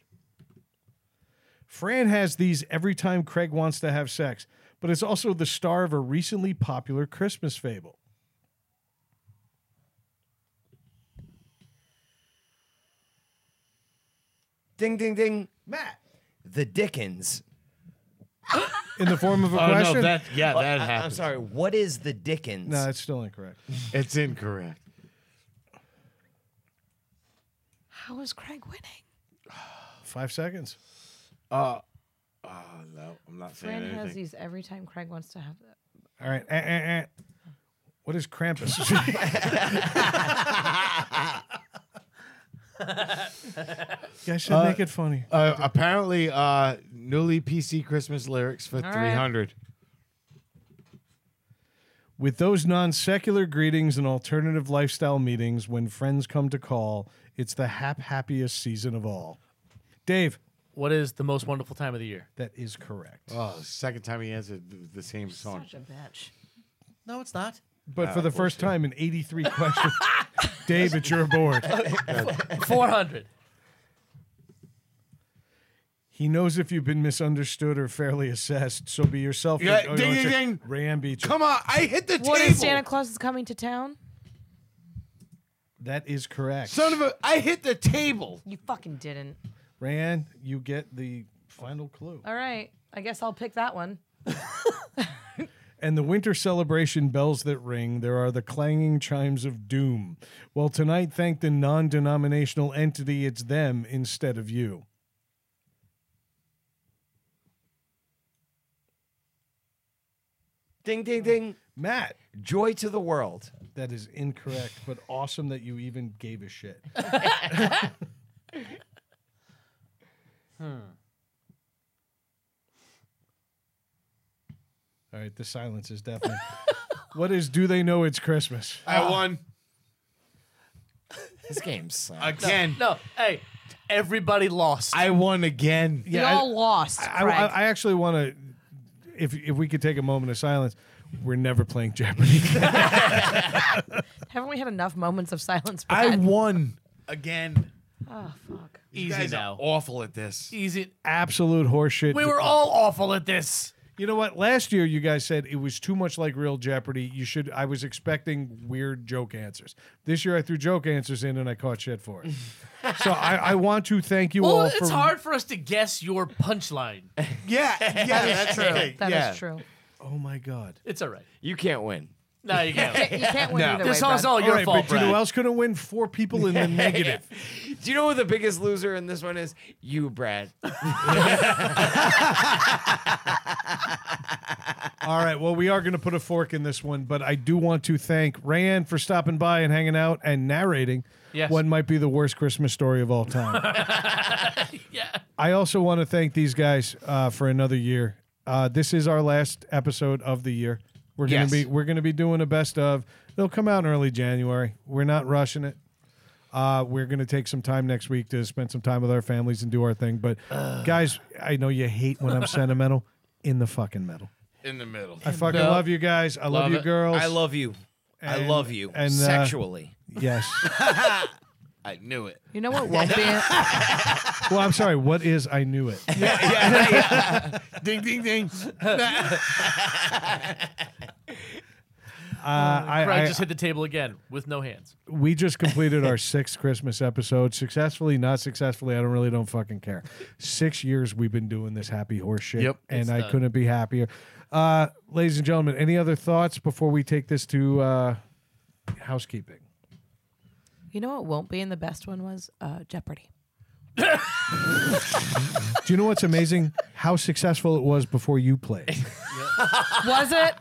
Fran has these every time Craig wants to have sex, but it's also the star of a recently popular Christmas fable. ding, ding, ding. Matt, The Dickens. in the form of a Oh question. no, that yeah, Oh, that I- I'm happened. sorry. What is the Dickens? No, it's still incorrect. It's incorrect. How is Craig winning? Five seconds. Uh Oh, no, I'm not saying Fran anything. has these every time Craig wants to have them. All right. eh, eh, eh. What is Krampus? I should Uh, make it funny. Uh, apparently, uh, newly PC Christmas lyrics for All right. 300. With those non secular greetings and alternative lifestyle meetings, when friends come to call, it's the hap happiest season of all. Dave. What is the most wonderful time of the year? That is correct. Uh, Oh, second time he answered th- the same song. Such a bitch. No, it's not. But uh, for the first time in 83 questions, Dave, it's your board. 400. He knows if you've been misunderstood or fairly assessed, so be yourself. Yeah, Oh, you ding, wanna ding, check- ding. Rayanne Beecher. Come on, I hit the What table. is Santa Claus is coming to town? That is correct. Son of a, I hit the table. You fucking didn't. Rayanne, you get the final clue. All right. I guess I'll pick that one. And the winter celebration bells that ring, there are the clanging chimes of doom. Well, tonight, thank the non denominational entity, it's them instead of you. Ding, ding, ding. Matt. Joy to the world. That is incorrect, but awesome that you even gave a shit. All right, the silence is deafening. what is Do They Know It's Christmas? Uh, I won. This game sucks. Again. No, no, hey, everybody lost. I won again. You all lost, I, I, Craig. I actually want to, if, if we could take a moment of silence, we're never playing Jeopardy. Haven't we had enough moments of silence? I Brad? won. Again. Oh, fuck. You guys are awful at this. E- Easy. Absolute horseshit. We were all awful at this. You know what? Last year, you guys said it was too much like Real Jeopardy. You should. I was expecting weird joke answers. This year, I threw joke answers in, and I caught shit for it. so I, I want to thank Oh, you Well, all. it's for, hard for us to guess your punchline. yeah, that's true. That is That is true. Oh my god. It's all right. You can't win. No, you can't. You can't win No. either This way, song's Brad. all your right, fault, but you know Brad. who else couldn't win? Four people in the negative. Do you know who the biggest loser in this one is? You, Brad. All right. Well, we are going to put a fork in this one, but I do want to thank Rayanne for stopping by and hanging out and narrating Yes. what might be the worst Christmas story of all time. I also want to thank these guys uh, for another year. Uh, this is our last episode of the year. We're gonna Yes. be we're gonna be doing a best of. It'll come out in early January. We're not rushing it. Uh, we're gonna take some time next week to spend some time with our families and do our thing. But guys, I know you hate when I'm sentimental. In the fucking metal. In the middle. I fucking No. love you guys. I love, Love you it. girls. I love you. I love you. uh, Sexually. yes. I knew it. You know what won't be? Well, I'm sorry. What is I knew it? ding, ding, ding. Uh, I, Craig I- just hit the table again with no hands. we just completed our sixth Christmas episode successfully, not successfully. I don't really don't fucking care. Six years we've been doing this happy horse shit, Yep. and It's I done. couldn't be happier. Uh, ladies and gentlemen, any other thoughts before we take this to uh, housekeeping? You know what won't be in the best one was uh, Jeopardy. Do you know what's amazing? How successful it was before you played. was it?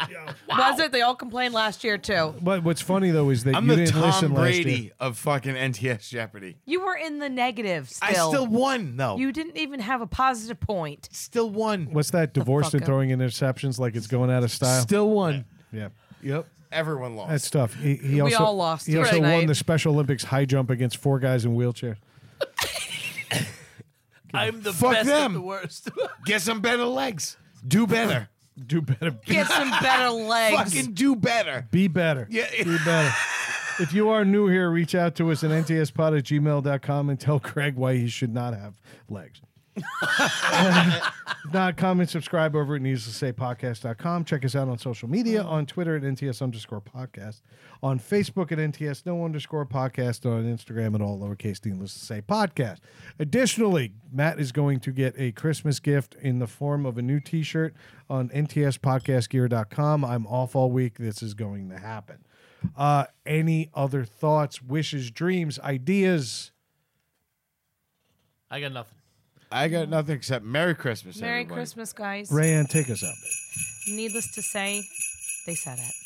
Was it? They all complained last year too. But what's funny though is that I'm you the didn't Tom listen last Brady year. of fucking NTS Jeopardy. You were in the negative. Still. I still won, though. You didn't even have a positive point. Still won. What's that? Divorced and fucker. throwing interceptions like it's going out of style. Still won. yeah. Yep. Everyone lost. That's tough. He, he We also, all lost He also tonight. won the Special Olympics high jump against four guys in wheelchairs. I'm the Fuck best them. at the worst. Get some better legs. Do better. Do better. Get some better legs. Fucking do better. Be better. Yeah. Be better. If you are new here, reach out to us at ntspod at gmail.com and tell Craig why he should not have legs. If not, comment, subscribe over at needless to say podcast.com. Check us out on social media on Twitter at NTS underscore podcast, on Facebook at NTS no underscore podcast, and on Instagram at all lowercase needless to say podcast. Additionally, Matt is going to get a Christmas gift in the form of a new t shirt on NTSpodcastgear.com. I'm off all week. This is going to happen. Uh, any other thoughts, wishes, dreams, ideas? I got nothing. I got nothing except Merry Christmas. Merry everybody. Christmas, guys. Rayanne, take us out. Needless to say, they said it.